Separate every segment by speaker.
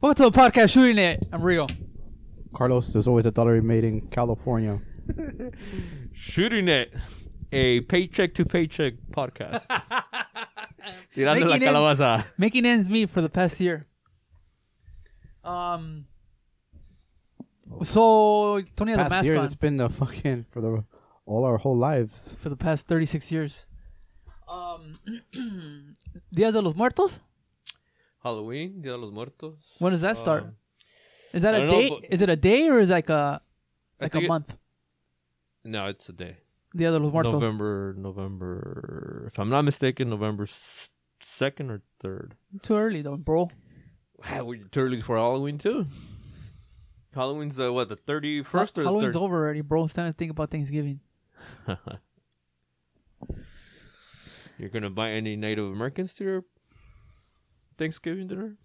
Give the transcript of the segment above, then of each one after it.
Speaker 1: Welcome to the podcast shooting it. I'm Rio.
Speaker 2: Carlos is always a dollar made in California.
Speaker 3: Shooting it. A paycheck to paycheck podcast. Tirando la
Speaker 1: Making it-
Speaker 3: calabaza.
Speaker 1: Making ends meet for the past year. Um. So Tony has a
Speaker 2: Past
Speaker 1: mask
Speaker 2: year,
Speaker 1: on
Speaker 2: it's been the fucking for the all our whole lives.
Speaker 1: for the past 36 years. Um, Dia de los Muertos.
Speaker 3: Halloween, Dia de los Muertos.
Speaker 1: When does that start?
Speaker 3: Um,
Speaker 1: Is that
Speaker 3: I
Speaker 1: a
Speaker 3: don't know,
Speaker 1: day?
Speaker 3: but-
Speaker 1: Is it a day or is like a
Speaker 3: I
Speaker 1: like a
Speaker 3: think it-
Speaker 1: month?
Speaker 3: No, it's a day.
Speaker 1: Dia de los Muertos.
Speaker 3: November, November. If I'm not mistaken, November s- second or third.
Speaker 1: Too early though, bro.
Speaker 3: Wow, we're too early for Halloween too. Halloween's the what? The thirty first or the
Speaker 1: Halloween's
Speaker 3: third?
Speaker 1: over already, bro. It's time to think about Thanksgiving.
Speaker 3: You're gonna buy any Native Americans to your Thanksgiving dinner?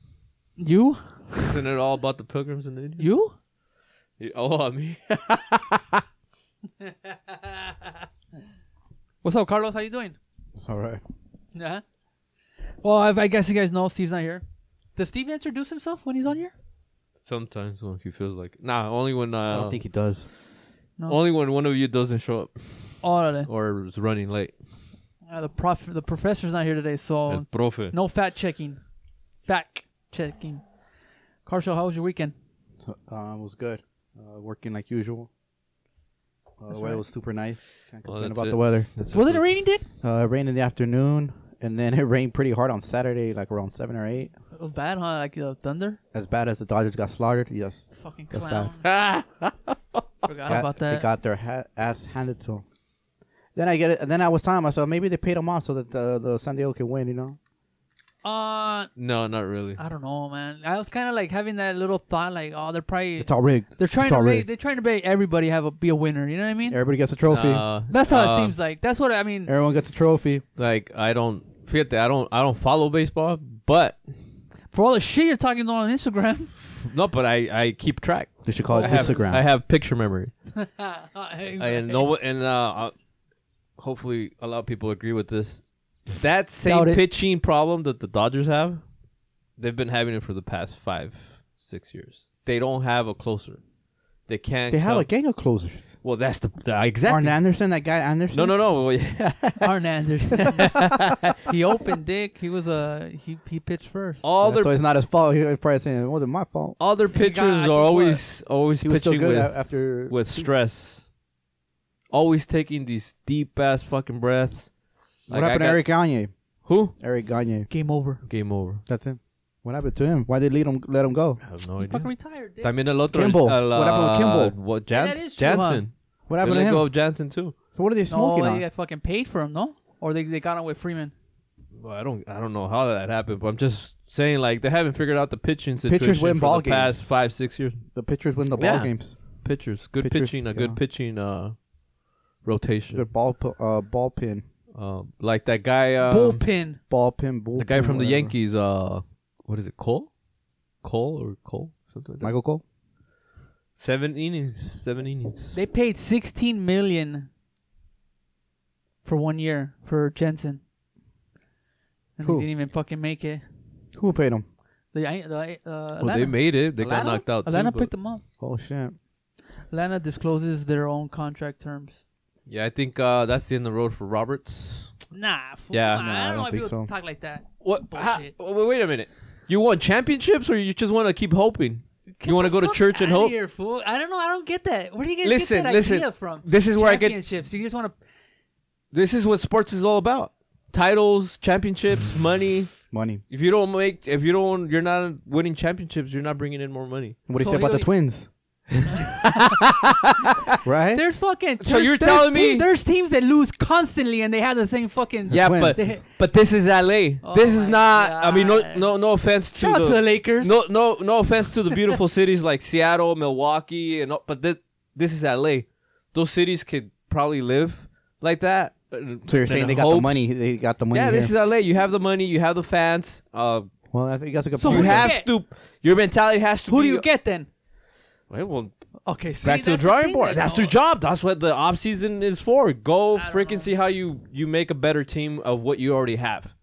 Speaker 1: You?
Speaker 3: Isn't it all about the pilgrims and the Indians?
Speaker 1: You?
Speaker 3: You- Oh, I mean,
Speaker 1: What's up, Carlos? How you doing?
Speaker 2: It's all right.
Speaker 1: Yeah. Well, I, I guess you guys know Steve's not here. Does Steve introduce himself when he's on here?
Speaker 3: sometimes when he feels like nah, only when uh,
Speaker 2: I don't think he does.
Speaker 3: only when one of you doesn't show up
Speaker 1: Oh, no, no.
Speaker 3: or is running late.
Speaker 1: Uh, the prof, the professor's not here today, so
Speaker 2: Uh,
Speaker 3: El profe.
Speaker 1: Oh. no fat checking, fact checking. Carshall, how was your weekend?
Speaker 2: Uh, it was good. Uh, working like usual. Uh, the weather
Speaker 1: right.
Speaker 2: was super nice. Can't complain
Speaker 3: Well, Oh, that's
Speaker 2: about
Speaker 3: it.
Speaker 2: the weather.
Speaker 3: That's
Speaker 1: Was it
Speaker 3: a-
Speaker 1: raining, dude?
Speaker 2: Uh, it rained in the afternoon, and then it rained pretty hard on Saturday, like around seven or eight.
Speaker 1: It was bad, huh? Like uh, thunder.
Speaker 2: As bad as the Dodgers got slaughtered, yes.
Speaker 1: Fucking
Speaker 2: That's
Speaker 1: clown.
Speaker 3: Ah!
Speaker 1: Forgot
Speaker 2: Got-
Speaker 1: about
Speaker 2: They
Speaker 1: that.
Speaker 2: got their ha- ass handed to them. Then I get it. Then I was telling myself maybe they paid them off so that the, the San Diego can win. You know.
Speaker 1: uh,
Speaker 3: No, not really.
Speaker 1: I don't know, man. I was kind of like having that little thought, like, oh, they're probably
Speaker 2: It's all rigged.
Speaker 1: they're trying
Speaker 2: it's
Speaker 1: to
Speaker 2: all
Speaker 1: make,
Speaker 2: rigged.
Speaker 1: they're trying to make everybody have a be a winner. You know what I mean?
Speaker 2: Everybody gets a trophy.
Speaker 3: Nah,
Speaker 1: That's how
Speaker 3: uh,
Speaker 1: it seems like. That's what I mean.
Speaker 2: Everyone gets a trophy.
Speaker 3: Like I don't forget that I don't I don't follow baseball, but
Speaker 1: For all the shit you're talking about on Instagram.
Speaker 3: no, but I I keep track.
Speaker 2: They should call it
Speaker 3: I have,
Speaker 2: Instagram.
Speaker 3: I have picture memory.
Speaker 1: I Uh,
Speaker 3: and no and uh uh, hopefully a lot of people agree with this that same
Speaker 1: Doubt it.
Speaker 3: pitching problem that the dodgers have they've been having it for the past five six years they don't have a closer they can't
Speaker 2: they have
Speaker 3: come-
Speaker 2: a gang of closers.
Speaker 3: well that's the, the exactly
Speaker 2: Arn Anderson, that guy Anderson.
Speaker 3: no no no well, yeah.
Speaker 1: Arn Anderson. he opened dick. He was a he. He pitched first.
Speaker 3: all
Speaker 2: so
Speaker 3: their
Speaker 2: it's not his fault. He was probably saying it wasn't my fault.
Speaker 3: all their
Speaker 1: got- I
Speaker 3: pitchers
Speaker 1: think
Speaker 3: are always always
Speaker 2: He
Speaker 3: pitching
Speaker 2: was still good
Speaker 3: with
Speaker 2: a- after-
Speaker 3: with stress always taking these deep ass fucking breaths
Speaker 2: What
Speaker 3: Like, I
Speaker 2: happened to
Speaker 3: got-
Speaker 2: Eric Gagne?
Speaker 3: who
Speaker 2: Eric Gagne.
Speaker 1: Game over.
Speaker 3: game over
Speaker 2: That's him. What happened to him? Why did they let him let him go?
Speaker 3: i have no idea
Speaker 1: Fucking retired. Dick.
Speaker 3: También el otro.
Speaker 2: Kimbrel.
Speaker 3: El,
Speaker 2: What happened with
Speaker 3: uh,
Speaker 2: Kimbrel?
Speaker 3: What,
Speaker 1: that
Speaker 3: Jans-
Speaker 1: is true, huh?
Speaker 3: Jansen.
Speaker 2: What
Speaker 3: They
Speaker 2: happened to
Speaker 3: let
Speaker 2: him?
Speaker 3: go of Jansen too.
Speaker 2: So what are they
Speaker 1: no,
Speaker 2: smoking
Speaker 1: they
Speaker 2: on?
Speaker 1: got fucking paid for him, no? Or they they got him with Freeman.
Speaker 3: Well, I don't, I don't know how that happened, but I'm just saying like they haven't figured out the pitching situation
Speaker 2: win
Speaker 3: for
Speaker 2: ball
Speaker 3: the past
Speaker 2: games.
Speaker 3: five, six years.
Speaker 2: The pitchers win the ball
Speaker 3: Yeah.
Speaker 2: games.
Speaker 3: Pitchers, good
Speaker 2: Pitchers,
Speaker 3: pitching, a good
Speaker 2: yeah.
Speaker 3: pitching uh, rotation.
Speaker 2: Good ball p- uh, ball pin,
Speaker 3: Um, like that guy, um,
Speaker 1: Bullpen.
Speaker 2: ball pin, bull.
Speaker 3: the guy from the Yankees. Uh, what is it, Cole? Cole or Cole something like that.
Speaker 2: Michael Cole.
Speaker 3: Seven innings, seven innings.
Speaker 1: They paid 16 million for one year for Jensen. And
Speaker 2: Who?
Speaker 1: they didn't even fucking make it.
Speaker 2: Who paid him?
Speaker 1: The, the, uh,
Speaker 3: Well, they
Speaker 1: Atlanta-
Speaker 3: made it. They got
Speaker 1: Atlanta?
Speaker 3: knocked out.
Speaker 1: Atlanta
Speaker 3: too, but-
Speaker 1: picked them up.
Speaker 2: Oh shit!
Speaker 1: Atlanta discloses their own contract terms.
Speaker 3: Yeah, I think uh, that's the end of the road for Roberts.
Speaker 1: Nah, fool.
Speaker 3: Yeah,
Speaker 1: Come on,
Speaker 3: nah,
Speaker 1: I
Speaker 2: I
Speaker 1: don't know
Speaker 2: don't
Speaker 1: why
Speaker 2: think
Speaker 1: people
Speaker 2: so.
Speaker 1: talk like that.
Speaker 3: What?
Speaker 1: Bullshit.
Speaker 3: Ha- wait, wait a minute. You want championships, or you just want to keep hoping?
Speaker 1: Get
Speaker 3: you want to
Speaker 1: the
Speaker 3: go to
Speaker 1: fuck
Speaker 3: church and
Speaker 1: outta
Speaker 3: hope?
Speaker 1: Here, fool. I don't know. I don't get that. Where do you guys
Speaker 3: Listen,
Speaker 1: get that
Speaker 3: listen.
Speaker 1: idea from?
Speaker 3: This is where I get.
Speaker 1: Championships. You just want to.
Speaker 3: This is what sports is all about: titles, championships, money.
Speaker 2: Money.
Speaker 3: If you don't make, if you don't, you're not winning championships. You're not bringing in more money.
Speaker 2: What do you
Speaker 1: So
Speaker 2: say about the
Speaker 1: you-
Speaker 2: twins? right?
Speaker 1: There's fucking.
Speaker 3: So
Speaker 1: there's-
Speaker 3: you're
Speaker 1: there's
Speaker 3: telling
Speaker 1: te-
Speaker 3: me-
Speaker 1: there's teams that lose constantly and they have the same fucking.
Speaker 3: Yeah,
Speaker 2: twins.
Speaker 3: but but this is LA.
Speaker 1: Oh
Speaker 3: this is
Speaker 1: my
Speaker 3: not. I mean, no,
Speaker 1: God.
Speaker 3: no, no offense to
Speaker 1: Shout out to the
Speaker 3: the,
Speaker 1: Lakers.
Speaker 3: no, no, no offense to the beautiful cities like Seattle, Milwaukee, and all- but this this is LA. Those cities could probably live like that.
Speaker 1: Oh,
Speaker 2: So you're saying they got the money? They got the money.
Speaker 3: Yeah, this
Speaker 2: here.
Speaker 3: is LA. You have the money. You have the fans. Uh,
Speaker 2: well. That's, you guys a good
Speaker 1: So
Speaker 2: point.
Speaker 3: you
Speaker 1: who
Speaker 2: there.
Speaker 3: have
Speaker 1: get?
Speaker 3: to. Your mentality has to.
Speaker 1: Who
Speaker 3: be,
Speaker 1: do you get then?
Speaker 3: Well, well,
Speaker 1: Okay, see,
Speaker 3: back to the
Speaker 1: that's
Speaker 3: drawing
Speaker 1: thing
Speaker 3: board.
Speaker 1: that-
Speaker 3: That's your
Speaker 1: no.
Speaker 3: job. That's what the off season is for.
Speaker 1: don't
Speaker 3: Go
Speaker 1: know.
Speaker 3: freaking see how you you make a better team of what you already have.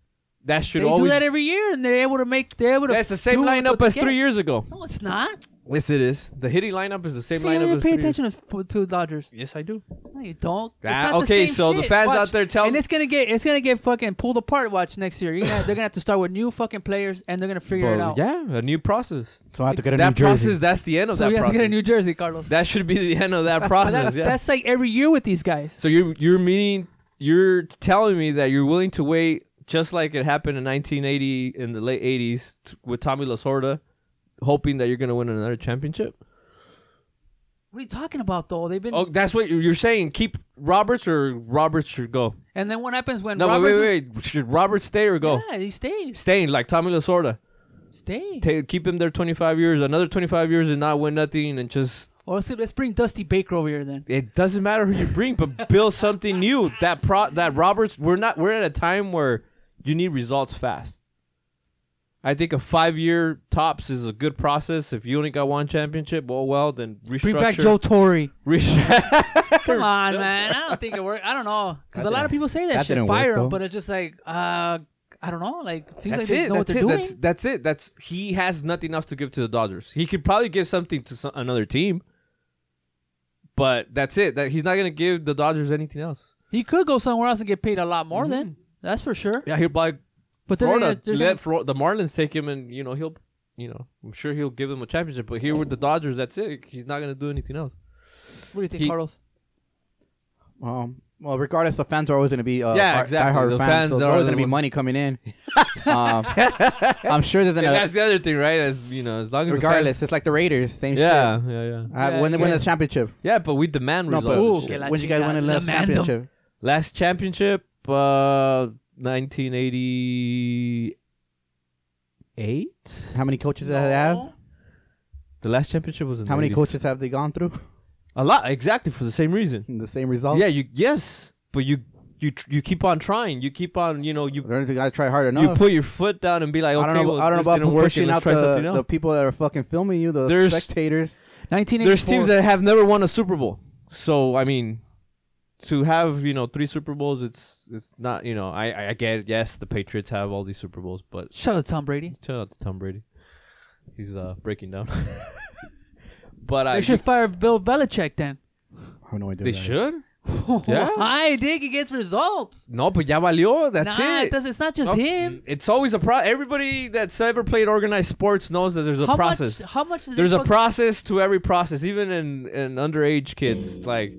Speaker 3: That should
Speaker 1: They do
Speaker 3: always.
Speaker 1: that every year, and they're able to make. They're able to.
Speaker 3: that's the same
Speaker 1: do what
Speaker 3: lineup
Speaker 1: they
Speaker 3: as
Speaker 1: get.
Speaker 3: three years ago.
Speaker 1: No, it's not.
Speaker 3: Yes, it is. The hitting lineup is the same
Speaker 1: So you don't
Speaker 3: lineup
Speaker 1: even
Speaker 3: as
Speaker 1: pay
Speaker 3: three years-
Speaker 1: attention to, f- to the Dodgers.
Speaker 3: Yes, I do.
Speaker 1: No, you don't. It's
Speaker 3: Ah,
Speaker 1: not the
Speaker 3: okay,
Speaker 1: same
Speaker 3: so the
Speaker 1: shit.
Speaker 3: fans
Speaker 1: Watch.
Speaker 3: out there tell-
Speaker 1: and it's gonna get it's gonna get fucking pulled apart. Watch next year, You're gonna, they're gonna have to start with new fucking players, and they're gonna figure it
Speaker 3: Well,
Speaker 1: out.
Speaker 3: yeah, a new process.
Speaker 2: So I have to get a
Speaker 3: that
Speaker 2: new jersey.
Speaker 3: process, that's the end of
Speaker 1: so
Speaker 3: that
Speaker 1: we have
Speaker 3: process.
Speaker 1: to get a new jersey, Carlos.
Speaker 3: that should be the end of that
Speaker 1: But
Speaker 3: process.
Speaker 1: that's,
Speaker 3: yeah.
Speaker 1: that's like every year with these guys.
Speaker 3: so you're you're meaning you're telling me that you're willing to wait, just like it happened in 1980 in the late 80s t- with Tommy Lasorda, hoping that you're going to win another championship.
Speaker 1: What are you talking about, though? They've been.
Speaker 3: Oh, that's what you're you're saying. Keep Roberts or Roberts should go.
Speaker 1: And then what happens when?
Speaker 3: No, wait,
Speaker 1: Roberts
Speaker 3: wait,
Speaker 1: is-
Speaker 3: wait, Should Roberts stay or go?
Speaker 1: Yeah, he stays.
Speaker 3: Staying like Tommy Lasorda.
Speaker 1: Stay.
Speaker 3: Ta keep him there 25 years, another 25 years, and not win nothing, and just
Speaker 1: Or let's, let's bring Dusty Baker over here then.
Speaker 3: it doesn't matter who you bring, but build something new. That pro that Roberts, we're not we're at a time where you need results fast. I think a five year tops is a good process. If you only got one championship, well, well, then restructure.
Speaker 1: Bring back Joe Torre.
Speaker 3: Rest-
Speaker 1: Come on, man. I don't think it worked. I don't know because a lot of people say that,
Speaker 2: that
Speaker 1: shit.
Speaker 2: didn't
Speaker 1: Fire
Speaker 2: work,
Speaker 1: him,
Speaker 2: though.
Speaker 1: but it's just like uh, I don't know. Like seems like
Speaker 3: that's
Speaker 1: they
Speaker 3: it.
Speaker 1: know what
Speaker 3: That's
Speaker 1: they're
Speaker 3: it.
Speaker 1: doing.
Speaker 3: That's that's it. That's he has nothing else to give to the Dodgers. He could probably give something to some, another team, but that's it. That he's not gonna give the Dodgers anything else.
Speaker 1: He could go somewhere else and get paid a lot more then. That's for sure.
Speaker 3: Mm-hmm. Yeah, he'll buy
Speaker 1: But then
Speaker 3: Florida.
Speaker 1: they're,
Speaker 3: let Fro- the Marlins take him, and you know he'll, you know, I'm sure he'll give him a championship. But here with the Dodgers, that's it. He's not gonna do anything else.
Speaker 1: what do you think,
Speaker 3: He-
Speaker 1: Carlos?
Speaker 2: Um, well, regardless, the fans are always going to be uh,
Speaker 3: Yeah,
Speaker 2: die-
Speaker 3: exactly.
Speaker 2: diehard
Speaker 3: The
Speaker 2: fans.
Speaker 3: fans
Speaker 2: so
Speaker 3: are
Speaker 2: there's always going to
Speaker 3: the
Speaker 2: be
Speaker 3: one-
Speaker 2: money coming in. um, I'm sure there's
Speaker 3: And
Speaker 2: going
Speaker 3: that's
Speaker 2: to.
Speaker 3: the other thing, right? As you know, as long as the
Speaker 2: Regardless,
Speaker 3: fans-
Speaker 2: it's like the Raiders, same
Speaker 3: yeah, yeah, yeah,
Speaker 2: shit. Uh,
Speaker 1: Yeah,
Speaker 2: when they win
Speaker 1: yeah.
Speaker 2: the championship.
Speaker 3: yeah. But we demand
Speaker 2: No, but
Speaker 3: results.
Speaker 1: Ooh, que la
Speaker 2: when you guys
Speaker 1: chingada.
Speaker 2: win the last
Speaker 1: Demand 'em.
Speaker 2: championship,
Speaker 3: Last championship, uh, 1988.
Speaker 2: how many coaches that they have?
Speaker 3: The last championship was in
Speaker 2: How many
Speaker 3: 80.
Speaker 2: coaches have they gone through?
Speaker 3: A lot, exactly for the same reason.
Speaker 2: the same result.
Speaker 3: Yeah, you yes, but you you tr- you keep on trying. You keep on, you know, you
Speaker 2: you gotta try hard enough.
Speaker 3: you put your foot down and be like, okay,
Speaker 2: I don't know.
Speaker 3: well,
Speaker 2: I don't
Speaker 3: this
Speaker 2: know
Speaker 3: didn't
Speaker 2: about
Speaker 3: work,
Speaker 2: pushing
Speaker 3: and
Speaker 2: out
Speaker 3: let's try
Speaker 2: the,
Speaker 3: something
Speaker 2: the
Speaker 3: else.
Speaker 2: people that are fucking filming you, the
Speaker 3: There's-
Speaker 2: spectators.
Speaker 1: Nineteen eighty.
Speaker 3: There's teams that have never won a Super Bowl. So I mean, to have you know three Super Bowls, it's it's not you know I I- I get it. yes the Patriots have all these Super Bowls, but
Speaker 1: Shout out Tom Brady.
Speaker 3: Shout out to Tom Brady. He's uh, breaking down. but I
Speaker 1: They should fire Bill Belichick then.
Speaker 2: I have no idea.
Speaker 3: they
Speaker 2: what that is.
Speaker 3: should. Yeah.
Speaker 1: I think he gets results.
Speaker 3: No, but ya valió. That's
Speaker 1: nah,
Speaker 3: it.
Speaker 1: does, it's not just
Speaker 3: No,
Speaker 1: him.
Speaker 3: It's always a pro. Everybody that's ever played organized sports knows that there's a
Speaker 1: how
Speaker 3: process.
Speaker 1: much? How much? Does
Speaker 3: there's
Speaker 1: he
Speaker 3: a
Speaker 1: fuck-
Speaker 3: process to every process, even in in underage kids. Like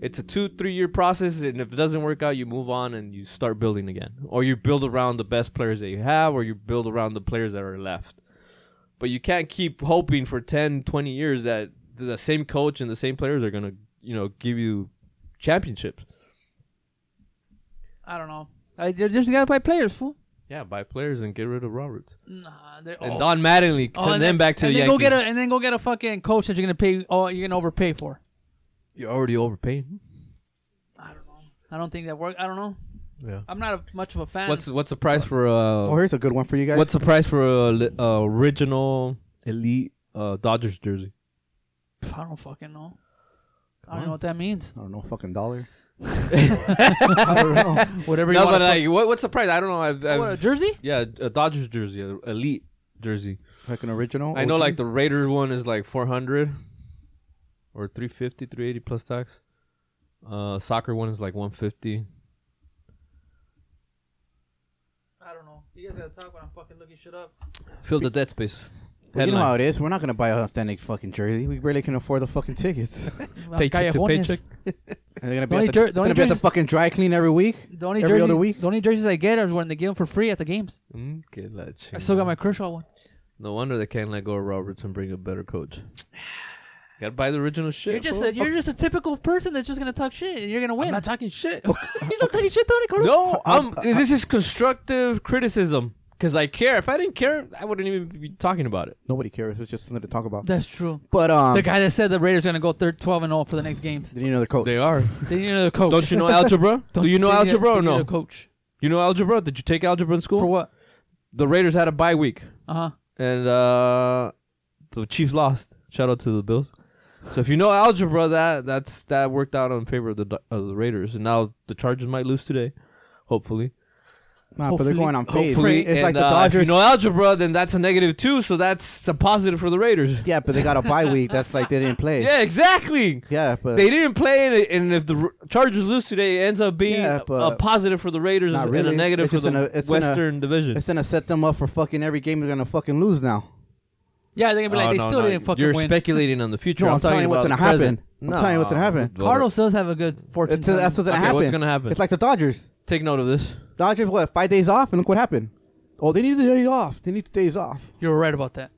Speaker 3: it's a two three year process, and if it doesn't work out, you move on and you start building again, or you build around the best players that you have, or you build around the players that are left. But you can't keep hoping for 10, 20 years that the same coach and the same players are gonna you know give you championships.
Speaker 1: I don't know. I, they're just gotta buy players, fool.
Speaker 3: Yeah, buy players and get rid of Roberts
Speaker 1: Nah, they're
Speaker 3: and
Speaker 1: oh.
Speaker 3: Don Mattingly.
Speaker 1: Oh,
Speaker 3: Send them
Speaker 1: then-
Speaker 3: back to
Speaker 1: and
Speaker 3: the
Speaker 1: then
Speaker 3: Yankees.
Speaker 1: go get a and then go get a fucking coach that you're gonna pay. Oh, you're gonna overpay for.
Speaker 3: You're already overpaying.
Speaker 1: I don't know. I don't think that work. I don't know.
Speaker 3: Yeah.
Speaker 1: I'm not a, much of a fan.
Speaker 3: What's what's the price for uh?
Speaker 2: Oh, here's a good one for you guys.
Speaker 3: What's the price for a li- uh, original elite uh, Dodgers jersey.
Speaker 1: Pff, I don't fucking know. I
Speaker 2: Come
Speaker 1: don't
Speaker 2: on.
Speaker 1: know what that means.
Speaker 2: I don't know, fucking dollar. I don't know.
Speaker 1: Whatever you
Speaker 3: No,
Speaker 1: want.
Speaker 3: but like, what, what's the price? I don't know. I've,
Speaker 1: what, a
Speaker 3: I've,
Speaker 1: jersey?
Speaker 3: yeah, a Dodgers jersey, a elite jersey.
Speaker 2: Fucking original.
Speaker 3: I know,
Speaker 2: OG.
Speaker 3: like the Raiders one is like 400 or 350, 380 plus tax. Uh, soccer one is like 150.
Speaker 1: I don't know. You guys gotta talk when I'm fucking looking shit up.
Speaker 3: Fill the dead space.
Speaker 2: Well, you know
Speaker 3: Headline.
Speaker 2: how it is. We're not gonna buy an authentic fucking jersey. We barely can afford the fucking tickets. and
Speaker 3: Paycheck to paycheck.
Speaker 2: they're gonna
Speaker 1: The
Speaker 2: be,
Speaker 1: only
Speaker 2: at the,
Speaker 1: jer- the
Speaker 2: they're
Speaker 1: only
Speaker 2: gonna be at the
Speaker 1: jerseys-
Speaker 2: fucking dry clean every week.
Speaker 1: The only
Speaker 2: Every
Speaker 1: jerseys,
Speaker 2: other week?
Speaker 1: the only jerseys I get are when they give them for free at the games.
Speaker 3: Mm, que la
Speaker 1: I still got
Speaker 3: chingada.
Speaker 1: my Kershaw one.
Speaker 3: No wonder they can't let go of Roberts and bring a better coach. Gotta buy the original shit.
Speaker 1: You're just
Speaker 3: fool.
Speaker 1: a, you're just a typical person that's just gonna talk shit and you're gonna win.
Speaker 3: I'm not talking shit.
Speaker 1: He's not talking shit, Tony. Carlos.
Speaker 3: no, um, this is constructive criticism because I care. If I didn't care, I wouldn't even be talking about it.
Speaker 2: Nobody cares. It's just something to talk about.
Speaker 1: That's true.
Speaker 2: But um,
Speaker 1: The guy that said the Raiders gonna go third 12 and 0 for the next games.
Speaker 2: they need another coach.
Speaker 3: They are.
Speaker 1: They need another coach.
Speaker 3: Don't you know algebra? Do you know
Speaker 1: They need a-
Speaker 3: algebra
Speaker 1: they
Speaker 3: or
Speaker 1: need
Speaker 3: no?
Speaker 1: a coach
Speaker 3: You know algebra? Did you take algebra in school?
Speaker 1: for what?
Speaker 3: The Raiders had a bye week,
Speaker 1: Uh huh.
Speaker 3: and uh, the Chiefs lost. Shout out to the Bills. So if you know algebra, that that's that worked out in favor of the of the Raiders, and now the Chargers might lose today, hopefully.
Speaker 2: Nah, but they're
Speaker 1: Hopefully-
Speaker 2: going on pace.
Speaker 3: Hopefully,
Speaker 2: It's like
Speaker 3: and,
Speaker 2: the
Speaker 3: uh, if
Speaker 2: Dodgers.
Speaker 3: you know algebra, then that's a negative two, so that's a positive for the Raiders.
Speaker 2: yeah, but they got a bye week. That's like they didn't play.
Speaker 3: Yeah, exactly.
Speaker 2: Yeah, but
Speaker 3: They didn't play, and- and if the R- Chargers lose today, it ends up being
Speaker 2: Yeah,
Speaker 3: a
Speaker 2: but-
Speaker 3: positive for the Raiders
Speaker 2: Not
Speaker 3: and a
Speaker 2: really.
Speaker 3: negative
Speaker 2: It's
Speaker 3: for
Speaker 2: just in
Speaker 3: the
Speaker 2: a- it's in a-
Speaker 3: Western Division.
Speaker 2: it's gonna set them up for fucking every game they're gonna fucking lose now.
Speaker 1: Yeah, they're gonna be like
Speaker 3: Oh,
Speaker 1: they
Speaker 3: no,
Speaker 1: still
Speaker 3: no,
Speaker 1: didn't fucking
Speaker 3: You're
Speaker 1: win.
Speaker 3: speculating on the future.
Speaker 2: No,
Speaker 3: I'm,
Speaker 2: I'm telling you what's
Speaker 3: going to
Speaker 2: gonna happen. I'm telling you what's gonna happen.
Speaker 1: Carlos does have a good fortune.
Speaker 2: It's, that's what's gonna
Speaker 3: Okay,
Speaker 2: happen.
Speaker 3: what's gonna happen?
Speaker 2: It's like the Dodgers.
Speaker 3: Take note of this.
Speaker 2: Dodgers what five days off and look what happened. Oh, they need the days off. They need the days off.
Speaker 1: You're right about that.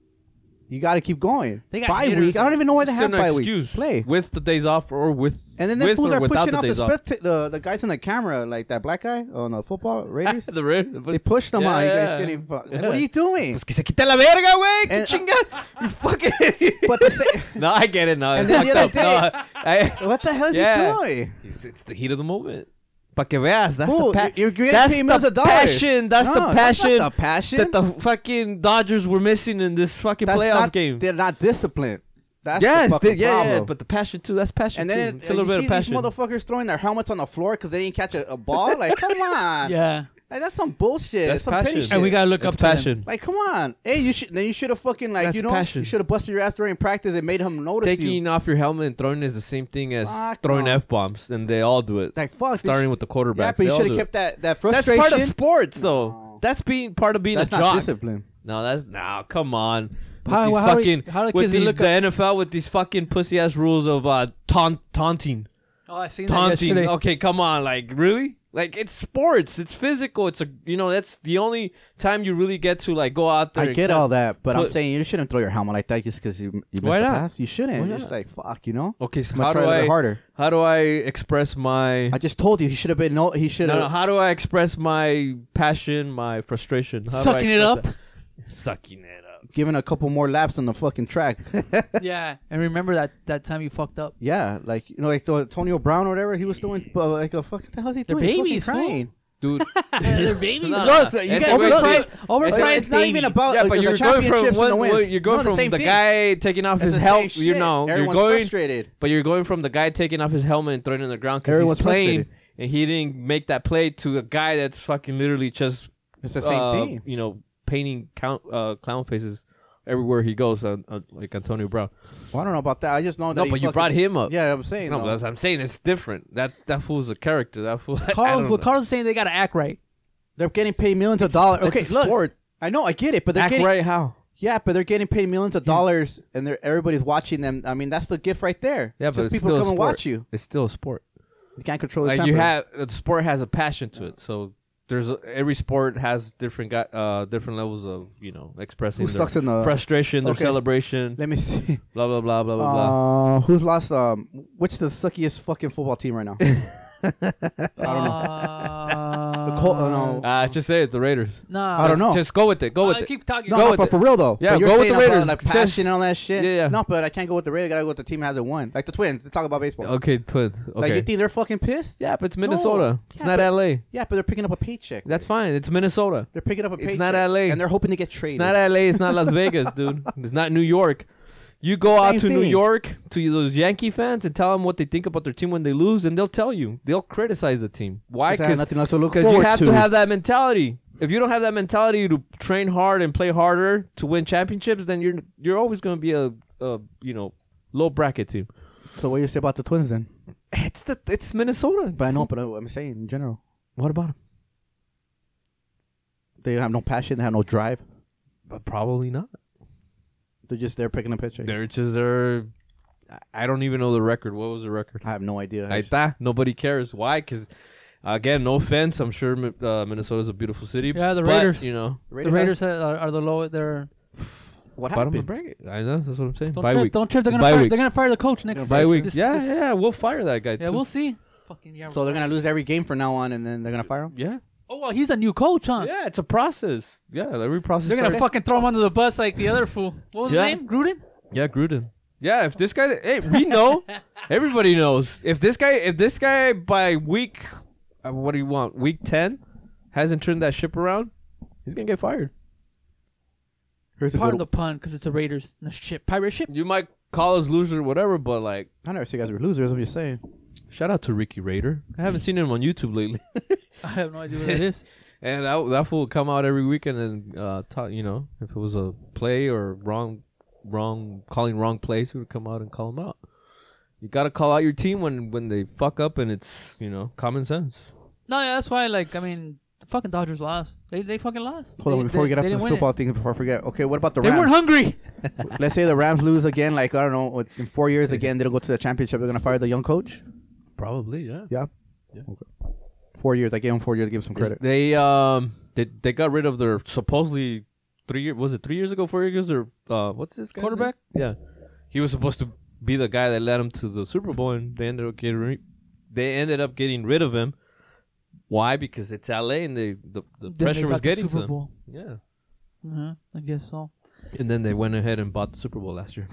Speaker 2: You got to keep going.
Speaker 1: They got
Speaker 2: bye
Speaker 1: hitters.
Speaker 2: week. I don't even know why they
Speaker 3: Still
Speaker 2: have
Speaker 3: no
Speaker 2: bye
Speaker 3: excuse.
Speaker 2: week. Play.
Speaker 3: with the days off or with
Speaker 2: And then the
Speaker 3: with
Speaker 2: fools
Speaker 3: or
Speaker 2: are
Speaker 3: without
Speaker 2: pushing
Speaker 3: the
Speaker 2: out the,
Speaker 3: days off.
Speaker 2: specta- the the guys in the camera, like that black guy on the football Raiders.
Speaker 3: the Raiders.
Speaker 2: they push them
Speaker 3: Yeah,
Speaker 2: out. You
Speaker 3: yeah.
Speaker 2: guys getting fucked. Like, what are you doing?
Speaker 3: Pues que se quita la verga, güey. Que
Speaker 2: And- uh,
Speaker 3: chinga. You fucking.
Speaker 2: but the sa-
Speaker 3: no, I get it. No,
Speaker 2: And
Speaker 3: it's
Speaker 2: then the
Speaker 3: fucked
Speaker 2: other
Speaker 3: up. No, I-
Speaker 2: what the hell is
Speaker 3: Yeah.
Speaker 2: he doing?
Speaker 3: it's, it's the heat of the moment. Pa que veas. That's
Speaker 2: Fool,
Speaker 3: the pa-
Speaker 2: you- you're getting
Speaker 3: that's
Speaker 2: paid
Speaker 3: the
Speaker 2: millions of dollars.
Speaker 3: passion. That's
Speaker 2: No,
Speaker 3: the passion.
Speaker 2: That's not the passion.
Speaker 3: that the fucking Dodgers were missing in this fucking
Speaker 2: That's
Speaker 3: playoff
Speaker 2: not-
Speaker 3: game.
Speaker 2: They're not disciplined. That's
Speaker 3: yes,
Speaker 2: the fucking
Speaker 3: they- yeah,
Speaker 2: problem.
Speaker 3: yeah, but the passion too. That's passion
Speaker 2: and
Speaker 3: too.
Speaker 2: then
Speaker 3: it's a little
Speaker 2: you
Speaker 3: bit
Speaker 2: see
Speaker 3: of passion.
Speaker 2: these motherfuckers throwing their helmets on the floor because they didn't catch a, a ball. Like, come on.
Speaker 1: Yeah,
Speaker 2: Like, that's some bullshit.
Speaker 3: That's
Speaker 2: some
Speaker 3: passion.
Speaker 2: petty shit.
Speaker 1: and we gotta look
Speaker 3: That's
Speaker 1: up to them.
Speaker 3: passion.
Speaker 2: Like, come on. Hey, you should. Then you should have fucking like
Speaker 3: That's
Speaker 2: you know
Speaker 3: passion.
Speaker 2: you should have busted your ass during practice and made him notice
Speaker 3: Taking
Speaker 2: you.
Speaker 3: off your helmet and throwing is the same thing as
Speaker 2: Fuck
Speaker 3: throwing
Speaker 2: no.
Speaker 3: f bombs, and they all do it.
Speaker 2: Like, fuck. they
Speaker 3: starting
Speaker 2: should-
Speaker 3: with the quarterback.
Speaker 2: yeah, but you should have kept that that
Speaker 3: That's
Speaker 2: frustration.
Speaker 3: part of sports, though.
Speaker 2: No.
Speaker 3: That's being part of being
Speaker 2: That's
Speaker 3: a
Speaker 2: not
Speaker 3: jock.
Speaker 2: discipline.
Speaker 3: No, that's no. Come on. With
Speaker 1: How-
Speaker 3: these
Speaker 1: how do you-
Speaker 3: fucking,
Speaker 1: how do
Speaker 3: with
Speaker 1: kids
Speaker 3: these,
Speaker 1: look
Speaker 3: the NFL with these fucking pussy ass rules of uh, taunt, taunting,
Speaker 1: Oh, I seen that
Speaker 3: taunting.
Speaker 1: yesterday.
Speaker 3: Okay, come on, like really? Like it's sports, it's physical. It's a you know that's the only time you really get to like go out there.
Speaker 2: I
Speaker 3: and
Speaker 2: get
Speaker 3: cut-
Speaker 2: all that, but I'm
Speaker 3: Put-
Speaker 2: saying you shouldn't throw your helmet like that just because you you missed
Speaker 3: Why
Speaker 2: the
Speaker 3: not?
Speaker 2: pass. You shouldn't.
Speaker 3: Why
Speaker 2: It's
Speaker 3: not?
Speaker 2: like fuck, you know.
Speaker 3: Okay, so
Speaker 2: I'm gonna
Speaker 3: how do
Speaker 2: try a little
Speaker 3: I
Speaker 2: bit harder.
Speaker 3: how do I express my
Speaker 2: I just told you he should have been no. He should
Speaker 3: no,
Speaker 2: have.
Speaker 3: no, how do I express my passion, my frustration? How do I
Speaker 1: Sucking it
Speaker 3: express
Speaker 1: up.
Speaker 3: that? Sucking it up.
Speaker 2: Giving a couple more laps on the fucking track.
Speaker 1: yeah, and remember that that time you fucked up.
Speaker 2: yeah, like you know, like the Antonio Brown or whatever. He was doing uh, like a fucking. The hell is he
Speaker 1: They're
Speaker 2: doing?
Speaker 1: babies,
Speaker 2: He's fucking
Speaker 1: fool.
Speaker 2: crying.
Speaker 3: Dude,
Speaker 1: They're babies.
Speaker 3: No,
Speaker 2: Look,
Speaker 3: no,
Speaker 2: you
Speaker 3: it's
Speaker 2: get-
Speaker 3: always
Speaker 2: look,
Speaker 3: the-
Speaker 1: Overpriced
Speaker 2: It's, it's not
Speaker 1: babies.
Speaker 2: even about
Speaker 3: yeah,
Speaker 2: like,
Speaker 3: but
Speaker 2: the
Speaker 3: you're going
Speaker 2: championships
Speaker 3: from
Speaker 2: and the
Speaker 3: one,
Speaker 2: wins.
Speaker 3: well, you're going
Speaker 2: no, the
Speaker 3: from
Speaker 2: same
Speaker 3: the
Speaker 2: thing.
Speaker 3: guy taking off
Speaker 2: It's
Speaker 3: his
Speaker 2: the
Speaker 3: helmet.
Speaker 2: same
Speaker 3: You
Speaker 2: shit.
Speaker 3: know, you're
Speaker 2: Everyone's
Speaker 3: going,
Speaker 2: frustrated.
Speaker 3: but you're going from the guy taking off his helmet and throwing it on the ground because he's
Speaker 2: Everyone's
Speaker 3: playing
Speaker 2: frustrated.
Speaker 3: and he didn't make that play to the guy that's fucking literally just
Speaker 2: It's the same
Speaker 3: uh,
Speaker 2: thing.
Speaker 3: You know, painting count, uh, clown faces everywhere he goes, uh, uh, like Antonio Brown.
Speaker 2: Well, I don't know about that. I just know that.
Speaker 3: No,
Speaker 2: he
Speaker 3: but you
Speaker 2: fucking-
Speaker 3: brought him up.
Speaker 2: Yeah, I'm saying.
Speaker 3: No,
Speaker 2: though.
Speaker 3: but that's, I'm saying it's different. That that fool's a character. That fool. I
Speaker 1: Carlos,
Speaker 3: don't
Speaker 1: what
Speaker 3: know.
Speaker 1: Carlos is saying, they gotta act right.
Speaker 2: they're getting paid millions of dollars.
Speaker 3: It's
Speaker 2: Okay,
Speaker 3: a
Speaker 2: look,
Speaker 3: sport.
Speaker 2: I know, I get it, but they're
Speaker 3: Act
Speaker 2: getting
Speaker 3: right. How?
Speaker 2: yeah, but they're getting paid millions of dollars, and they're everybody's watching them. I mean, that's the gift right there.
Speaker 3: Yeah, but
Speaker 2: just
Speaker 3: it's
Speaker 2: people
Speaker 3: still a
Speaker 2: come and
Speaker 3: sport.
Speaker 2: watch you.
Speaker 3: It's still a sport.
Speaker 2: You can't control the
Speaker 3: Like
Speaker 2: temper.
Speaker 3: you have the sport has a passion to it. So there's a- every sport has different guy, uh different levels of you know expressing
Speaker 2: Who
Speaker 3: their
Speaker 2: sucks in the-
Speaker 3: frustration, their
Speaker 2: Okay. Um,
Speaker 3: celebration,
Speaker 2: Let me see.
Speaker 3: blah blah blah blah blah. blah.
Speaker 2: Uh, who's lost? Um, which the suckiest fucking football team right now?
Speaker 1: Uh,
Speaker 2: The Col- uh, no.
Speaker 3: Uh, just say it, the Raiders.
Speaker 1: Nah.
Speaker 2: I don't know.
Speaker 3: Just go with it. Go with
Speaker 1: Uh,
Speaker 3: it.
Speaker 1: keep talking.
Speaker 2: No,
Speaker 3: Go
Speaker 2: no,
Speaker 3: with
Speaker 2: but
Speaker 3: it.
Speaker 2: for real though.
Speaker 3: Yeah,
Speaker 2: but you're
Speaker 3: go with
Speaker 2: saying
Speaker 3: the Raiders.
Speaker 2: About, like
Speaker 3: Says-
Speaker 2: passion and all that shit.
Speaker 3: Yeah, yeah.
Speaker 2: No, but I can't go with the Raiders. I gotta go with the team that hasn't won. Like the Twins. Let's talk about baseball.
Speaker 3: Okay, Twins. Okay.
Speaker 2: Like you think they're fucking pissed?
Speaker 3: yeah, but it's Minnesota. it's
Speaker 2: Yeah,
Speaker 3: not
Speaker 2: but-
Speaker 3: L.A.
Speaker 2: Yeah, but they're picking up a paycheck.
Speaker 3: That's fine. It's Minnesota.
Speaker 2: they're picking up a paycheck.
Speaker 3: not LA.
Speaker 2: and they're hoping to get
Speaker 3: It's
Speaker 2: traded.
Speaker 3: not L.A. It's not Las Vegas, dude. It's not New York. You go out to
Speaker 2: Same
Speaker 3: New
Speaker 2: thing.
Speaker 3: York to those Yankee fans and tell them what they think about their team when they lose, and they'll tell you. They'll criticize the team. Why?
Speaker 2: 'Cause I have
Speaker 3: Because
Speaker 2: nothing else to look
Speaker 3: Because
Speaker 2: forward
Speaker 3: you have to.
Speaker 2: to
Speaker 3: have that mentality. If you don't have that mentality to train hard and play harder to win championships, then you're you're always going to be a, a you know low bracket team.
Speaker 2: So what do you say about the Twins then?
Speaker 3: It's the it's Minnesota.
Speaker 2: But I know, but I- I'm saying in general,
Speaker 3: What about 'em?
Speaker 2: they have no passion. They have no drive.
Speaker 3: But probably not.
Speaker 2: They're just there picking a paycheck.
Speaker 3: They're just they're. I- I don't even know the record. What was the record?
Speaker 2: I have no idea.
Speaker 3: Ahí está. Nobody cares. Why? Because again, no offense. I'm sure Mi- uh, Minnesota's a beautiful city.
Speaker 1: Yeah, the
Speaker 3: but,
Speaker 1: Raiders.
Speaker 3: You know,
Speaker 1: The Raiders are, are, are the low. They're
Speaker 2: What
Speaker 3: bottom of the
Speaker 2: happened?
Speaker 3: bracket. I know. That's what I'm saying.
Speaker 1: don't
Speaker 3: Bye
Speaker 1: trip.
Speaker 3: week.
Speaker 1: Don't trip. They're gonna
Speaker 3: Bye
Speaker 1: fire,
Speaker 3: week.
Speaker 1: they're gonna fire the coach next
Speaker 3: Bye
Speaker 1: this-
Speaker 3: week.
Speaker 1: this-
Speaker 3: yeah,
Speaker 1: this-
Speaker 3: yeah. We'll fire that guy.
Speaker 1: yeah.
Speaker 3: too.
Speaker 1: We'll see. Fucking yeah.
Speaker 2: So they're gonna lose every game from now on, and then they're gonna fire him.
Speaker 3: Yeah.
Speaker 1: Oh well, he's a new coach, huh?
Speaker 3: Yeah, it's a process. Yeah, every process.
Speaker 1: They're gonna
Speaker 3: started-
Speaker 1: fucking throw him under the bus like the other fool. What was
Speaker 3: Yeah.
Speaker 1: his name? Gruden.
Speaker 3: Yeah, Gruden. Yeah, if this guy, hey, we know. Everybody knows. If this guy, if this guy by week, uh, what do you want? Week ten, hasn't turned that ship around, he's gonna get fired.
Speaker 2: Here's a
Speaker 1: Pardon the
Speaker 2: good-
Speaker 1: pun, because it's a Raiders. The ship, pirate ship.
Speaker 3: You might call us loser, whatever, but like,
Speaker 2: I never said you guys were losers. I'm just saying.
Speaker 3: shout out to Ricky Raider. I haven't seen him on YouTube lately,
Speaker 1: I have no idea what it is.
Speaker 3: and that that fool would come out every weekend and uh, talk. You know, if it was a play or wrong, wrong calling wrong plays, he would come out and call him out. You gotta call out your team when when they fuck up, and it's you know common sense.
Speaker 1: No, yeah, that's why. Like, I mean, the fucking Dodgers lost. They they fucking lost.
Speaker 2: Hold
Speaker 1: They-
Speaker 2: on, before we
Speaker 1: they-
Speaker 2: get off
Speaker 1: they
Speaker 2: this
Speaker 1: didn't win it.
Speaker 2: football thing, before I forget. Okay, what about the
Speaker 1: They weren't
Speaker 2: Rams?
Speaker 1: hungry.
Speaker 2: Let's say the Rams lose again, like I don't know, with- in four years again, they'll go to the championship. They're gonna fire the young coach.
Speaker 3: Probably, yeah.
Speaker 2: Yeah. Okay. Four years. I gave him four years. Give him some credit.
Speaker 3: They um they they got rid of their supposedly three year was it three years ago four years ago their uh what's this guy's name?
Speaker 1: Quarterback?
Speaker 3: Yeah, he was supposed to be the guy that led him to the Super Bowl, and they ended up getting re- they ended up getting rid of him. Why? Because it's LA, and they the, the
Speaker 1: Then they
Speaker 3: pressure was
Speaker 1: got the
Speaker 3: getting to
Speaker 1: Super
Speaker 3: them.
Speaker 1: Bowl.
Speaker 3: Yeah,
Speaker 1: Uh-huh, I guess so.
Speaker 3: and then they went ahead and bought the Super Bowl last year.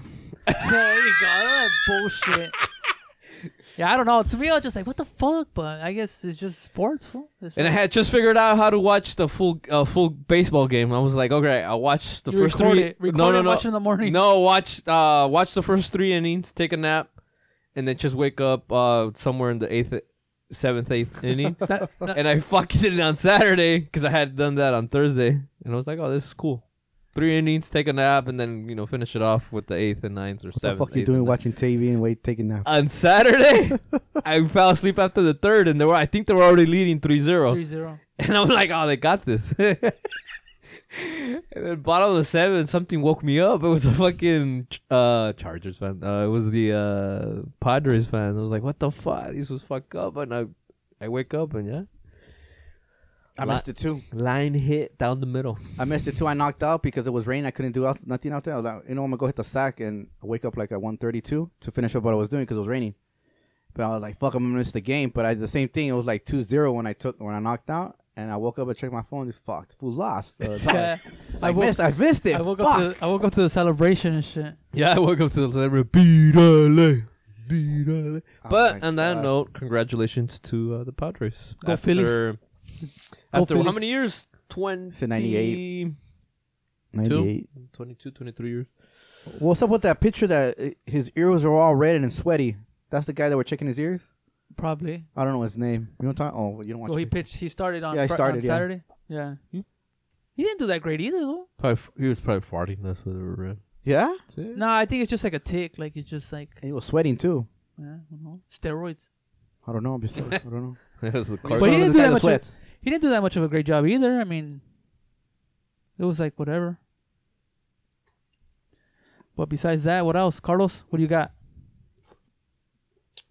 Speaker 1: yeah, there you go. All that bullshit. yeah, I don't know. To me, I was just like, what the fuck? But I guess it's just sports. Fool. It's
Speaker 3: And I
Speaker 1: like-
Speaker 3: had just figured out how to watch the full uh, full baseball game. I was like, okay, I watched the
Speaker 1: You
Speaker 3: first
Speaker 1: record
Speaker 3: three.
Speaker 1: it. Record
Speaker 3: no, no,
Speaker 1: it,
Speaker 3: no.
Speaker 1: watch it in the morning.
Speaker 3: No, watch uh, watch the first three innings, take a nap, and then just wake up uh, somewhere in the eighth, seventh, eighth inning.
Speaker 1: That- that-
Speaker 3: and I fucking did it on Saturday because I had done that on Thursday, and I was like, oh, this is cool. Three innings, take a nap, and then you know finish it off with the eighth and ninth or
Speaker 2: What the
Speaker 3: seventh.
Speaker 2: fuck you
Speaker 3: eighth and
Speaker 2: doing
Speaker 3: ninth
Speaker 2: watching TV and wait taking nap?
Speaker 3: on Saturday, I fell asleep after the third, and they were I think they were already leading 3-0.
Speaker 1: 3-0.
Speaker 3: and I'm like, oh, they got this. and then bottom of the seventh, something woke me up. It was a fucking ch- uh, Chargers fan. Uh, it was the uh, Padres fan. I was like, what the fuck? This was fucked up, and I I wake up and yeah,
Speaker 2: I missed it too.
Speaker 3: line hit down the middle.
Speaker 2: I missed it too. I knocked out because it was rain. I couldn't do out, nothing out there. I was like, you know, I'm gonna go hit the sack and I wake up like at 1:32 to finish up what I was doing because it was raining. But I was like, fuck, I'm gonna miss the game. But I the same thing. It was like 2-0 when I took when I knocked out. And I woke up and checked my phone. Just fucked. Fool lost. Uh,
Speaker 1: Yeah.
Speaker 2: I,
Speaker 1: I woke-
Speaker 2: missed. I missed it.
Speaker 1: I woke
Speaker 2: fuck.
Speaker 1: up. To the, I woke up to the celebration and shit.
Speaker 3: Yeah, I woke up to the celebration. Beat LA. Beat LA.
Speaker 2: Oh
Speaker 3: but
Speaker 2: my
Speaker 3: on that
Speaker 2: God.
Speaker 3: note, congratulations to uh, the Padres.
Speaker 1: Go
Speaker 3: after,
Speaker 1: Phillies. Go
Speaker 3: After how
Speaker 1: Phillies.
Speaker 3: many years? 20,
Speaker 2: It's a 98. 98.
Speaker 3: 22, 23 years.
Speaker 2: What's up with that picture that uh, his ears are all red and sweaty? That's the guy that were checking his ears.
Speaker 1: Probably.
Speaker 2: I don't know his name. You don't talk. Oh, you don't want.
Speaker 1: Well,
Speaker 2: to
Speaker 1: he pitched. He started on.
Speaker 2: Yeah, he
Speaker 1: Fri- on
Speaker 2: started, yeah.
Speaker 1: Saturday. Yeah.
Speaker 3: Hmm?
Speaker 1: He didn't do that great either, though.
Speaker 3: Probably, f- he was probably farting. That's what they were in.
Speaker 2: yeah,
Speaker 1: No, I think it's just like a tick. Like it's just like
Speaker 2: and he was sweating too.
Speaker 1: yeah, I don't know. steroids.
Speaker 2: I don't know. I'm just. I don't know.
Speaker 3: That was the
Speaker 1: But
Speaker 3: car-
Speaker 2: One
Speaker 1: he
Speaker 2: of
Speaker 1: didn't
Speaker 2: those
Speaker 1: do
Speaker 2: guys
Speaker 1: that much. Of,
Speaker 2: sweats.
Speaker 1: he didn't do that much of a great job either. I mean, it was like whatever. But besides that, what else, Carlos? What do you got?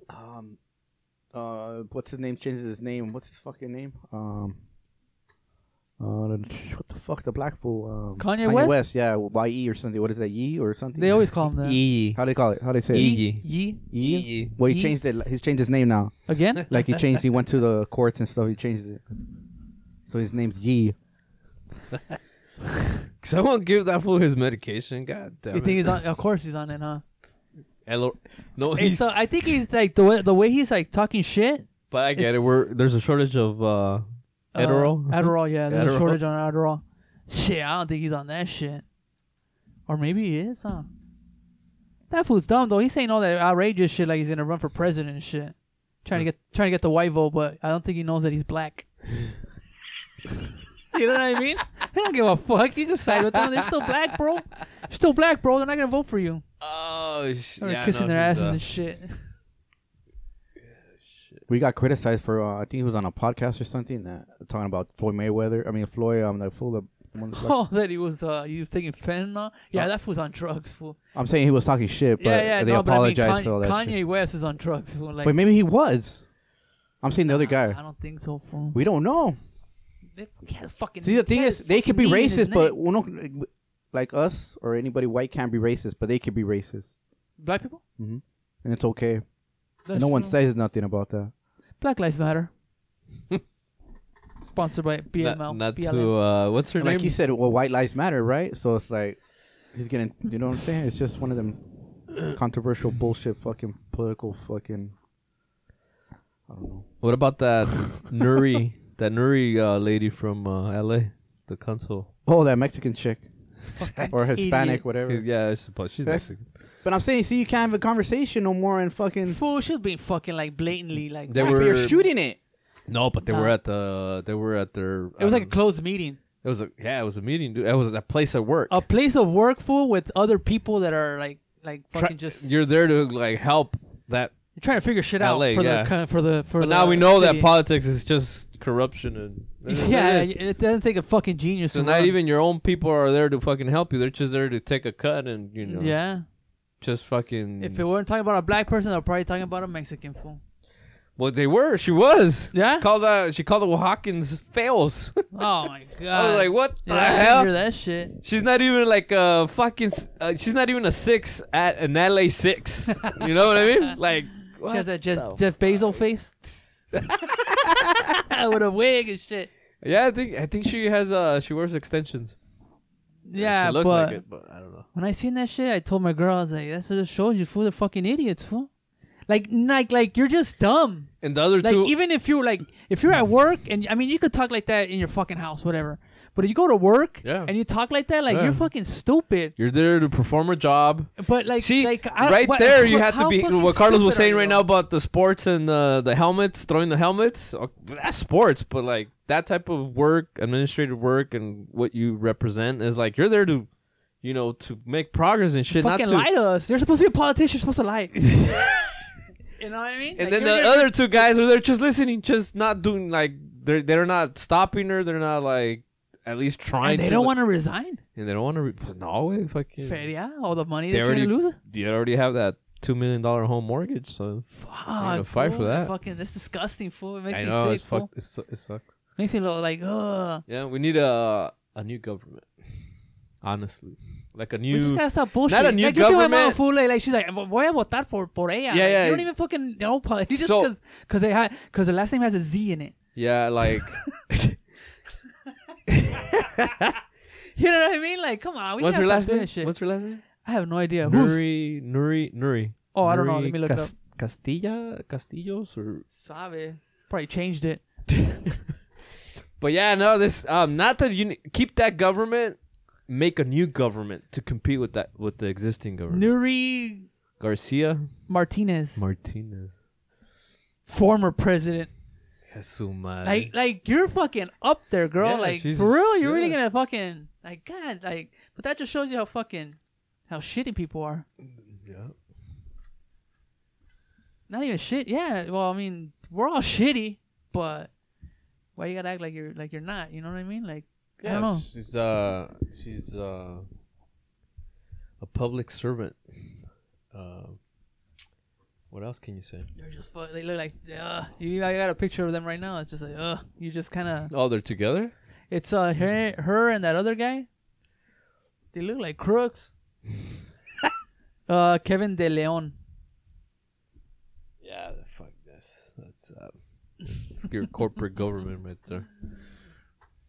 Speaker 2: um, uh, what's his name? Changes his name. What's his fucking name? Um, Uh, what the fuck? The black fool. Um,
Speaker 1: Kanye West?
Speaker 2: Yeah, Y E or something. What is that? Ye or something?
Speaker 1: They always call him that.
Speaker 3: E.
Speaker 2: How do they call it? How do they say it?
Speaker 1: Ye. Ye.
Speaker 2: Ye?
Speaker 3: Ye.
Speaker 2: Well, he
Speaker 1: Ye.
Speaker 2: changed it. He's changed his name now.
Speaker 1: Again?
Speaker 2: Like he changed. he went to the courts and stuff. He changed it. So his name's Ye.
Speaker 3: Someone give that fool his medication. God damn
Speaker 1: You
Speaker 3: it.
Speaker 1: think he's on? Of course he's on it, huh?
Speaker 3: Hello- no,
Speaker 1: Hey,
Speaker 3: he's.
Speaker 1: so I think he's like the way, the way he's like talking shit.
Speaker 3: but I get it. We're there's a shortage of uh,
Speaker 1: uh,
Speaker 3: Adderall.
Speaker 1: Adderall, yeah. There's
Speaker 3: Adderall.
Speaker 1: a shortage on Adderall. Shit, I don't think he's on that shit. Or maybe he is, huh? That fool's dumb though. He's saying all that outrageous shit like he's gonna run for president and shit. Trying to get trying to get the white vote, but I don't think he knows that he's black. you know what I mean? They don't give a fuck. You can side with them. They're still black, bro. You're still black, bro. They're not gonna vote for you.
Speaker 3: oh shit!
Speaker 1: They're kissing their
Speaker 3: uh,
Speaker 1: asses and shit.
Speaker 2: We got criticized for. Uh, I think he was on a podcast or something that talking about Floyd Mayweather. I mean Floyd. I'm the fool. Of,
Speaker 1: Oh, that he was uh he was taking fentanyl. Yeah, that fool's on drugs, fool.
Speaker 2: I'm saying he was talking shit, but
Speaker 1: yeah, yeah,
Speaker 2: they
Speaker 1: no, but I mean, Kanye,
Speaker 2: apologized for all that
Speaker 1: Kanye
Speaker 2: shit.
Speaker 1: West is on drugs, fool. Like,
Speaker 2: But maybe he was. I'm saying the other
Speaker 1: I
Speaker 2: guy.
Speaker 1: don't think so, fool.
Speaker 2: We don't know.
Speaker 1: They had a fucking.
Speaker 2: See, the thing
Speaker 1: had a
Speaker 2: is, they could be
Speaker 1: fucking knee in his
Speaker 2: racist, but
Speaker 1: neck.
Speaker 2: we don't- like us or anybody white can't be racist, but they could be racist,
Speaker 1: black people.
Speaker 2: and it's okay.
Speaker 1: That's
Speaker 2: no one
Speaker 1: true.
Speaker 2: says nothing about that.
Speaker 1: Black Lives Matter. Sponsored by BML.
Speaker 3: Not, not
Speaker 1: BLM.
Speaker 3: to uh, what's her
Speaker 2: And like
Speaker 3: name?
Speaker 2: he said, well, white lives matter, right? So it's like he's gonna, you know what I'm saying? It's just one of them controversial bullshit, fucking political, fucking. I don't know.
Speaker 3: What about that Nuri? That Nuri uh, lady from uh, L.A. The console.
Speaker 2: Oh, that Mexican chick
Speaker 1: Fucking
Speaker 2: or Hispanic,
Speaker 1: idiot.
Speaker 2: whatever.
Speaker 3: Yeah, she's, but she's
Speaker 2: That's-
Speaker 3: Mexican.
Speaker 2: But I'm saying, see, you can't have a conversation no more, and fucking
Speaker 1: Fool, she was being fucking like blatantly like.
Speaker 3: uh, They
Speaker 2: Yeah,
Speaker 3: were-
Speaker 2: but you're shooting it.
Speaker 3: No, but they
Speaker 1: Nah.
Speaker 3: were at the. They were at their.
Speaker 1: Uh,
Speaker 3: um,
Speaker 1: it was like a closed meeting,
Speaker 3: It was a yeah. It was a meeting. Dude. It was a place at work.
Speaker 1: a place of work, fool, with other people that are like, like
Speaker 3: Try-
Speaker 1: fucking just.
Speaker 3: you're there to like help that.
Speaker 1: you're trying to figure shit out
Speaker 3: LA,
Speaker 1: for
Speaker 3: yeah.
Speaker 1: the co- for the for.
Speaker 3: But
Speaker 1: the
Speaker 3: now we know
Speaker 1: city.
Speaker 3: that politics is just corruption and.
Speaker 1: Yeah,
Speaker 3: It is.
Speaker 1: it, doesn't take a fucking genius.
Speaker 3: So
Speaker 1: to
Speaker 3: not
Speaker 1: run.
Speaker 3: even your own people are there to fucking help you. They're just there to take a cut and you know.
Speaker 1: Yeah.
Speaker 3: Just fucking.
Speaker 1: If it weren't talking about a black person, they're probably talking about a Mexican fool.
Speaker 3: well, they were. She was.
Speaker 1: Yeah.
Speaker 3: Called out. She called the Oaxacans fails.
Speaker 1: Oh my god.
Speaker 3: I was like, what the
Speaker 1: yeah, I didn't
Speaker 3: hell?
Speaker 1: hear that shit.
Speaker 3: She's not even like a fucking. s- Uh, she's not even a six at an LA six. you know what I mean? Like
Speaker 1: She has that Jeff,
Speaker 3: the
Speaker 1: Jeff Bezos face. With a wig and shit.
Speaker 3: yeah, I think I think she has. Uh, she wears extensions.
Speaker 1: Yeah,
Speaker 3: she looks
Speaker 1: but
Speaker 3: like it, but I don't know.
Speaker 1: when I seen that shit, I told my girl, I was like, "That's just shows you fool, they're fucking idiots, fool. Like, like, like you're just dumb.
Speaker 3: And the other
Speaker 1: Like,
Speaker 3: two,
Speaker 1: even if you're like, if you're at work, and I mean, you could talk like that in your fucking house, whatever. But if you go to work
Speaker 3: Yeah.
Speaker 1: and you talk like that, like
Speaker 3: Yeah.
Speaker 1: you're fucking stupid.
Speaker 3: you're there to perform a job.
Speaker 1: But like,
Speaker 3: See,
Speaker 1: like I-
Speaker 3: right
Speaker 1: what-
Speaker 3: there, you
Speaker 1: what-
Speaker 3: have to
Speaker 1: how
Speaker 3: be
Speaker 1: fucking
Speaker 3: what Carlos was
Speaker 1: stupid
Speaker 3: saying
Speaker 1: are
Speaker 3: right
Speaker 1: you?
Speaker 3: now about the sports and the the helmets, throwing the helmets. Oh, That's sports, but like that type of work, administrative work, and what you represent is like you're there to, you know, to make progress and shit. Not to,
Speaker 1: fucking lie to us. You're supposed to be a politician. You're supposed to lie. you know what I mean?
Speaker 3: and
Speaker 1: Like,
Speaker 3: then
Speaker 1: you're-
Speaker 3: the
Speaker 1: you're-
Speaker 3: other two guys are there just listening, just not doing like they're they're not stopping her. They're not like at least trying.
Speaker 1: and they
Speaker 3: to,
Speaker 1: don't want to resign.
Speaker 3: and they don't want to. Re- no way, fucking.
Speaker 1: Yeah, all the money
Speaker 3: They
Speaker 1: that you're
Speaker 3: already
Speaker 1: gonna lose.
Speaker 3: They already have that two million dollar home mortgage, so
Speaker 1: Fuck,
Speaker 3: gonna fight for
Speaker 1: fool.
Speaker 3: that.
Speaker 1: Fucking, that's disgusting, fool. It makes
Speaker 3: I
Speaker 1: me
Speaker 3: know
Speaker 1: sick,
Speaker 3: it's
Speaker 1: fool.
Speaker 3: fuck. It's, it sucks.
Speaker 1: Makes me look like, ugh.
Speaker 3: Yeah, we need a a new government. Honestly, like a
Speaker 1: We just
Speaker 3: new.
Speaker 1: gotta stop bullshit.
Speaker 3: not a new
Speaker 1: like, yo te voy a llamar,
Speaker 3: government.
Speaker 1: fool. Like, like, she's like, voy a votar por por ella.
Speaker 3: Yeah,
Speaker 1: Like,
Speaker 3: yeah.
Speaker 1: You don't even fucking know politics. Just
Speaker 3: So-
Speaker 1: because because they had because the last name has a Z in it.
Speaker 3: Yeah, like
Speaker 1: You know what I mean? Like, come on. We
Speaker 3: what's
Speaker 1: gotta
Speaker 3: her
Speaker 1: stop
Speaker 3: last
Speaker 1: doing
Speaker 3: name?
Speaker 1: this Shit.
Speaker 3: What's her last name?
Speaker 1: I have no idea. Who's
Speaker 3: Nuri Nuri Nuri.
Speaker 1: Oh, I don't know. Let
Speaker 3: Nuri
Speaker 1: me look it
Speaker 3: Cas- Castilla Castillos or.
Speaker 1: sabe? Probably changed it.
Speaker 3: But yeah, no, this um, not that you keep that government, make a new government to compete with that with the existing government.
Speaker 1: Nuri
Speaker 3: Garcia
Speaker 1: Martinez,
Speaker 3: Martinez.
Speaker 1: former president.
Speaker 3: Jesumare.
Speaker 1: Like, like you're fucking up there, girl.
Speaker 3: Yeah,
Speaker 1: like,
Speaker 3: she's-
Speaker 1: for real, you're really
Speaker 3: yeah.
Speaker 1: gonna fucking like, God, like. But that just shows you how fucking, how shitty people are.
Speaker 3: yeah.
Speaker 1: Not even shit. Yeah. Well, I mean, we're all shitty, but why you gotta act like you're like you're not? You know what I mean? Like, I don't know.
Speaker 3: She's uh she's uh a public servant. Uh, what else can you say?
Speaker 1: They're just fuck. They look like, ugh. You, I got a picture of them right now. It's just like, ugh. You just kind of,
Speaker 3: Oh, they're together?
Speaker 1: It's uh her, her and that other guy. They look like crooks. uh, Kevin De Leon.
Speaker 3: Yeah, fuck this. That's uh, it's your corporate government right there.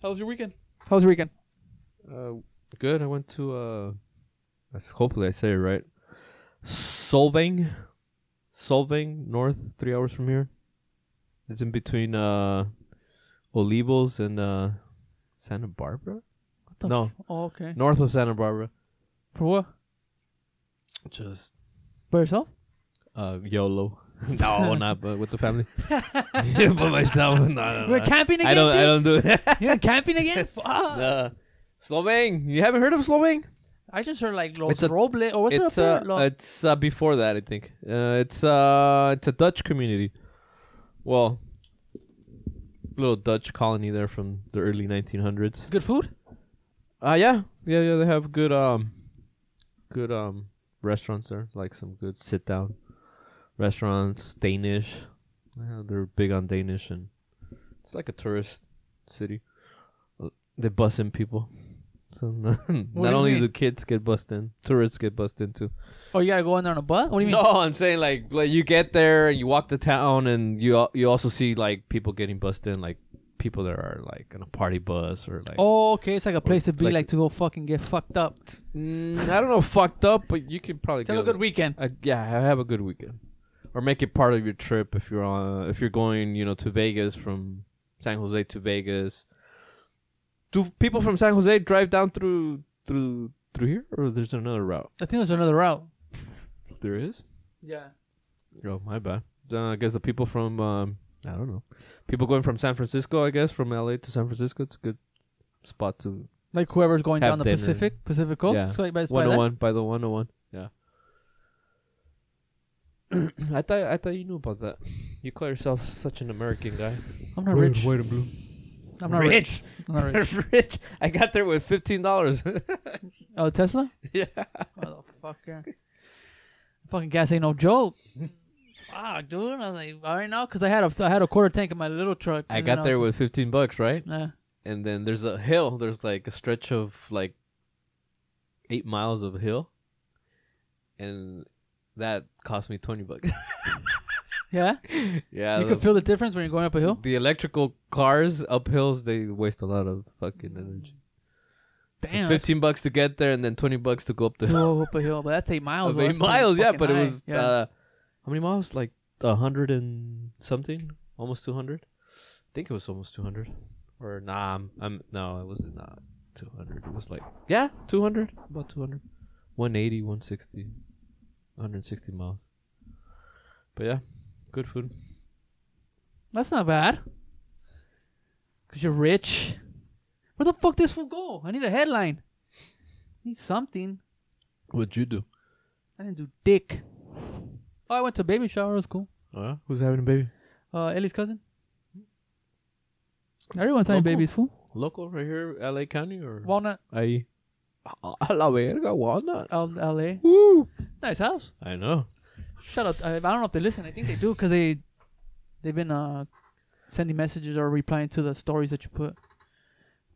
Speaker 3: How was your weekend?
Speaker 1: How was your weekend?
Speaker 3: Uh, good. I went to uh, I s- hopefully I say it right. Solvang, Solvang, north, three hours from here. It's in between uh, Olivos and uh, Santa Barbara.
Speaker 1: What the
Speaker 3: No.
Speaker 1: F- oh, okay.
Speaker 3: North of Santa Barbara.
Speaker 1: For what?
Speaker 3: Just
Speaker 1: By yourself?
Speaker 3: uh, YOLO. no, not but with the family. By myself. No, no,
Speaker 1: You went
Speaker 3: no.
Speaker 1: camping again?
Speaker 3: Ah. I don't. I
Speaker 1: dude?
Speaker 3: don't do that.
Speaker 1: You went camping again? Fuck.
Speaker 3: uh, Slovang. You haven't heard of Slovang?
Speaker 1: I just heard like Los
Speaker 3: It's a-
Speaker 1: Robles or what's
Speaker 3: it's
Speaker 1: the
Speaker 3: uh,
Speaker 1: other Lo-
Speaker 3: it's uh, before that, I think. Uh, it's uh, it's a Dutch community. Well, little Dutch colony there from the early 1900s.
Speaker 1: good food?
Speaker 3: Uh yeah, yeah, yeah. They have good um, good um restaurants there, like some good sit down restaurants. Danish, yeah, they're big on Danish, and it's like a tourist city. Uh, They bus in people, so not,
Speaker 1: do
Speaker 3: not
Speaker 1: you
Speaker 3: only
Speaker 1: mean?
Speaker 3: do kids get bussed in, tourists get bussed in too.
Speaker 1: Oh, you gotta go in there on a bus? What do you mean?
Speaker 3: No, I'm saying like like you get there and you walk the town and you al- you also see like people getting bussed in, like people that are like on a party bus or like
Speaker 1: Oh, okay. It's like a place to be, like,
Speaker 3: like-
Speaker 1: to go fucking get fucked up.
Speaker 3: Mm, I don't know, fucked up, but you can probably
Speaker 1: Have
Speaker 3: get
Speaker 1: a good weekend.
Speaker 3: a- yeah, ha- have a good weekend, or make it part of your trip if you're on if you're going you know to Vegas from San Jose to Vegas. Do people from San Jose drive down through through through here, or there's another route?
Speaker 1: I think there's another route.
Speaker 3: There is.
Speaker 1: Yeah.
Speaker 3: Oh, my bad. Uh, I guess the people from um, I don't know, people going from San Francisco, I guess, from LA to San Francisco, it's a good spot to
Speaker 1: Like whoever's going
Speaker 3: Have
Speaker 1: down the
Speaker 3: dinner.
Speaker 1: Pacific, Pacific Coast.
Speaker 3: Yeah.
Speaker 1: It's right by, it's by
Speaker 3: one oh
Speaker 1: there.
Speaker 3: hundred one by the one hundred one. Yeah. I thought I thought you knew about that. You call yourself such an American guy.
Speaker 1: I'm not rich.
Speaker 3: White and blue.
Speaker 1: I'm not rich. I'm not rich.
Speaker 3: rich. I got there with fifteen dollars.
Speaker 1: Oh, Tesla?
Speaker 3: yeah.
Speaker 1: Motherfucker. Fucking gas ain't no joke. Fuck, dude. I was like, all right now, because I had a I had a quarter tank in my little truck.
Speaker 3: I
Speaker 1: and then
Speaker 3: got there
Speaker 1: was-
Speaker 3: with fifteen bucks, right?
Speaker 1: Yeah.
Speaker 3: and then there's a hill. There's like a stretch of like eight miles of hill, and that cost me twenty bucks.
Speaker 1: Yeah.
Speaker 3: yeah,
Speaker 1: You
Speaker 3: the,
Speaker 1: can feel the difference when you're going up a hill.
Speaker 3: the electrical cars up hills. They waste a lot of fucking energy. So
Speaker 1: Damn. that's
Speaker 3: fifteen bucks to get there, and then twenty bucks to go up the
Speaker 1: to
Speaker 3: hill.
Speaker 1: go up a hill, but that's eight miles.
Speaker 3: Of
Speaker 1: though.
Speaker 3: eight
Speaker 1: That's pretty
Speaker 3: miles, yeah,
Speaker 1: fucking
Speaker 3: but it
Speaker 1: high.
Speaker 3: was
Speaker 1: Yeah.
Speaker 3: uh, how many miles? Like a hundred and something, almost two hundred. I think it was almost two hundred. Or nah, I'm, I'm no, it was not two hundred. It was like yeah, two hundred, about 200. 180, 160, 160 miles. But yeah, good food.
Speaker 1: that's not bad. Cause you're rich. Where the fuck this fool go? I need a headline. need something.
Speaker 3: What'd you do?
Speaker 1: I didn't do dick. Oh, I went to a baby shower. It was cool.
Speaker 3: Uh, who's having a baby?
Speaker 1: Uh, Ellie's cousin.
Speaker 3: Hmm.
Speaker 1: Everyone's having
Speaker 3: Local?
Speaker 1: babies, fool.
Speaker 3: Local right here, L.A. County or
Speaker 1: Walnut,
Speaker 3: I. E? A la verga, walnut.
Speaker 1: um, L.A.
Speaker 3: Woo!
Speaker 1: Nice house.
Speaker 3: I know.
Speaker 1: Shout out. I, I don't know if they listen. I think they do because they they've been uh sending messages or replying to the stories that you put.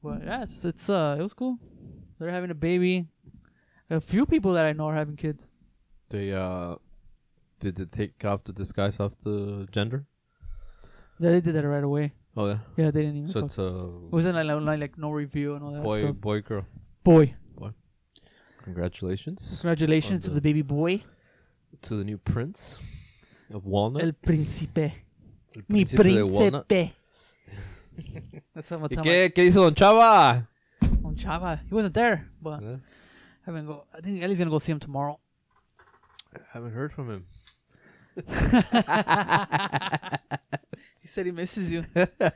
Speaker 1: But yeah, it's, it's uh it was cool. They're having a baby. A few people that I know are having kids.
Speaker 3: They uh did they take off the disguise off the gender?
Speaker 1: Yeah, they did that right away.
Speaker 3: Oh yeah.
Speaker 1: Yeah, they didn't even.
Speaker 3: So
Speaker 1: fuck.
Speaker 3: it's a
Speaker 1: it wasn't like, like like no review and all that
Speaker 3: boy
Speaker 1: stuff.
Speaker 3: boy girl.
Speaker 1: Boy,
Speaker 3: Congratulations
Speaker 1: congratulations to
Speaker 3: On Oh,
Speaker 1: the
Speaker 3: the-
Speaker 1: baby boy,
Speaker 3: to the new prince of Walnut.
Speaker 1: el príncipe,
Speaker 3: El
Speaker 1: mi
Speaker 3: príncipe de Walnut.
Speaker 1: príncipe. That's how much
Speaker 3: ¿Y
Speaker 1: time I-
Speaker 3: qué, qué hizo Don Chava?
Speaker 1: on Chava. He wasn't there, but
Speaker 3: Yeah.
Speaker 1: I haven't go. I think Ellie's gonna go see him tomorrow.
Speaker 3: Haven't heard from him.
Speaker 1: he said he misses you. the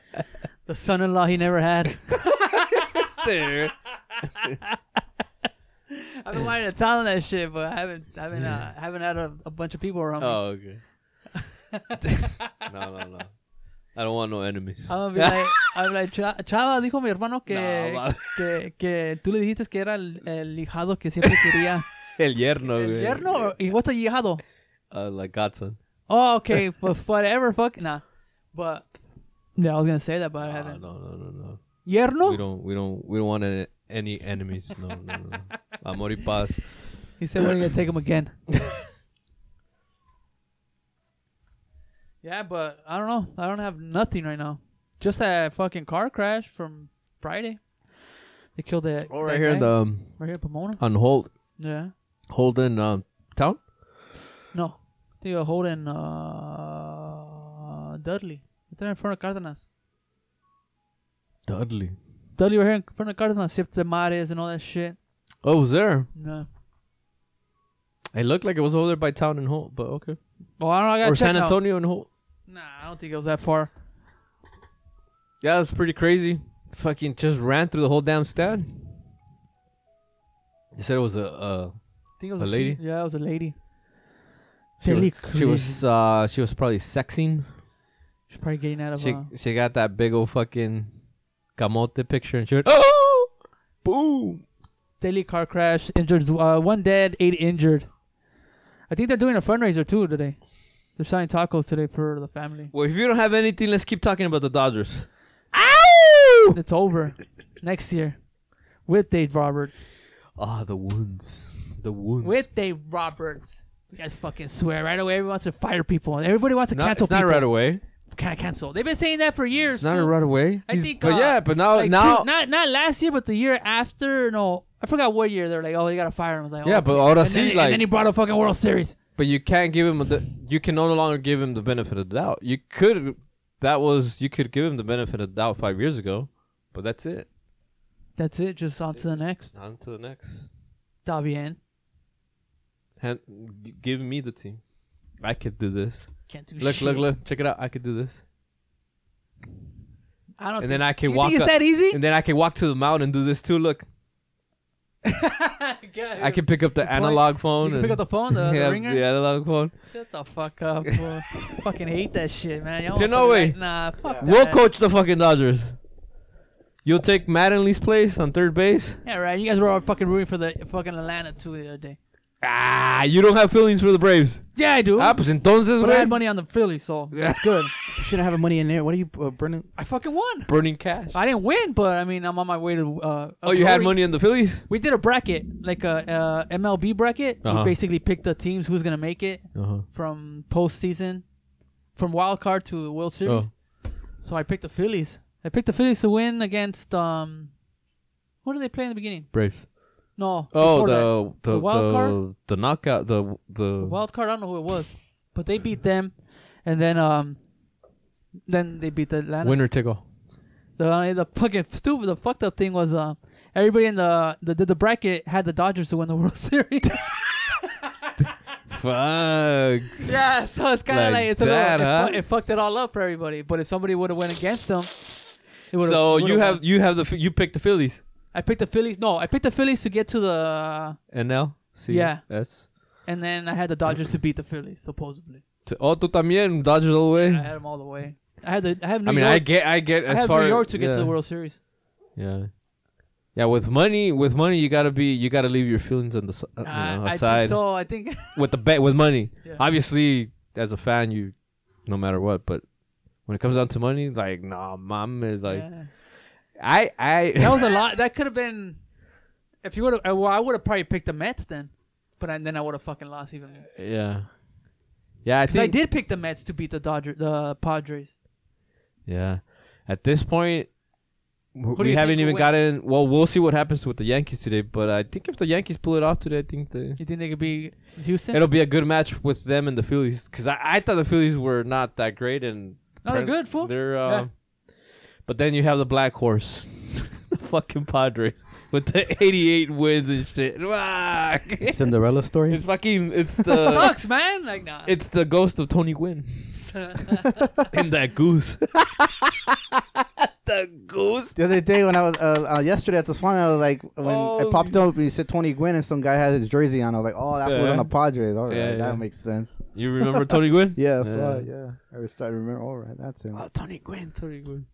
Speaker 1: son-in-law he never had.
Speaker 3: There.
Speaker 1: I've been wanting to tell him that shit, but I haven't, I haven't, uh, haven't had a, a bunch of people around me.
Speaker 3: Oh okay. no no no. I don't want no enemies.
Speaker 1: I'm gonna be like, I'm like, "Cha- Chava dijo mi hermano que,
Speaker 3: No, va-
Speaker 1: que, que tú le dijiste que era el, el hijado que siempre quería.
Speaker 3: El yerno.
Speaker 1: ¿El
Speaker 3: güey.
Speaker 1: yerno? ¿Y what's a hijado?
Speaker 3: Uh, like godson.
Speaker 1: Oh, okay, pues whatever, fuck, nah. But, yeah, I was gonna say that, but I
Speaker 3: Ah,
Speaker 1: haven't.
Speaker 3: no no no no.
Speaker 1: Yerno?
Speaker 3: We don't we don't we don't want any, any enemies. No, no, no. no. Amor y paz.
Speaker 1: He said we're gonna take him again. yeah, but I don't know. I don't have nothing right now. Just that fucking car crash from Friday. They killed that.
Speaker 3: Oh,
Speaker 1: that
Speaker 3: right here in
Speaker 1: guy.
Speaker 3: the um,
Speaker 1: right here, in Pomona.
Speaker 3: on hold
Speaker 1: Yeah.
Speaker 3: Holden um town.
Speaker 1: No, they were holding uh, Dudley. They're in front of Cardenas.
Speaker 3: Dudley.
Speaker 1: Dudley were here in front of Cardenas. Except the Mares and all that shit.
Speaker 3: Oh, it was there?
Speaker 1: No.
Speaker 3: It looked like it was over there by town and Holt, but okay.
Speaker 1: Oh, I don't know. I gotta
Speaker 3: Or
Speaker 1: check
Speaker 3: San
Speaker 1: now.
Speaker 3: Antonio and Holt.
Speaker 1: Nah, I don't think it was that far.
Speaker 3: Yeah, that's pretty crazy. Fucking just ran through the whole damn stand. They said it was a. Uh,
Speaker 1: I think it was
Speaker 3: A
Speaker 1: she-
Speaker 3: lady?
Speaker 1: yeah, it was a lady.
Speaker 3: she,
Speaker 1: Deli
Speaker 3: was, she was.
Speaker 1: crazy.
Speaker 3: Uh, she was probably sexing.
Speaker 1: She's probably getting out of.
Speaker 3: She
Speaker 1: uh,
Speaker 3: she got that big old fucking camote picture and she went, oh, boom.
Speaker 1: Daily car crash, injured, uh, one dead, eight injured. I think they're doing a fundraiser too today. They're selling tacos today for the family.
Speaker 3: Well, if you don't have anything, let's keep talking about the Dodgers.
Speaker 1: It's over next year with Dave Roberts.
Speaker 3: Ah, the wounds, the wounds.
Speaker 1: With Dave Roberts. You guys fucking swear right away. Everyone wants to fire people. Everybody wants to
Speaker 3: not,
Speaker 1: cancel
Speaker 3: it's not
Speaker 1: people.
Speaker 3: right away.
Speaker 1: Can I cancel? They've been saying that for years.
Speaker 3: It's not
Speaker 1: fool.
Speaker 3: right away.
Speaker 1: I
Speaker 3: He's-
Speaker 1: think,
Speaker 3: but
Speaker 1: uh,
Speaker 3: yeah, but now
Speaker 1: Like,
Speaker 3: now
Speaker 1: two- not not last year, but the year after. No, I forgot what year. They're like, oh, they gotta fire him. I was like,
Speaker 3: yeah,
Speaker 1: oh,
Speaker 3: but ahora
Speaker 1: and then,
Speaker 3: sí,
Speaker 1: and
Speaker 3: like
Speaker 1: then he brought a fucking World Series.
Speaker 3: But you can't give him the. You can no longer give him the benefit of the doubt. You could. That was you could give him the benefit of the doubt five years ago, but that's it.
Speaker 1: That's it. Just on to the next.
Speaker 3: On to the next.
Speaker 1: Está bien.
Speaker 3: Hand, g- give me the team. I could do this.
Speaker 1: Can't do
Speaker 3: Look,
Speaker 1: shit.
Speaker 3: look, look. Check it out. I could do this.
Speaker 1: I don't
Speaker 3: And
Speaker 1: think,
Speaker 3: then I can
Speaker 1: you
Speaker 3: walk.
Speaker 1: think it's
Speaker 3: up-
Speaker 1: that easy?
Speaker 3: and then I can walk to the mountain and do this too. Look, I can pick up the
Speaker 1: Good point.
Speaker 3: analog phone.
Speaker 1: you can
Speaker 3: and
Speaker 1: pick up the phone, the,
Speaker 3: yeah,
Speaker 1: the ringer.
Speaker 3: the analog phone.
Speaker 1: Shut the fuck up. Boy. fucking hate that shit, man. Y'all
Speaker 3: Say no
Speaker 1: motherfuckers
Speaker 3: way.
Speaker 1: like, nah, fuck that.
Speaker 3: We'll coach the fucking Dodgers. You'll take Matt Lee's place on third base.
Speaker 1: Yeah, right. You guys were all fucking rooting for the fucking Atlanta too the other day.
Speaker 3: Ah, you don't have feelings for the Braves.
Speaker 1: Yeah, I do.
Speaker 3: Ah, pues entonces,
Speaker 1: but I had
Speaker 3: güey.
Speaker 1: money on the Phillies, so
Speaker 3: Yeah.
Speaker 1: that's good.
Speaker 2: You shouldn't have money in there. What are you uh, burning?
Speaker 1: I fucking won.
Speaker 3: Burning cash.
Speaker 1: I didn't win, but I mean, I'm on my way to. Uh,
Speaker 3: oh, you had
Speaker 1: glory.
Speaker 3: money in the Phillies?
Speaker 1: We did a bracket, like a uh, MLB bracket.
Speaker 3: Uh-huh.
Speaker 1: We basically picked the teams who's gonna make it.
Speaker 3: Uh-huh.
Speaker 1: from postseason, from wild card to World Series.
Speaker 3: Oh.
Speaker 1: So I picked the Phillies. I picked the Phillies to win against um, what did they play in the beginning?
Speaker 3: Braves.
Speaker 1: No.
Speaker 3: Oh,
Speaker 1: before that.
Speaker 3: the the,
Speaker 1: The wild
Speaker 3: the,
Speaker 1: card?
Speaker 3: the knockout, the the
Speaker 1: The wild card. I don't know who it was, but they beat them, and then um, then they beat the Atlanta.
Speaker 3: winner tickle.
Speaker 1: The the fucking stupid, the fucked up thing was uh, everybody in the the the bracket had the Dodgers to win the World Series.
Speaker 3: Fuck.
Speaker 1: Yeah, so it's kind of
Speaker 3: Like
Speaker 1: like, it's a
Speaker 3: that,
Speaker 1: little, it,
Speaker 3: huh?
Speaker 1: fu- it fucked it all up for everybody. But if somebody would have went against them, it would've-
Speaker 3: So
Speaker 1: would've
Speaker 3: you
Speaker 1: won.
Speaker 3: have you have the Ph- you picked the Phillies.
Speaker 1: I picked the Phillies. No, I picked the Phillies to get to the,
Speaker 3: NL. C,
Speaker 1: Yeah.
Speaker 3: S.
Speaker 1: and then I had the Dodgers to beat the Phillies supposedly.
Speaker 3: T- Oh, tú también Dodgers all the way.
Speaker 1: I had them all the way. I had the I have New
Speaker 3: I mean,
Speaker 1: York.
Speaker 3: I get I get
Speaker 1: I
Speaker 3: as
Speaker 1: have
Speaker 3: far
Speaker 1: New York to get to
Speaker 3: yeah.
Speaker 1: the World Series.
Speaker 3: Yeah. Yeah, with money, with money, you gotta be, you gotta leave your feelings on the si- you
Speaker 1: I-
Speaker 3: know,
Speaker 1: I
Speaker 3: aside.
Speaker 1: think so. I think
Speaker 3: With the bet, with money,
Speaker 1: Yeah.
Speaker 3: obviously, as a fan, you, no matter what, but when it comes down to money, like, nah, mom is like,
Speaker 1: Yeah.
Speaker 3: I,
Speaker 1: that
Speaker 3: I,
Speaker 1: was a lot. That could have been. If you would have, well, I would have probably picked the Mets then, but I, then I would have fucking lost even. more.
Speaker 3: yeah, yeah, I
Speaker 1: Because I
Speaker 3: think,
Speaker 1: did pick the Mets to beat the Dodger, the Padres.
Speaker 3: yeah, at this point, w-
Speaker 1: do
Speaker 3: we
Speaker 1: you think
Speaker 3: haven't
Speaker 1: will
Speaker 3: even
Speaker 1: win?
Speaker 3: gotten. Well, we'll see what happens with the Yankees today, but I think if the Yankees pull it off today, I think the.
Speaker 1: You think they could be Houston?
Speaker 3: It'll be a good match with them and the Phillies because I, I thought the Phillies were not that great and
Speaker 1: No, they're
Speaker 3: Apparent-
Speaker 1: good, fool.
Speaker 3: They're, uh,
Speaker 1: Yeah.
Speaker 3: But then you have the Black Horse, the fucking Padres with the 88 wins and shit. Fuck.
Speaker 2: Cinderella story.
Speaker 3: It's fucking. It's
Speaker 1: That
Speaker 3: the.
Speaker 1: sucks, man. Like nah.
Speaker 3: it's the ghost of Tony Gwynn in that goose. the goose.
Speaker 2: The other day when I was uh, uh, yesterday at the Swami, I was like, when
Speaker 3: Oh,
Speaker 2: I popped up, and you said Tony Gwynn, and some guy had his jersey on. I was like, oh, that was
Speaker 3: Yeah.
Speaker 2: on the Padres. All right,
Speaker 3: Yeah, yeah.
Speaker 2: that makes sense.
Speaker 3: You remember Tony Gwynn?
Speaker 2: Yeah, that's
Speaker 3: Yeah.
Speaker 2: why, yeah. I was starting to remember. All right, that's him.
Speaker 1: oh, Tony Gwynn. Tony Gwynn.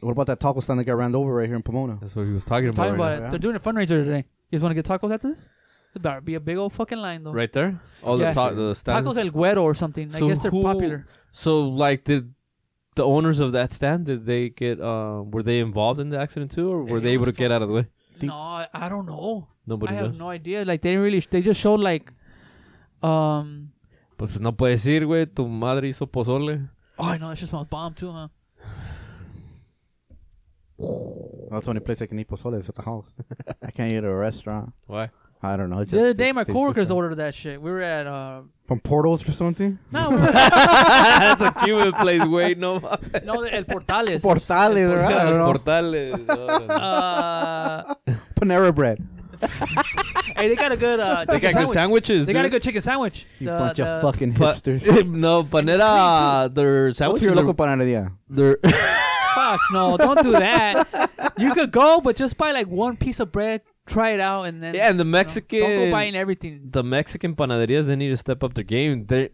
Speaker 2: What about that taco stand that got ran over right here in Pomona?
Speaker 3: That's what he was talking about.
Speaker 1: Talking
Speaker 3: right,
Speaker 1: about it.
Speaker 2: now.
Speaker 1: They're doing a fundraiser today. You guys want to get tacos after this? It better be a big old fucking line though.
Speaker 3: now. Right there. All
Speaker 1: Yeah.
Speaker 3: the, ta- the stands.
Speaker 1: Tacos El Guero or something.
Speaker 3: So
Speaker 1: I guess they're
Speaker 3: who-
Speaker 1: popular.
Speaker 3: So like did the owners of that stand did they get um were they involved in the accident too or were
Speaker 1: It
Speaker 3: they able to
Speaker 1: was
Speaker 3: get out of the way?
Speaker 1: no, I, I don't know.
Speaker 3: Nobody
Speaker 1: I have
Speaker 3: knows.
Speaker 1: no idea. Like they didn't really. They just showed like, um.
Speaker 3: Pues no puedes ir, güey. Tu madre hizo pozole.
Speaker 1: Oh, I know. That shit smells bomb too, huh?
Speaker 2: That's the only place I can eat pozole is at the house. I can't eat at a restaurant.
Speaker 3: Why?
Speaker 2: I don't know. It
Speaker 1: The other
Speaker 2: just
Speaker 1: day,
Speaker 2: tastes-
Speaker 1: my
Speaker 2: tastes
Speaker 1: coworkers
Speaker 2: different.
Speaker 1: ordered that shit. We were at uh,
Speaker 2: from Portals or something.
Speaker 1: no, we were at,
Speaker 3: That's a Cuban place, güey. No mames.
Speaker 1: no, El Portales.
Speaker 2: Portales, right? I don't know.
Speaker 3: Portales. no.
Speaker 1: Uh,
Speaker 2: Panera bread.
Speaker 1: hey, they got a good. Uh,
Speaker 3: They got good sandwiches.
Speaker 1: They got a
Speaker 3: dude.
Speaker 1: good chicken sandwich.
Speaker 2: You
Speaker 1: The-
Speaker 2: bunch
Speaker 1: the-
Speaker 2: of fucking
Speaker 3: Pa-
Speaker 2: hipsters.
Speaker 3: no, panera. Their
Speaker 2: Go to
Speaker 3: sandwiches.
Speaker 2: your local
Speaker 3: Are,
Speaker 2: panaderia.
Speaker 3: they're
Speaker 1: Fuck no! Don't do that. You could go, but just buy like one piece of bread, try it out, and then
Speaker 3: yeah, and the
Speaker 1: you know,
Speaker 3: Mexican.
Speaker 1: Don't go buying everything.
Speaker 3: the Mexican panaderias. They need to step up their game. They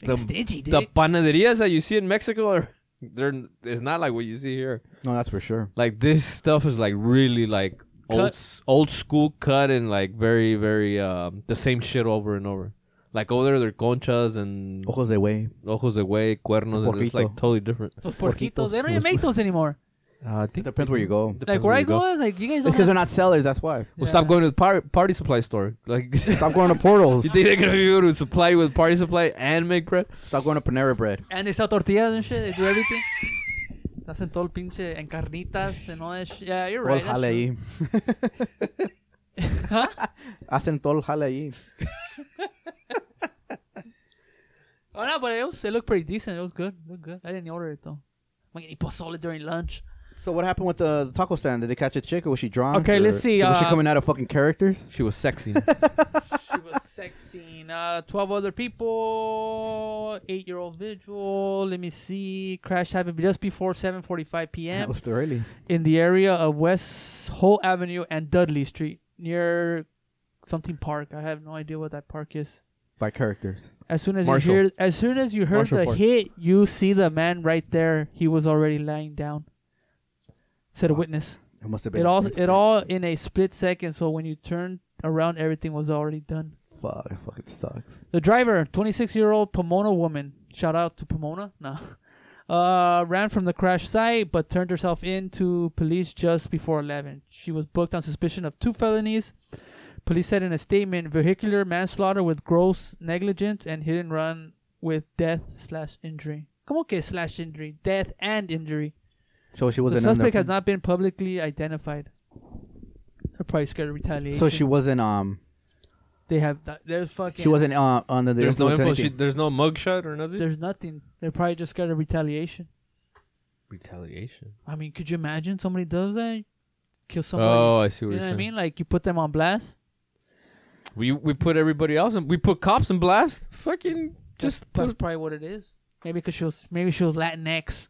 Speaker 1: The,
Speaker 3: The-
Speaker 1: stingy, dude.
Speaker 3: the panaderias that you see in Mexico are they're it's not like what you see here.
Speaker 2: No, that's for sure.
Speaker 3: Like this stuff is like really like
Speaker 1: Cut.
Speaker 3: old s- old school cut and like very very um the same shit over and over. Like over there, they're conchas and
Speaker 2: Ojos de way.
Speaker 1: Oh.
Speaker 3: ojos de güey, cuernos, and it's like
Speaker 2: Poquito.
Speaker 3: totally different.
Speaker 1: Those porquitos. They don't even make those anymore.
Speaker 3: Uh, I
Speaker 2: It
Speaker 3: think
Speaker 2: depends where you go.
Speaker 1: Like where I go, is like you guys
Speaker 2: It's
Speaker 1: don't.
Speaker 2: because
Speaker 1: Have,
Speaker 2: they're not sellers. That's why.
Speaker 3: Well, stop
Speaker 1: Yeah.
Speaker 3: going to the par- party supply store. Like, you
Speaker 2: Stop going to Portals.
Speaker 3: think they're gonna be able to supply you with party supply and make bread?
Speaker 2: Stop going to Panera bread.
Speaker 1: and they sell tortillas and shit. They do everything. Se hacen todo el pinche en carnitas and all that shit. Yeah, you're
Speaker 2: Todo el
Speaker 1: right. that's
Speaker 2: jale
Speaker 1: true.
Speaker 2: ahí. Hacen todo el jale ahí.
Speaker 1: Oh no, but it was it looked pretty decent. It was good. It looked good. I didn't order it though. I'm gonna eat pozole during lunch.
Speaker 2: So what happened with the, the taco stand? Did they catch a chick or was she drunk?
Speaker 1: Okay,
Speaker 2: or-
Speaker 1: let's see,
Speaker 2: Was she
Speaker 1: uh,
Speaker 2: coming out of fucking characters?
Speaker 3: She was sexy.
Speaker 1: She was sexting uh, 12 other people, 8 year old visual. Let me see. Crash happened just before 7.45
Speaker 2: That
Speaker 1: p.m.
Speaker 2: was too early.
Speaker 1: in the area of West Hole Avenue and Dudley Street near something park. I have no idea what that park is.
Speaker 2: By characters.
Speaker 1: As soon as
Speaker 3: Marshall.
Speaker 1: you hear, as soon as you heard
Speaker 3: Marshall
Speaker 1: the
Speaker 3: Park.
Speaker 1: hit, you see the man right there. He was already lying down. Said a witness.
Speaker 2: It must have been.
Speaker 1: It all,
Speaker 2: an
Speaker 1: it all in a split second. So when you turned around, everything was already done.
Speaker 2: accident. Fuck. it Fucking sucks.
Speaker 1: The driver, 26 year old Pomona woman, shout out to Pomona, no, uh, ran from the crash site but turned herself in to police just before 11. She was booked on suspicion of two felonies. Police said in a statement vehicular manslaughter with gross negligence and hit and run with death slash injury. Como que slash injury? Death and injury.
Speaker 2: So she
Speaker 1: The
Speaker 2: wasn't. in
Speaker 1: suspect
Speaker 2: the-
Speaker 1: has not been publicly identified. They're probably scared of retaliation.
Speaker 2: So she wasn't. Um.
Speaker 1: They have. Th- there's fucking.
Speaker 2: She wasn't uh, under the
Speaker 3: there's no
Speaker 2: influence.
Speaker 3: info.
Speaker 2: No
Speaker 3: She, there's no mugshot or nothing.
Speaker 1: There's nothing. They're probably just scared of retaliation.
Speaker 3: Retaliation.
Speaker 1: I mean, could you imagine somebody does that? Kill somebody.
Speaker 3: Oh, I see
Speaker 1: you
Speaker 3: what
Speaker 1: know
Speaker 3: you're
Speaker 1: what
Speaker 3: saying.
Speaker 1: I mean? Like you put them on blast.
Speaker 3: We we put everybody else in. We put cops in blast. Fucking
Speaker 1: Just
Speaker 3: just
Speaker 1: that's,
Speaker 3: put.
Speaker 1: probably what it is. Maybe because she was maybe she was Latinx.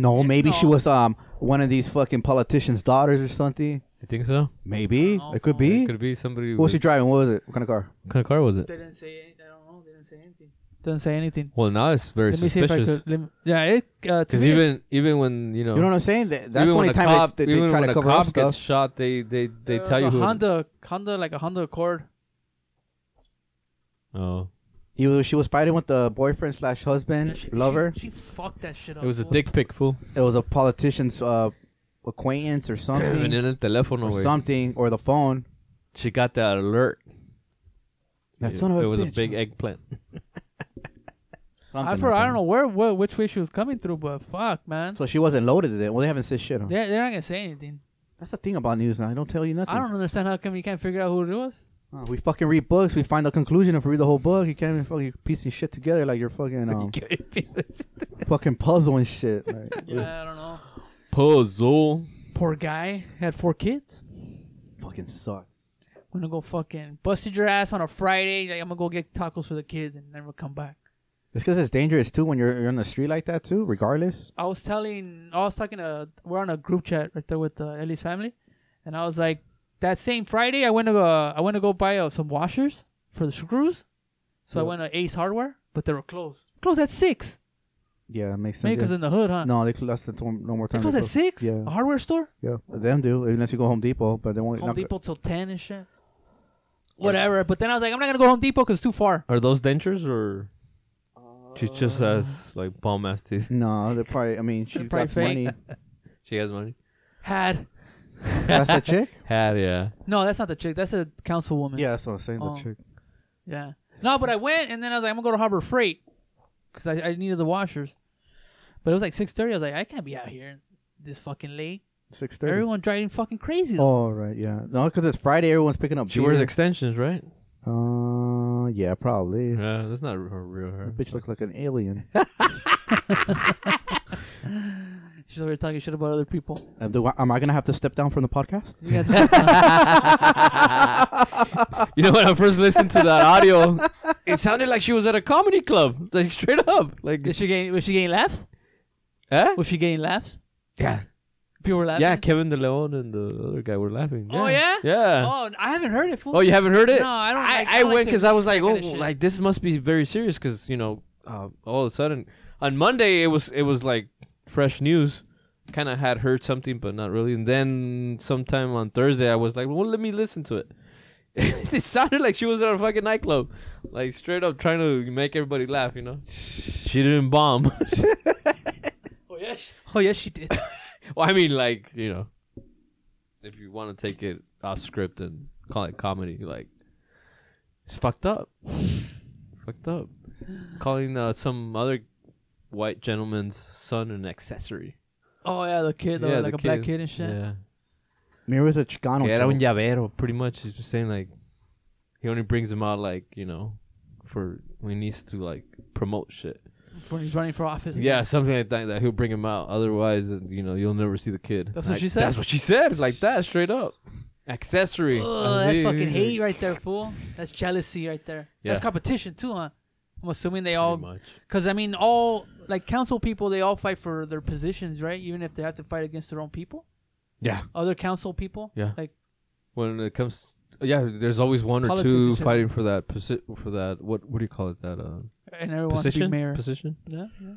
Speaker 2: No. Maybe she
Speaker 1: No.
Speaker 2: was um one of these fucking politicians' daughters or something.
Speaker 3: You think so?
Speaker 2: Maybe
Speaker 1: No,
Speaker 2: it could
Speaker 1: no.
Speaker 2: be.
Speaker 3: It could be somebody.
Speaker 2: What was she
Speaker 3: with-
Speaker 2: driving? What was it? What kind of car?
Speaker 3: what kind of car was it?
Speaker 1: They didn't say. I don't know. They didn't say anything. Doesn't say anything.
Speaker 3: Well, now it's very
Speaker 1: Let me see if I
Speaker 3: suspicious.
Speaker 1: could. Let me, yeah, it. Uh, to
Speaker 3: Because
Speaker 1: me
Speaker 3: even
Speaker 1: it's-
Speaker 3: even when you know,
Speaker 2: You know what I'm saying? That, that's
Speaker 3: even
Speaker 2: the only
Speaker 3: when a
Speaker 2: time
Speaker 3: cop,
Speaker 2: they, they,
Speaker 3: even
Speaker 2: they try
Speaker 3: when
Speaker 2: to
Speaker 3: a
Speaker 2: cover
Speaker 3: cop
Speaker 2: up stuff.
Speaker 3: gets shot, they they they
Speaker 1: there was
Speaker 3: tell you
Speaker 1: a
Speaker 3: who. it-
Speaker 1: Honda, Honda like a Honda Accord.
Speaker 3: Oh,
Speaker 2: He was, she was fighting with the boyfriend slash
Speaker 1: Yeah,
Speaker 2: husband
Speaker 1: she-
Speaker 2: lover.
Speaker 1: She, she fucked that shit up.
Speaker 3: it was a
Speaker 1: fool.
Speaker 3: dick pic, fool.
Speaker 2: It was a politician's uh, acquaintance or
Speaker 3: And
Speaker 2: something,
Speaker 3: in el teléfono,
Speaker 2: or
Speaker 3: güey.
Speaker 2: something, or the phone.
Speaker 3: She got that alert.
Speaker 2: That
Speaker 3: it,
Speaker 2: son of
Speaker 3: it was a
Speaker 2: bitch,
Speaker 3: big
Speaker 2: man.
Speaker 3: eggplant.
Speaker 2: Something
Speaker 1: I,
Speaker 2: like
Speaker 1: for, I
Speaker 2: that.
Speaker 1: don't know where, where which way she was coming through, but fuck, man.
Speaker 2: So she wasn't loaded today. Well, they haven't said shit. Huh?
Speaker 1: they're, they're not gonna say anything.
Speaker 2: That's the thing about news now. They don't tell you nothing.
Speaker 1: I don't understand how come you can't figure out who it was.
Speaker 2: Uh, we fucking read books. We find the conclusion. If we read the whole book, you can't even fucking piece of shit together like you're fucking um, fucking puzzle and shit. Like,
Speaker 1: Yeah, I don't know.
Speaker 3: Puzzle.
Speaker 1: Poor guy had four kids.
Speaker 2: Fucking suck.
Speaker 1: I'm gonna go fucking busted your ass on a Friday. Like I'm gonna go get tacos for the kids and never come back.
Speaker 2: It's because it's dangerous too when you're, you're on the street like that too. Regardless,
Speaker 1: I was telling, I was talking to, we're on a group chat right there with uh, Ellie's family, and I was like, that same Friday I went to, uh, I went to go buy uh, some washers for the screws, so I
Speaker 2: Yeah.
Speaker 1: went to Ace Hardware, but they were closed. Closed at six.
Speaker 2: yeah, that makes
Speaker 1: Maybe
Speaker 2: sense.
Speaker 1: because in the hood, huh?
Speaker 2: no, they cl- that's the tw- no more
Speaker 1: They
Speaker 2: time.
Speaker 1: closed
Speaker 2: they
Speaker 1: at
Speaker 2: close.
Speaker 1: six.
Speaker 2: Yeah.
Speaker 1: A hardware store.
Speaker 2: Yeah, them do unless you go Home Depot, but they won't.
Speaker 1: Home
Speaker 2: not-
Speaker 1: Depot till ten and shit. Whatever. But then I was like, I'm not gonna go Home Depot because it's too far.
Speaker 3: Are those dentures or? She's just as like bomb ass teeth.
Speaker 2: No, they're probably. I mean, she
Speaker 1: They're
Speaker 2: got
Speaker 1: probably
Speaker 2: some money.
Speaker 1: fake.
Speaker 3: She has money.
Speaker 1: Had
Speaker 2: That's the chick.
Speaker 3: Had yeah.
Speaker 1: no, that's not the chick. That's a councilwoman.
Speaker 2: Yeah, that's what I'm saying.
Speaker 1: Oh.
Speaker 2: The chick.
Speaker 1: Yeah. No, but I went and then I was like, I'm gonna go to Harbor Freight because I, I needed the washers. But it was like six thirty. I was like, I can't be out here this fucking late.
Speaker 2: Six thirty.
Speaker 1: Everyone driving fucking crazy.
Speaker 2: Oh right, yeah. No, because it's Friday. Everyone's picking up.
Speaker 3: She wears
Speaker 2: beer.
Speaker 3: extensions, right?
Speaker 2: Uh, yeah, probably.
Speaker 3: Yeah, that's not her real hair.
Speaker 2: Bitch looks like an alien.
Speaker 1: She's over here talking shit about other people.
Speaker 2: Uh, do I, am I gonna have to step down from the podcast?
Speaker 1: You got to-
Speaker 3: you know when I first listened to that audio, it sounded like she was at a comedy club, like straight up, like
Speaker 1: Is she getting? Was she getting laughs?
Speaker 3: eh?
Speaker 1: Was she getting laughs?
Speaker 3: yeah,
Speaker 1: People were laughing.
Speaker 3: yeah. Kevin De Leon and the other guy were laughing.
Speaker 1: Oh,
Speaker 3: yeah.
Speaker 1: Oh, I haven't heard it. Fool.
Speaker 3: Oh, you haven't heard it?
Speaker 1: No, I don't
Speaker 3: I,
Speaker 1: like- I
Speaker 3: I,
Speaker 1: don't like
Speaker 3: went
Speaker 1: to
Speaker 3: because I was like,
Speaker 1: look
Speaker 3: oh,
Speaker 1: at this shit."
Speaker 3: like this must be very serious because you know, uh, all of a sudden on Monday it was it was like fresh news. Kind of had heard something, but not really. And then sometime on Thursday, I was like, well, let me listen to it. it sounded like she was at a fucking nightclub, like straight up trying to make everybody laugh. You know, she didn't bomb.
Speaker 1: Oh yes. Oh yes, she did.
Speaker 3: well, I mean, like you know, if you want to take it off script and call it comedy, like it's fucked up, fucked up. Calling uh, some other white gentleman's son an accessory.
Speaker 1: Oh yeah, the kid, though,
Speaker 3: Yeah,
Speaker 1: like
Speaker 3: the
Speaker 1: a black
Speaker 3: kid.
Speaker 1: kid and shit.
Speaker 3: Yeah,
Speaker 2: Mira's a Chicano.
Speaker 3: que era un
Speaker 2: joke.
Speaker 3: llavero. Pretty much, he's just saying like he only brings him out like you know for when he needs to like promote shit.
Speaker 1: When he's running for office. again.
Speaker 3: Yeah, something like that. That he'll bring him out. Otherwise, uh, you know, you'll never see the kid.
Speaker 1: That's what
Speaker 3: Like,
Speaker 1: she said?
Speaker 3: That's what she said. Like that, straight up. Accessory.
Speaker 1: Ugh, that's fucking hate right there, fool. That's jealousy right there.
Speaker 3: Yeah.
Speaker 1: That's competition too, huh? I'm assuming they
Speaker 3: Pretty
Speaker 1: all,
Speaker 3: much.
Speaker 1: because I mean, all like council people, they all fight for their positions, right? Even if they have to fight against their own people,
Speaker 3: Yeah.
Speaker 1: other council people.
Speaker 3: Yeah.
Speaker 1: Like,
Speaker 3: When it comes, yeah, there's always one or
Speaker 1: Politics
Speaker 3: two
Speaker 1: and shit.
Speaker 3: fighting for that posi- for that. What what do you call it? That uh,
Speaker 1: and everyone wants to be
Speaker 3: position.
Speaker 1: mayor.
Speaker 3: Position.
Speaker 1: yeah, yeah. yeah.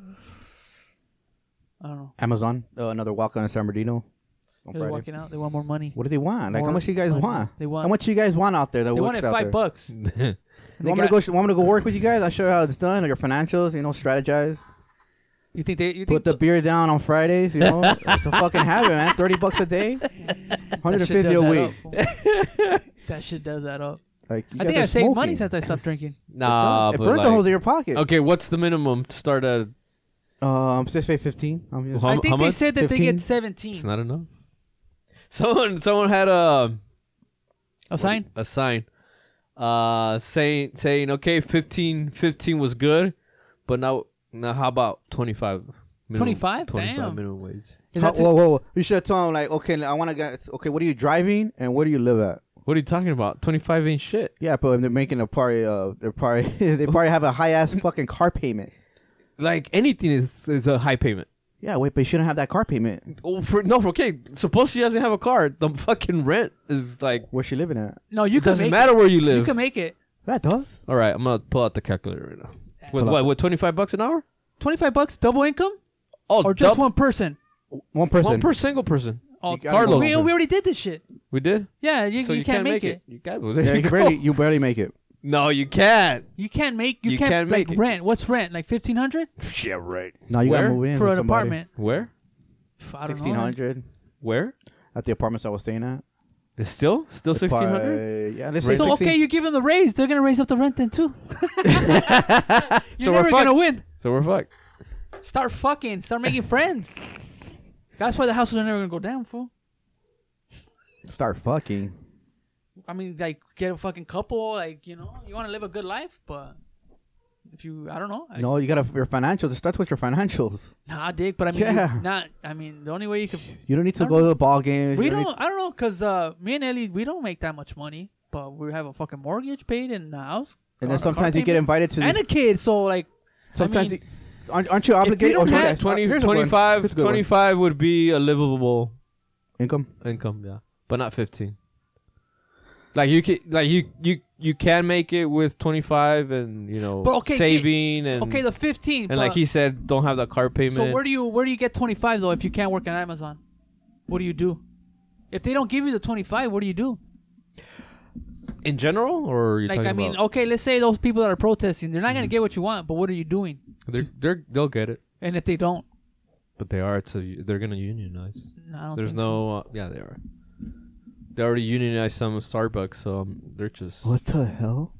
Speaker 1: I don't know.
Speaker 2: Amazon. Uh, another walk on in San Bernardino. On
Speaker 1: They're
Speaker 2: Friday.
Speaker 1: walking out. They want more money.
Speaker 2: What do they want? Like, how
Speaker 1: More
Speaker 2: much you guys
Speaker 1: money.
Speaker 2: want?
Speaker 1: They want-
Speaker 2: How much you guys want out there? That
Speaker 1: They
Speaker 2: works
Speaker 1: wanted
Speaker 2: out
Speaker 1: five
Speaker 2: there?
Speaker 1: bucks.
Speaker 2: You
Speaker 1: They
Speaker 2: want me to go?
Speaker 1: got-
Speaker 2: sh- Want me to go work with you guys? I'll show you how it's done. Or your financials. You know, strategize.
Speaker 1: You think they? You think
Speaker 2: Put the
Speaker 1: th-
Speaker 2: beer down on Fridays. You know, it's a fucking habit, man. Thirty bucks a day, hundred
Speaker 1: that
Speaker 2: and
Speaker 1: shit
Speaker 2: fifty
Speaker 1: does
Speaker 2: a
Speaker 1: add
Speaker 2: week.
Speaker 1: up, fool. that shit does add up.
Speaker 2: Like, you
Speaker 1: I
Speaker 2: guys
Speaker 1: think
Speaker 2: are
Speaker 1: I've saved money
Speaker 2: smoking.
Speaker 1: since I stopped drinking.
Speaker 3: Nah,
Speaker 2: it
Speaker 3: but
Speaker 2: burns
Speaker 3: like,
Speaker 2: a hole in your pocket.
Speaker 3: okay, what's the minimum to start at?
Speaker 2: Um, six fifty fifteen. I'm just
Speaker 3: How
Speaker 1: I
Speaker 3: mu-
Speaker 1: think
Speaker 3: how
Speaker 1: they
Speaker 3: much?
Speaker 1: said that they
Speaker 2: 15?
Speaker 1: get seventeen.
Speaker 3: It's not enough. Someone someone had a
Speaker 1: A sign.
Speaker 3: a sign uh saying saying okay 15 15 was good but now now how about 25 minimum-
Speaker 1: 25?
Speaker 3: 25
Speaker 1: Damn.
Speaker 3: minimum wage
Speaker 1: Is
Speaker 2: How,
Speaker 1: that too-
Speaker 2: whoa, whoa, whoa. You should have told him, like, okay, I want to get, okay, what are you driving and where do you live at?
Speaker 3: what are you talking about 25 ain't shit
Speaker 2: Yeah, but they're making a party, uh, they're probably, they probably have a high ass fucking car payment.
Speaker 3: like anything is is a high payment
Speaker 2: Yeah, wait, but you shouldn't have that car payment.
Speaker 3: oh for no okay suppose she doesn't have a car the fucking rent is like
Speaker 2: Where's she living at?
Speaker 1: No, you
Speaker 3: it
Speaker 1: can
Speaker 3: doesn't
Speaker 1: make
Speaker 3: matter where you
Speaker 1: It. You
Speaker 3: live
Speaker 1: can make it.
Speaker 2: That does.
Speaker 3: all right i'm gonna pull out the calculator right now with
Speaker 2: Pull out
Speaker 3: what with 25 bucks an hour
Speaker 1: Twenty-five bucks, double income,
Speaker 3: oh
Speaker 1: or just
Speaker 3: dub-
Speaker 1: one person.
Speaker 2: One person.
Speaker 3: one per single person
Speaker 1: Oh,
Speaker 2: gotta
Speaker 3: Carlos.
Speaker 2: go
Speaker 1: we,
Speaker 2: one
Speaker 1: we already did this shit.
Speaker 3: we did
Speaker 1: Yeah, you,
Speaker 3: so
Speaker 1: you, can't, make, it.
Speaker 3: you got well, there
Speaker 2: Yeah, you
Speaker 3: you go.
Speaker 2: barely, you barely make it.
Speaker 3: no you can't
Speaker 1: You can't make. You,
Speaker 3: You
Speaker 1: can't,
Speaker 3: can't
Speaker 1: like
Speaker 3: make it.
Speaker 1: rent. What's rent? Like fifteen hundred
Speaker 3: yeah right
Speaker 2: No, you
Speaker 3: Where?
Speaker 2: gotta move in
Speaker 1: for
Speaker 2: with
Speaker 1: an
Speaker 2: somebody.
Speaker 1: apartment.
Speaker 3: where
Speaker 1: F- I don't know.
Speaker 2: Sixteen hundred
Speaker 3: where
Speaker 2: at the apartments I was staying at.
Speaker 3: It's still still
Speaker 2: It's
Speaker 3: sixteen hundred.
Speaker 2: probably- Yeah, let's say
Speaker 1: So
Speaker 2: 16.
Speaker 1: okay, you give them the raise. They're gonna raise up the rent then too. You're
Speaker 3: So we're
Speaker 1: never gonna
Speaker 3: fucked.
Speaker 1: win.
Speaker 3: So we're fucked.
Speaker 1: Start fucking. Start making friends. That's why the houses are never gonna go down, fool.
Speaker 2: start fucking.
Speaker 1: I mean, like get a fucking couple. Like you know, you want to live a good life, but if you, I don't know. I-
Speaker 2: No, you gotta your financials. It starts with your financials.
Speaker 1: Nah, dick. But I mean, you-
Speaker 2: Yeah.
Speaker 1: not. I mean, the only way you could.
Speaker 2: You don't need to
Speaker 1: I
Speaker 2: go to the ball game.
Speaker 1: We don't. I don't know, cause uh, me and Ellie, we don't make that much money, but we have a fucking mortgage paid and a house. car-
Speaker 2: And then sometimes you
Speaker 1: car
Speaker 2: get
Speaker 1: payment,
Speaker 2: invited to
Speaker 1: and
Speaker 2: these.
Speaker 1: a kid. So like,
Speaker 2: Sometimes
Speaker 1: I mean,
Speaker 2: you, aren't, aren't you obligated?
Speaker 1: don't
Speaker 2: oh,
Speaker 1: have
Speaker 2: here's-
Speaker 3: Twenty,
Speaker 2: here's a good one. Here's
Speaker 3: twenty-five, twenty-five 25,
Speaker 2: a good one.
Speaker 3: 25 would be a livable
Speaker 2: income.
Speaker 3: income, yeah, but not fifteen. Like you can, like you, you, you can make it with twenty-five, and you know,
Speaker 1: But okay, get-
Speaker 3: saving and
Speaker 1: okay, the fifteen.
Speaker 3: and like
Speaker 1: but-
Speaker 3: he said, don't have that car payment.
Speaker 1: So where do you where do you get twenty five though if you can't work on Amazon? What do you do? If they don't give you the twenty five, what do you do?
Speaker 3: in general, or are you
Speaker 1: Like
Speaker 3: talking
Speaker 1: I mean,
Speaker 3: about? Mm-hmm.
Speaker 1: okay, let's say those people that are protesting, they're not gonna get what you want, but what are you doing?
Speaker 3: They're, they're they'll get it,
Speaker 1: And if they don't,
Speaker 3: but they are. It's a, they're gonna unionize.
Speaker 1: no, I don't
Speaker 3: There's
Speaker 1: think
Speaker 3: no. Uh, yeah, they are. They already unionized some of Starbucks, so um, they're just.
Speaker 2: What the hell?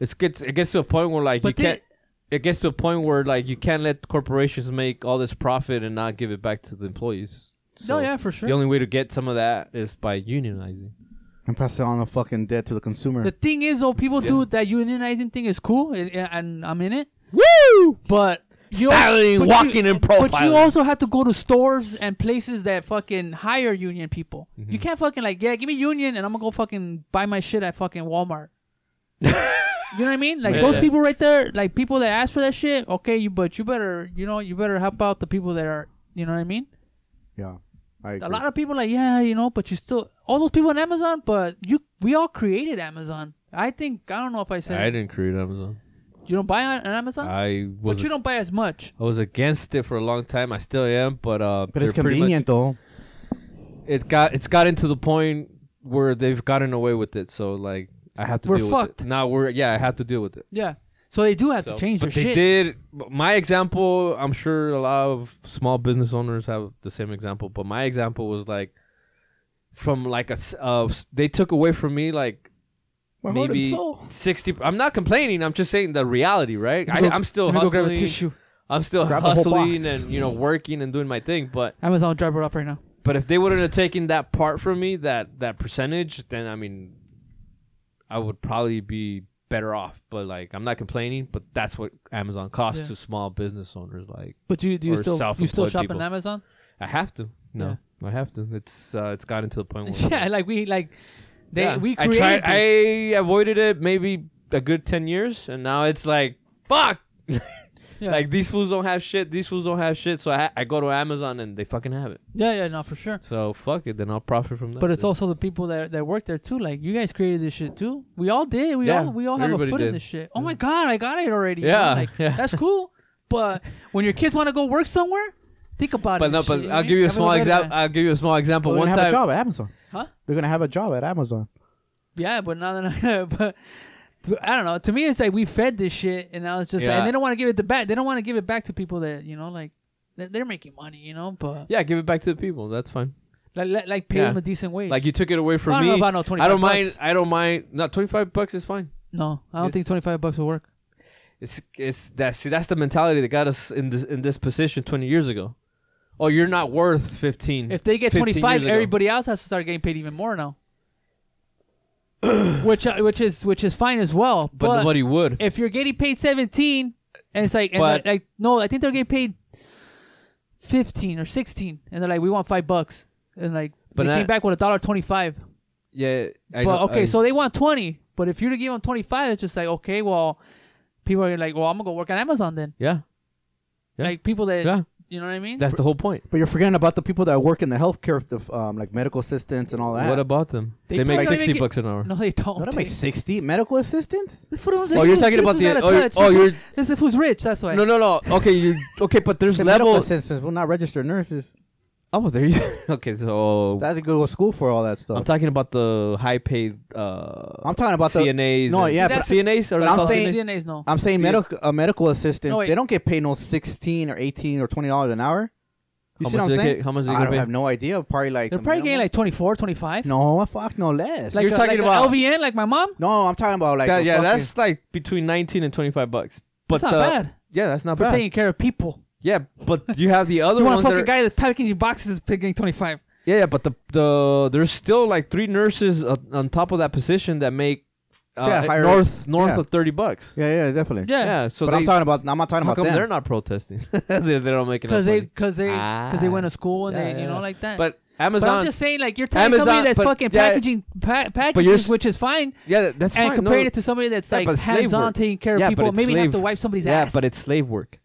Speaker 3: It's gets it gets to a point where like
Speaker 1: But
Speaker 3: you
Speaker 1: they-
Speaker 3: can't. It gets to a point where like you can't let corporations make all this profit and not give it back to the employees.
Speaker 1: so.
Speaker 3: So
Speaker 1: No, yeah, for sure.
Speaker 3: The only way to get some of that is by unionizing.
Speaker 2: And pass it on the fucking debt to the consumer.
Speaker 1: The thing is, though, people
Speaker 3: Yeah.
Speaker 1: do that unionizing thing is cool, and, and I'm in it.
Speaker 3: Woo!
Speaker 1: But you
Speaker 3: Styling,
Speaker 1: but
Speaker 3: walking, and
Speaker 1: But you
Speaker 3: profiling.
Speaker 1: also have to go to stores and places that fucking hire union people.
Speaker 3: Mm-hmm.
Speaker 1: You can't fucking like, yeah, give me union, and I'm gonna go fucking buy my shit at fucking Walmart. you know what I mean? Like
Speaker 3: Yeah.
Speaker 1: those people right there, like people that ask for that shit. Okay, you but you better, you know, you better help out the people that are. You know what I mean?
Speaker 2: yeah. I agree.
Speaker 1: A lot of people like, yeah, you know, but you still all those people on Amazon, but you we all created Amazon. I think I don't know if I said
Speaker 3: I didn't create Amazon.
Speaker 1: you don't buy on on Amazon,
Speaker 3: I
Speaker 1: but
Speaker 3: was
Speaker 1: you don't buy as much.
Speaker 3: I was against it for a long time. I still am, but uh,
Speaker 2: but it's
Speaker 3: they're pretty much-
Speaker 2: convenient though.
Speaker 3: it got it's gotten to the point where they've gotten away with it. So like I have to
Speaker 1: We're
Speaker 3: deal with
Speaker 1: fucked.
Speaker 3: it. Now we're yeah, I have to deal with it.
Speaker 1: Yeah, so they do have
Speaker 3: So-
Speaker 1: to change their
Speaker 3: but they
Speaker 1: shit.
Speaker 3: did. My example, I'm sure a lot of small business owners have the same example, but my example was like from like a s- uh, s- they took away from me like
Speaker 2: My heart and
Speaker 3: maybe
Speaker 2: soul.
Speaker 3: 60 i'm not complaining i'm just saying the reality right
Speaker 1: Let me
Speaker 3: I,
Speaker 1: go-
Speaker 3: i'm still
Speaker 1: let me go grab a
Speaker 3: hustling
Speaker 1: tissue.
Speaker 3: i'm still
Speaker 2: Grab the whole
Speaker 3: hustling
Speaker 2: box.
Speaker 3: and you know working and doing my thing but
Speaker 1: Amazon driver up right now.
Speaker 3: but if they wouldn't have taken that part from me that that percentage then i mean i would probably be better off but like i'm not complaining but that's what amazon costs
Speaker 1: Yeah.
Speaker 3: to small business owners like
Speaker 1: But do you do you
Speaker 3: Or
Speaker 1: still you still
Speaker 3: self-employed
Speaker 1: shop on
Speaker 3: people.
Speaker 1: Amazon?
Speaker 3: i have to no i have to it's uh, it's gotten to the point where
Speaker 1: yeah, like we like they
Speaker 3: Yeah.
Speaker 1: we
Speaker 3: I
Speaker 1: created.
Speaker 3: tried. I
Speaker 1: this.
Speaker 3: avoided it maybe a good ten years, and now it's like fuck.
Speaker 1: yeah.
Speaker 3: Like these fools don't have shit. These fools don't have shit. So I, I go to Amazon and they fucking have it.
Speaker 1: yeah, yeah, no, for sure.
Speaker 3: So fuck it. Then I'll profit from that.
Speaker 1: But it's
Speaker 3: dude.
Speaker 1: also the people that that work there too. Like you guys created this shit too. We all did. We
Speaker 3: Yeah,
Speaker 1: all we all have a
Speaker 3: everybody
Speaker 1: foot in
Speaker 3: did.
Speaker 1: this shit. Oh my god, I got it already. you know?
Speaker 3: Yeah,
Speaker 1: like,
Speaker 3: yeah.
Speaker 1: that's cool. But when your kids want to go work somewhere, think about
Speaker 3: But
Speaker 1: it.
Speaker 3: no,
Speaker 1: and shit,
Speaker 3: but
Speaker 1: you know what I
Speaker 3: I'll
Speaker 1: mean?
Speaker 3: give you a
Speaker 1: Have
Speaker 3: small
Speaker 1: look at
Speaker 3: example.
Speaker 1: that.
Speaker 3: I'll give you a small example.
Speaker 2: We're
Speaker 3: One
Speaker 2: gonna have a
Speaker 3: time,
Speaker 2: job at Amazon.
Speaker 1: Huh?
Speaker 2: They're gonna have a job at Amazon.
Speaker 1: Yeah, but now that I, but I don't know. To me, it's like we fed this shit, and I was just, like,
Speaker 3: Yeah.
Speaker 1: and they don't want to give it the back. They don't want to give it back to people that you know, like they're, they're making money, you know, but
Speaker 3: yeah, give it back to the people. That's fine.
Speaker 1: like like, like pay
Speaker 3: Yeah.
Speaker 1: them a decent wage.
Speaker 3: Like you took it away
Speaker 1: Hmm. I
Speaker 3: from
Speaker 1: don't know
Speaker 3: me.
Speaker 1: about no twenty.
Speaker 3: I don't mind. I don't mind. No, twenty five bucks is fine.
Speaker 1: No, I don't
Speaker 3: Yes.
Speaker 1: think twenty five bucks will work.
Speaker 3: It's it's that see that's the mentality that got us in this in this position twenty years ago. Oh, you're not worth fifteen.
Speaker 1: If they get
Speaker 3: 15
Speaker 1: twenty five,
Speaker 3: years ago.
Speaker 1: everybody else has to start getting paid even more now. which uh, which is which is fine as well.
Speaker 3: but,
Speaker 1: But,
Speaker 3: nobody would.
Speaker 1: if you're getting paid seventeen, and it's like, and
Speaker 3: But-
Speaker 1: like, like no, I think they're getting paid fifteen or sixteen, and they're like, we want five bucks, and like
Speaker 3: But
Speaker 1: they
Speaker 3: that-
Speaker 1: came back with a dollar twenty five.
Speaker 3: yeah.
Speaker 1: But
Speaker 3: I know-
Speaker 1: okay,
Speaker 3: I-
Speaker 1: so they want twenty, but if you're to give them twenty five, it's just like okay, well, people are like, well, I'm gonna go work on Amazon then.
Speaker 3: yeah, Yeah.
Speaker 1: Like people that
Speaker 3: yeah.
Speaker 1: you know what I mean.
Speaker 3: That's the whole point.
Speaker 2: But you're forgetting about the people that work in the healthcare, the, um, like medical assistants and all that.
Speaker 3: What about them? They,
Speaker 1: They
Speaker 3: make
Speaker 1: probably don't
Speaker 3: sixty
Speaker 1: even get-
Speaker 3: bucks an hour.
Speaker 1: no, they don't.
Speaker 2: What am I
Speaker 1: dude.
Speaker 2: sixty medical assistants?
Speaker 1: This fool's-
Speaker 3: Oh, you're talking
Speaker 1: this
Speaker 3: about
Speaker 1: fool's
Speaker 3: the-
Speaker 1: out of
Speaker 3: oh, you're-
Speaker 1: touch.
Speaker 3: oh,
Speaker 1: This fool-
Speaker 3: you're-
Speaker 1: this is who's rich. That's why.
Speaker 3: No, no, no. Okay, you okay, but there's
Speaker 2: Say medical
Speaker 3: levels.
Speaker 2: assistants will not register nurses.
Speaker 3: Oh, there you. Okay, so
Speaker 2: They have to go to school for all that stuff.
Speaker 3: I'm talking about the high-paid. Uh,
Speaker 2: I'm talking about the-
Speaker 3: CNAs.
Speaker 2: No,
Speaker 3: and-
Speaker 2: yeah,
Speaker 1: but-
Speaker 3: CNAs. Or
Speaker 2: but I'm saying-
Speaker 1: CNAs no.
Speaker 2: I'm saying
Speaker 3: See-
Speaker 2: medical a medical assistant.
Speaker 1: No, wait.
Speaker 2: they don't get paid no sixteen or eighteen or twenty dollars an hour. You see what I'm saying?
Speaker 3: how much do they
Speaker 2: I
Speaker 3: get
Speaker 2: don't
Speaker 3: paid?
Speaker 2: have no idea. Probably like
Speaker 1: They're
Speaker 2: the
Speaker 1: probably getting
Speaker 2: minimum.
Speaker 1: like 24, 25.
Speaker 2: no fuck no less.
Speaker 1: Like
Speaker 3: You're
Speaker 1: a- like
Speaker 3: talking
Speaker 1: a
Speaker 3: about-
Speaker 1: LVN, like my mom.
Speaker 2: no, I'm talking about like
Speaker 3: That-
Speaker 2: a
Speaker 3: yeah,
Speaker 2: fucking-
Speaker 3: that's like between 19 and 25 bucks. But
Speaker 1: That's not
Speaker 3: the-
Speaker 1: bad
Speaker 3: Yeah, that's not
Speaker 1: for
Speaker 3: bad.
Speaker 1: taking care of people.
Speaker 3: Yeah, but you have the other
Speaker 1: You want a
Speaker 3: ones. That
Speaker 1: fucking
Speaker 3: are,
Speaker 1: guy that's packaging boxes is getting 25.
Speaker 3: yeah, yeah, but the the there's still like three nurses uh, on top of that position that make uh,
Speaker 2: Yeah, higher-
Speaker 3: north north
Speaker 2: yeah.
Speaker 3: of 30 bucks.
Speaker 2: yeah, yeah, definitely.
Speaker 1: Yeah.
Speaker 3: Yeah, so
Speaker 2: but
Speaker 3: they,
Speaker 2: I'm talking about. I'm not talking
Speaker 3: how
Speaker 2: about
Speaker 3: come
Speaker 2: them.
Speaker 3: they're not protesting? they, they don't make enough
Speaker 1: Because they,
Speaker 3: money.
Speaker 1: because they, because they went
Speaker 3: Ah.
Speaker 1: to school and
Speaker 3: Yeah,
Speaker 1: they,
Speaker 3: yeah,
Speaker 1: you know,
Speaker 3: yeah.
Speaker 1: like that.
Speaker 3: But
Speaker 1: But
Speaker 3: Amazon,
Speaker 1: I'm just saying, like you're telling
Speaker 3: Amazon-
Speaker 1: somebody that's
Speaker 3: but-
Speaker 1: fucking
Speaker 3: yeah,
Speaker 1: packaging, pa- packaging,
Speaker 3: you're s-
Speaker 1: which is fine,
Speaker 3: yeah, that's
Speaker 1: and
Speaker 3: fine.
Speaker 1: comparing
Speaker 3: no,
Speaker 1: it to somebody that's
Speaker 3: Yeah,
Speaker 1: like
Speaker 3: but it's slave
Speaker 1: hands on,
Speaker 3: work.
Speaker 1: taking care of
Speaker 3: Yeah, but
Speaker 1: people,
Speaker 3: it's
Speaker 1: maybe have to
Speaker 3: slave-
Speaker 1: wipe somebody's
Speaker 3: yeah,
Speaker 1: ass.
Speaker 3: but it's slave work.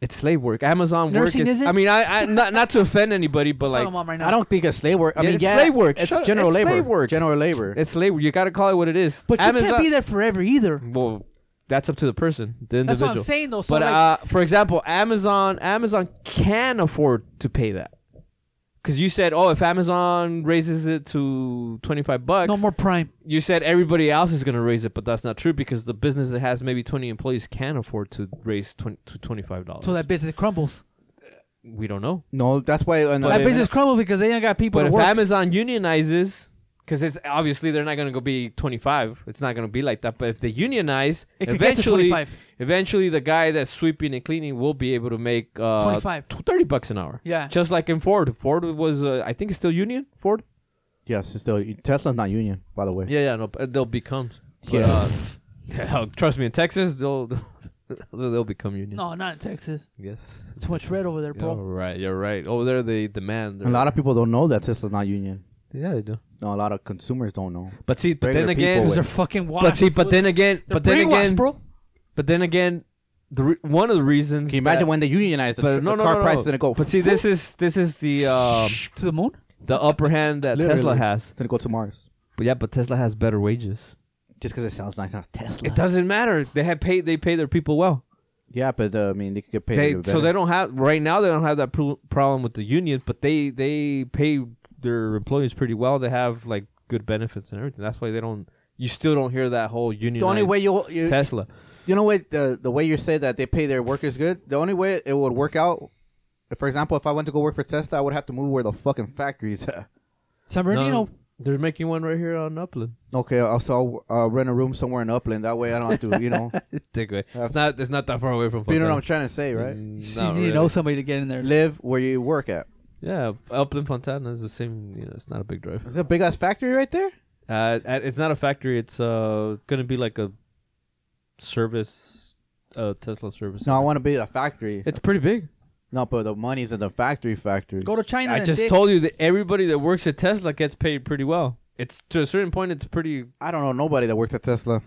Speaker 3: It's slave work. Amazon
Speaker 1: Nursing
Speaker 3: work is.
Speaker 1: isn't?
Speaker 3: I mean, I, I not not to offend anybody, but
Speaker 1: Tell
Speaker 3: like
Speaker 1: them I'm right now.
Speaker 2: I don't think it's slave work. I
Speaker 3: Yeah,
Speaker 2: mean,
Speaker 3: it's
Speaker 2: yeah,
Speaker 3: slave work.
Speaker 2: It's
Speaker 3: Shut up.
Speaker 2: general
Speaker 3: It's
Speaker 2: labor.
Speaker 3: slave work.
Speaker 2: General labor.
Speaker 3: It's labor. You gotta call it what it is.
Speaker 1: But you
Speaker 3: Amazon,
Speaker 1: can't be there forever either.
Speaker 3: Well, that's up to the person, the individual.
Speaker 1: That's what I'm saying though. So
Speaker 3: but
Speaker 1: like,
Speaker 3: uh, for example, Amazon, Amazon can afford to pay that because you said, oh, if Amazon raises it to twenty five bucks,
Speaker 1: No more Prime.
Speaker 3: you said everybody else is going to raise it, but that's not true because the business that has maybe 20 employees can afford to raise 20 to $25.
Speaker 1: So that business crumbles.
Speaker 3: we don't know.
Speaker 2: No, that's why. Uh,
Speaker 3: But
Speaker 1: that
Speaker 3: if-
Speaker 1: business crumbles because they ain't got people
Speaker 3: But
Speaker 1: to
Speaker 3: if
Speaker 1: work.
Speaker 3: Amazon unionizes cuz it's obviously they're not going to go be 25. It's not going to be like that, but if they unionize,
Speaker 1: it could get to
Speaker 3: eventually
Speaker 1: 25.
Speaker 3: eventually the guy that's sweeping and cleaning will be able to make uh
Speaker 1: 25.
Speaker 3: tw- 30 bucks an hour.
Speaker 1: Yeah.
Speaker 3: Just like in Ford. Ford was uh, I think it's still union, Ford?
Speaker 2: yes, it's still Tesla's not union, by the way.
Speaker 3: Yeah, yeah, no, but they'll become. But,
Speaker 2: Yeah.
Speaker 3: uh, hell, trust me, in Texas, they'll they'll become union.
Speaker 1: No, not in Texas.
Speaker 3: Yes.
Speaker 1: Too much red over there,
Speaker 3: You're
Speaker 1: bro.
Speaker 3: right. You're right. Oh, Over there, they demand.
Speaker 2: A lot of people don't know that Tesla's not union.
Speaker 3: yeah, they do.
Speaker 2: No, a lot of consumers don't know.
Speaker 3: But see, but
Speaker 2: Regular
Speaker 3: then again,
Speaker 2: people
Speaker 1: Because they're fucking washed.
Speaker 3: but see, but then again,
Speaker 1: They're
Speaker 3: but then
Speaker 1: brainwashed,
Speaker 3: again,
Speaker 1: bro.
Speaker 3: but then again, the re- one of the reasons.
Speaker 2: Can you imagine
Speaker 3: that-
Speaker 2: when they unionize the,
Speaker 3: but
Speaker 2: tr-
Speaker 3: no,
Speaker 2: the
Speaker 3: no,
Speaker 2: car
Speaker 3: no, no.
Speaker 2: price is gonna go?
Speaker 3: But see, this is this is the um,
Speaker 1: to the moon?
Speaker 3: the upper hand that Tesla
Speaker 2: Literally.
Speaker 3: has.
Speaker 2: it's gonna go to Mars
Speaker 3: But yeah, but Tesla has better wages.
Speaker 2: just because it sounds nice. Not Tesla.
Speaker 3: It doesn't matter. They have paid. They pay their people well.
Speaker 2: Yeah, but uh, I mean, they could get paid.
Speaker 3: They,
Speaker 2: a bit
Speaker 3: so
Speaker 2: better.
Speaker 3: they don't have right now. They don't have that pro- problem with the union, but they they pay their employees pretty well. They have like good benefits and everything. That's why they don't. You still don't hear that whole union.
Speaker 2: The only way you'll, you
Speaker 3: Tesla.
Speaker 2: you know what the the way you say that they pay their workers good. The only way it would work out, if, for example, if I went to go work for Tesla, I would have to move where the fucking factories. at.
Speaker 1: San Bernardino.
Speaker 3: they're making one right here on Upland.
Speaker 2: okay, I'll- so I'll uh, rent a room somewhere in Upland. That way, I don't have to. You know,
Speaker 3: Take away. It's not. It's not that far away from.
Speaker 2: you know what I'm
Speaker 3: Fontana.
Speaker 2: trying to say,
Speaker 1: You
Speaker 2: right?
Speaker 3: Mm,
Speaker 1: need
Speaker 3: not
Speaker 1: to
Speaker 3: really.
Speaker 1: know somebody to get in there.
Speaker 2: Live where you work at.
Speaker 3: Yeah, Upland Fontana is the same. You know, it's not a big drive.
Speaker 2: Is that a big ass factory right there?
Speaker 3: Uh, and it's not a factory. It's uh gonna be like a service, uh Tesla service.
Speaker 2: No, I want to be a factory.
Speaker 3: it's pretty big.
Speaker 2: No, but the money's in the factory factory.
Speaker 1: Go to China.
Speaker 3: I
Speaker 1: and
Speaker 3: just
Speaker 1: dig.
Speaker 3: told you that everybody that works at Tesla gets paid pretty well. It's to a certain point, it's pretty
Speaker 2: I don't know nobody that works at Tesla,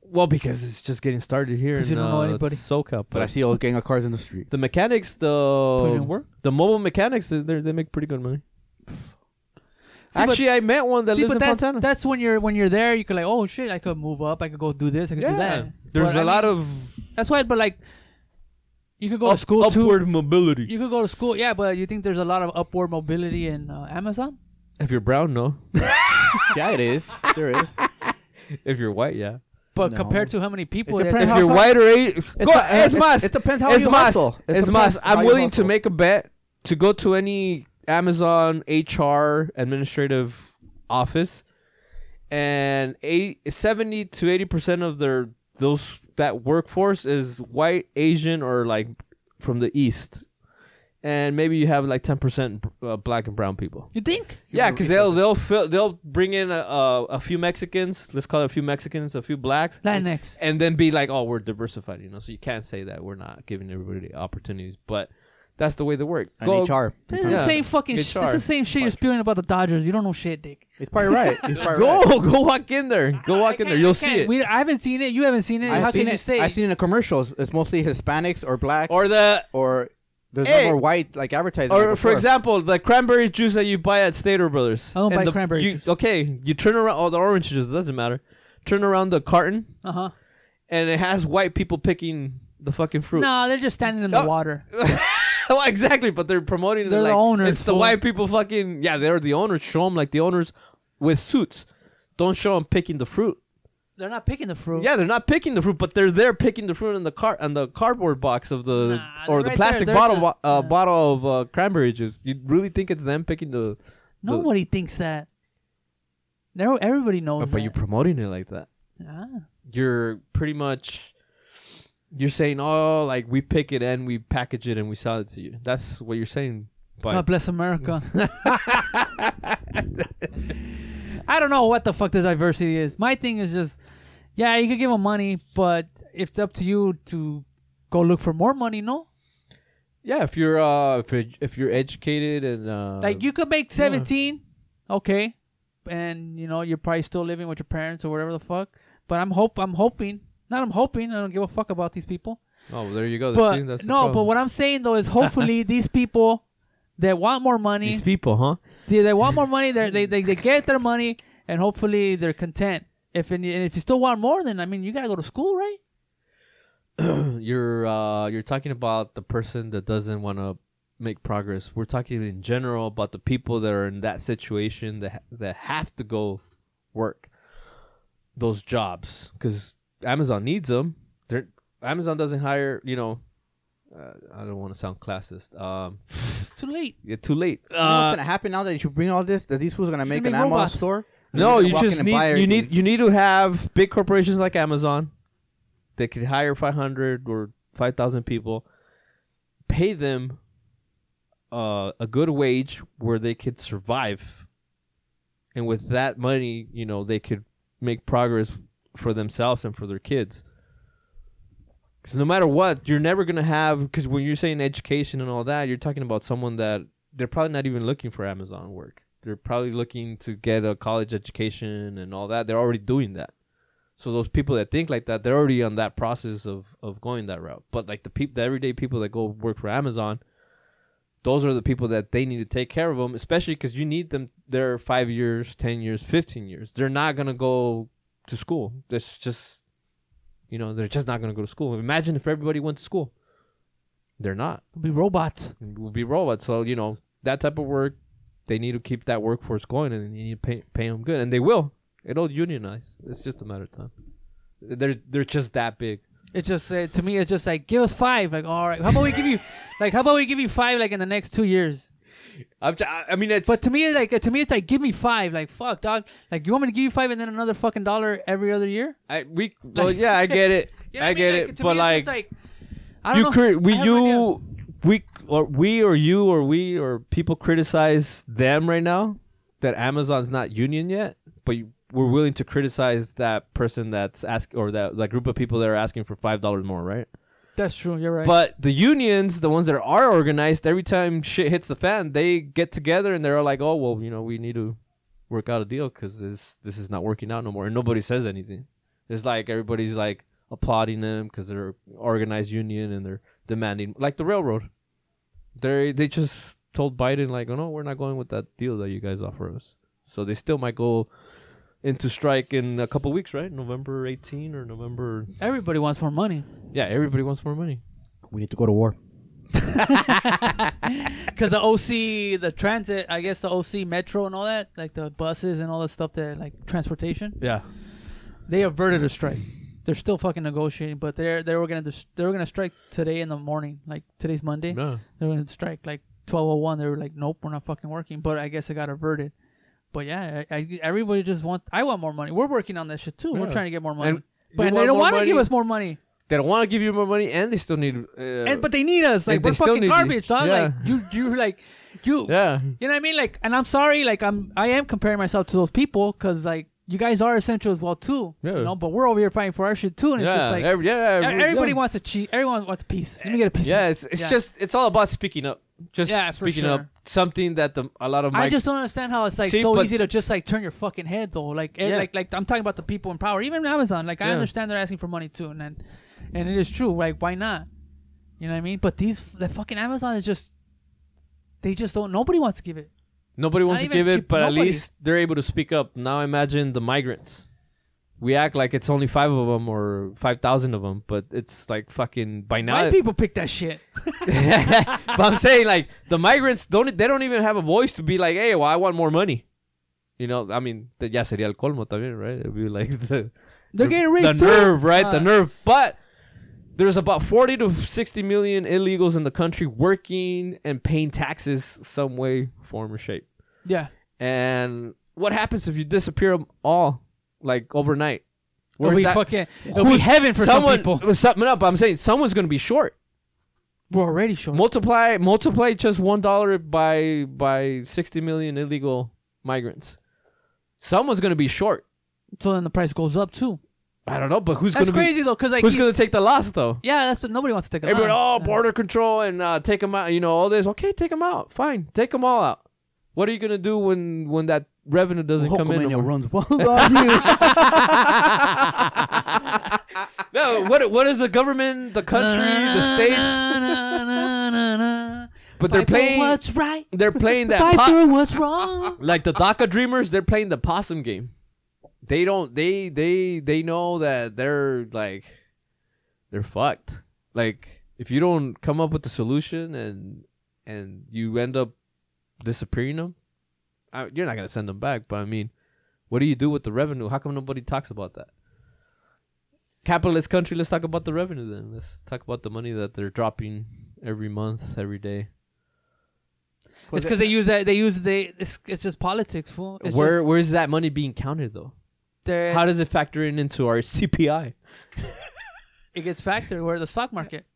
Speaker 3: well because it's just getting started here
Speaker 1: 'Cause
Speaker 3: in
Speaker 1: you don't know
Speaker 3: uh,
Speaker 1: anybody.
Speaker 3: SoCal.
Speaker 2: but I
Speaker 3: But
Speaker 2: see a whole gang of cars in the street.
Speaker 3: the mechanics,
Speaker 1: Put in
Speaker 3: the
Speaker 1: work.
Speaker 3: the mobile mechanics, they they're- they make pretty good money.
Speaker 1: See, but-
Speaker 3: Actually, I met one that
Speaker 1: See,
Speaker 3: lives
Speaker 1: but
Speaker 3: in
Speaker 1: that's,
Speaker 3: Fontana.
Speaker 1: that's when you're when you're there. You could like, oh shit, I could move up. I could go do this. I could do that.
Speaker 3: There's
Speaker 1: But, I
Speaker 3: a lot of
Speaker 1: mean, That's why. But like, you could go
Speaker 3: up-
Speaker 1: to school
Speaker 3: upward
Speaker 1: too.
Speaker 3: mobility.
Speaker 1: You could go to school. Yeah, but you think there's a lot of upward mobility in uh, Amazon?
Speaker 3: If you're brown, no.
Speaker 2: yeah, it is. There is.
Speaker 3: If you're white, yeah.
Speaker 1: But
Speaker 2: No.
Speaker 1: compared to how many people,
Speaker 2: It
Speaker 1: that-
Speaker 2: depends
Speaker 3: If
Speaker 2: How's
Speaker 3: you're
Speaker 2: that?
Speaker 3: white or eight, go,
Speaker 2: not-
Speaker 3: es
Speaker 2: it-
Speaker 3: más,
Speaker 2: It depends how
Speaker 3: es
Speaker 2: you
Speaker 3: más,
Speaker 2: hustle. It
Speaker 3: es
Speaker 2: depends
Speaker 3: más.
Speaker 2: how
Speaker 3: I'm
Speaker 2: you
Speaker 3: willing to
Speaker 2: hustle.
Speaker 3: make a bet to go to any Amazon HR administrative office, and eight, 70 to eighty percent of their those that workforce is white, Asian, or like from the East, and maybe you have like ten percent uh, black and brown people.
Speaker 1: you think?
Speaker 3: Yeah, because they'll they'll fill, they'll bring in a, a a few Mexicans. Let's call it a few Mexicans, a few blacks,
Speaker 1: Latinx.
Speaker 3: and then be like, oh, we're diversified, you know. So you can't say that we're not giving everybody the opportunities, but that's the way they work.
Speaker 2: An
Speaker 3: Go-
Speaker 2: HR.
Speaker 1: This is
Speaker 3: Yeah.
Speaker 1: the same fucking.
Speaker 3: Good
Speaker 1: Sh-
Speaker 3: chart.
Speaker 1: this is the same shit you're spewing about the Dodgers. You don't know shit, Dick.
Speaker 2: He's probably right. He's probably
Speaker 3: Go,
Speaker 2: right.
Speaker 3: go walk in there. Go
Speaker 1: I
Speaker 3: walk in there.
Speaker 1: can't- I
Speaker 3: You'll see
Speaker 1: can't.
Speaker 3: it.
Speaker 1: We, I haven't seen it. You haven't seen it.
Speaker 2: I've
Speaker 1: how
Speaker 2: seen
Speaker 1: can you
Speaker 2: it-
Speaker 1: say?
Speaker 2: I've seen it in the commercials. It's mostly Hispanics or blacks
Speaker 3: Or the
Speaker 2: or there's
Speaker 3: Hey.
Speaker 2: no more white like advertising.
Speaker 3: or
Speaker 2: like
Speaker 3: for
Speaker 2: before.
Speaker 3: example, the cranberry juice that you buy at Stater Brothers.
Speaker 1: I don't
Speaker 3: And
Speaker 1: buy
Speaker 3: the-
Speaker 1: cranberry
Speaker 3: you-
Speaker 1: juice.
Speaker 3: Okay, you turn around. Oh, the orange juice doesn't matter. Turn around the carton,
Speaker 1: Uh huh.
Speaker 3: and it has white people picking the fucking fruit.
Speaker 1: No, they're just standing in the
Speaker 3: Oh.
Speaker 1: water.
Speaker 3: well, exactly, but they're promoting. it
Speaker 1: They're the
Speaker 3: like,
Speaker 1: owners,
Speaker 3: It's the
Speaker 1: fool.
Speaker 3: white people. Fucking yeah, they're the owners. Show them like the owners with suits. Don't show them picking the fruit.
Speaker 1: They're not picking the fruit.
Speaker 3: Yeah, they're not picking the fruit, but they're there picking the fruit in the car on the cardboard box of the
Speaker 1: Nah, they're
Speaker 3: or the
Speaker 1: right
Speaker 3: plastic
Speaker 1: there, they're
Speaker 3: bottle
Speaker 1: the-
Speaker 3: bo- uh,
Speaker 1: yeah.
Speaker 3: bottle of uh, cranberry juice. You really think it's them picking the? the-
Speaker 1: Nobody thinks that. No, everybody
Speaker 3: Oh,
Speaker 1: knows.
Speaker 3: but
Speaker 1: that.
Speaker 3: you're promoting it like that.
Speaker 1: Ah.
Speaker 3: You're pretty much. You're saying, oh, like we pick it and we package it and we sell it to you. That's what you're saying. By
Speaker 1: God bless America. I don't know what the fuck this diversity is. My thing is just, yeah, you could give them money, but it's up to you to go look for more money. No,
Speaker 3: Uh, Yeah, if you're uh if you're, if you're educated and uh
Speaker 1: like you could make seventeen, okay, and you know you're probably still living with your parents or whatever the fuck. But I'm hope I'm hoping, not I'm hoping. I don't give a fuck about these people.
Speaker 3: Oh, there you go.
Speaker 1: but
Speaker 3: See, that's the
Speaker 1: no, but
Speaker 3: problem.
Speaker 1: what I'm saying though is hopefully these people that want more money,
Speaker 3: these people, huh?
Speaker 1: they, they want more money. They they they they get their money, and hopefully they're content. If and if you still want more, then I mean you gotta go to school, right?
Speaker 3: You're uh you're talking about the person that doesn't want to make progress. We're talking in general about the people that are in that situation that ha- that have to go work those jobs because Amazon needs them. They're, Amazon doesn't hire, you know. Uh, I don't want to sound classist. Um,
Speaker 1: Too late.
Speaker 3: yeah, too late.
Speaker 2: You know what's
Speaker 3: Uh,
Speaker 2: gonna happen now that you bring all this? That these fools are gonna make
Speaker 1: make
Speaker 2: an Amazon
Speaker 1: robots.
Speaker 2: store?
Speaker 3: no,
Speaker 2: can
Speaker 3: you
Speaker 2: walk in
Speaker 3: just
Speaker 2: and
Speaker 3: need
Speaker 2: buy
Speaker 3: you
Speaker 2: everything.
Speaker 3: need you need to have big corporations like Amazon that could hire 500 or 5,000 people, pay them uh, a good wage where they could survive, and with that money, you know, they could make progress for themselves and for their kids. Because no matter what, you're never gonna have. Because when you're saying education and all that, you're talking about someone that they're probably not even looking for Amazon work. They're probably looking to get a college education and all that. They're already doing that. So those people that think like that, they're already on that process of of going that route. But like the people, the everyday people that go work for Amazon, those are the people that they need to take care of them, especially because you need them there five years, ten years, fifteen years. They're not gonna go to school. That's just, you know, they're just not gonna go to school. Imagine if everybody went to school. They're not
Speaker 1: It'll be robots.
Speaker 3: will be robots. So you know that type of work, they need to keep that workforce going, and you need to pay pay them good, and they will. It'll unionize. It's just a matter of time. They're they're just that big.
Speaker 1: It's just uh, to me, it's just like give us five. Like all right, how about we give you, like how about we give you five like in the next two years.
Speaker 3: I'm j- I I mean, it's
Speaker 1: But to me, like to me, it's like give me five. Like fuck, dog. Like you want me to give you five and then another fucking dollar every other year?
Speaker 3: I, we. Well, yeah, I get it.
Speaker 1: You know
Speaker 3: I,
Speaker 1: what mean?
Speaker 3: get
Speaker 1: Like,
Speaker 3: it.
Speaker 1: to
Speaker 3: But
Speaker 1: me, it's
Speaker 3: like,
Speaker 1: just I
Speaker 3: you,
Speaker 1: don't know.
Speaker 3: cri- we,
Speaker 1: I have no idea.
Speaker 3: you, we, or we, or you, or we, or people criticize them right now that Amazon's not union yet, but you, we're willing to criticize that person that's ask or that that group of people that are asking for five dollars more, right?
Speaker 1: That's true. You're right.
Speaker 3: But the unions, the ones that are organized, every time shit hits the fan, they get together and they're all like, "Oh, well, you know, we need to work out a deal because this this is not working out no more." And nobody says anything. It's like everybody's like applauding them because they're organized union and they're demanding, like the railroad. They they just told Biden like, "Oh no, we're not going with that deal that you guys offer us." So they still might go into strike in a couple weeks, right? November 18 or November.
Speaker 1: everybody wants more money
Speaker 3: Yeah, everybody wants more money.
Speaker 2: We need to go to war.
Speaker 1: because the OC, the transit, I guess the OC metro and all that, like the buses and all that stuff that like transportation,
Speaker 3: Yeah.
Speaker 1: they averted a strike. They're still fucking negotiating, but they're they were gonna dis- they were gonna strike today in the morning. Like today's Monday,
Speaker 3: No.
Speaker 1: they were gonna strike like twelve oh one. They were like, nope, we're not fucking working. But I guess it got averted. But yeah, I, I, everybody just want. I want more money. We're working on that shit too. We're
Speaker 3: Yeah.
Speaker 1: trying to get more money,
Speaker 3: And
Speaker 1: but
Speaker 3: we
Speaker 1: they
Speaker 3: want
Speaker 1: don't
Speaker 3: more
Speaker 1: want to give
Speaker 3: money.
Speaker 1: us more money.
Speaker 3: They don't want to give you more money, and they still need. Uh,
Speaker 1: and but they need us. Like
Speaker 3: they-
Speaker 1: we're
Speaker 3: they still
Speaker 1: fucking
Speaker 3: need you.
Speaker 1: garbage, dog.
Speaker 3: Yeah.
Speaker 1: Like you, you like you.
Speaker 3: yeah,
Speaker 1: You know what I mean? Like, and I'm sorry. Like I'm, I am comparing myself to those people because like you guys are essential as well too.
Speaker 3: Yeah.
Speaker 1: You know, but we're over here fighting for our shit too, and it's
Speaker 3: yeah,
Speaker 1: just like
Speaker 3: every- yeah,
Speaker 1: e-
Speaker 3: every-
Speaker 1: everybody
Speaker 3: yeah.
Speaker 1: wants a cheat. Everyone wants a piece. Let me get a piece.
Speaker 3: Yeah, it's it's
Speaker 1: Yeah.
Speaker 3: just it's all about speaking up. Just
Speaker 1: Yeah, for
Speaker 3: speaking up.
Speaker 1: sure.
Speaker 3: Something that the a lot of my
Speaker 1: I just don't understand how it's like
Speaker 3: See,
Speaker 1: so
Speaker 3: but-
Speaker 1: easy to just like turn your fucking head though. Like, eh,
Speaker 3: Yeah.
Speaker 1: like, like I'm talking about the people in power, even Amazon. Like, I
Speaker 3: Yeah.
Speaker 1: understand they're asking for money too, and then, and it is true. Like, why not? You know what I mean? But these, the fucking Amazon is just, they just don't. Nobody wants to give it.
Speaker 3: nobody wants to
Speaker 1: not
Speaker 3: give
Speaker 1: even
Speaker 3: it,
Speaker 1: keep-
Speaker 3: but at
Speaker 1: nobody.
Speaker 3: least they're able to speak up. Now imagine the migrants. We act like it's only five of them or five thousand of them, but it's like fucking by now.
Speaker 1: White people pick that shit.
Speaker 3: but I'm saying like the migrants don't they don't even have a voice to be like, hey, well, I want more money. You know, I mean, the, ya sería el colmo también, right? It'd be like the
Speaker 1: They're
Speaker 3: the-
Speaker 1: getting rich
Speaker 3: The
Speaker 1: too.
Speaker 3: nerve, right? the
Speaker 1: Uh,
Speaker 3: nerve. But there's about 40 to 60 million illegals in the country working and paying taxes some way, form, or shape.
Speaker 1: Yeah.
Speaker 3: And what happens if you disappear 'em all, like overnight?
Speaker 1: It'll
Speaker 3: Where's
Speaker 1: be
Speaker 3: that-
Speaker 1: fucking. It'll be heaven for
Speaker 3: someone,
Speaker 1: some people.
Speaker 3: Something up. I'm saying someone's going to be short.
Speaker 1: We're already short.
Speaker 3: Multiply multiply just one dollar by by 60 million illegal migrants. Someone's going to be short.
Speaker 1: so then the price goes up too.
Speaker 3: I don't know, but who's going
Speaker 1: That's
Speaker 3: to be?
Speaker 1: crazy though, because like,
Speaker 3: Who's
Speaker 1: you-
Speaker 3: going to take the loss though?
Speaker 1: yeah, that's what nobody wants to take. a
Speaker 3: Everyone,
Speaker 1: loan.
Speaker 3: oh,
Speaker 1: Yeah.
Speaker 3: border control and uh, take them out. You know all this. Okay, take them out. Fine, take them all out. What are you gonna do when when that revenue doesn't come in? no
Speaker 2: Hulkamania
Speaker 3: more?
Speaker 2: runs wild on you.
Speaker 3: no, what what is the government, the country, the states? But they're
Speaker 1: Fight for
Speaker 3: playing.
Speaker 1: what's right.
Speaker 3: They're playing that
Speaker 1: Fight
Speaker 3: po-
Speaker 1: for what's wrong.
Speaker 3: like the DACA dreamers. They're playing the possum game. They don't. They they they know that they're like they're fucked. Like if you don't come up with the solution and and you end up disappearing them, I, you're not gonna send them back. But I mean, what do you do with the revenue? How come nobody talks about that? Capitalist country. Let's talk about the revenue then. Let's talk about the money that they're dropping every month, every day.
Speaker 1: It's because they use that. They use they. It's, it's just politics, fool. It's
Speaker 3: Where
Speaker 1: just,
Speaker 3: where is that money being counted though?
Speaker 1: they're-
Speaker 3: How does it factor in into our CPI?
Speaker 1: it gets factored? Where the stock market.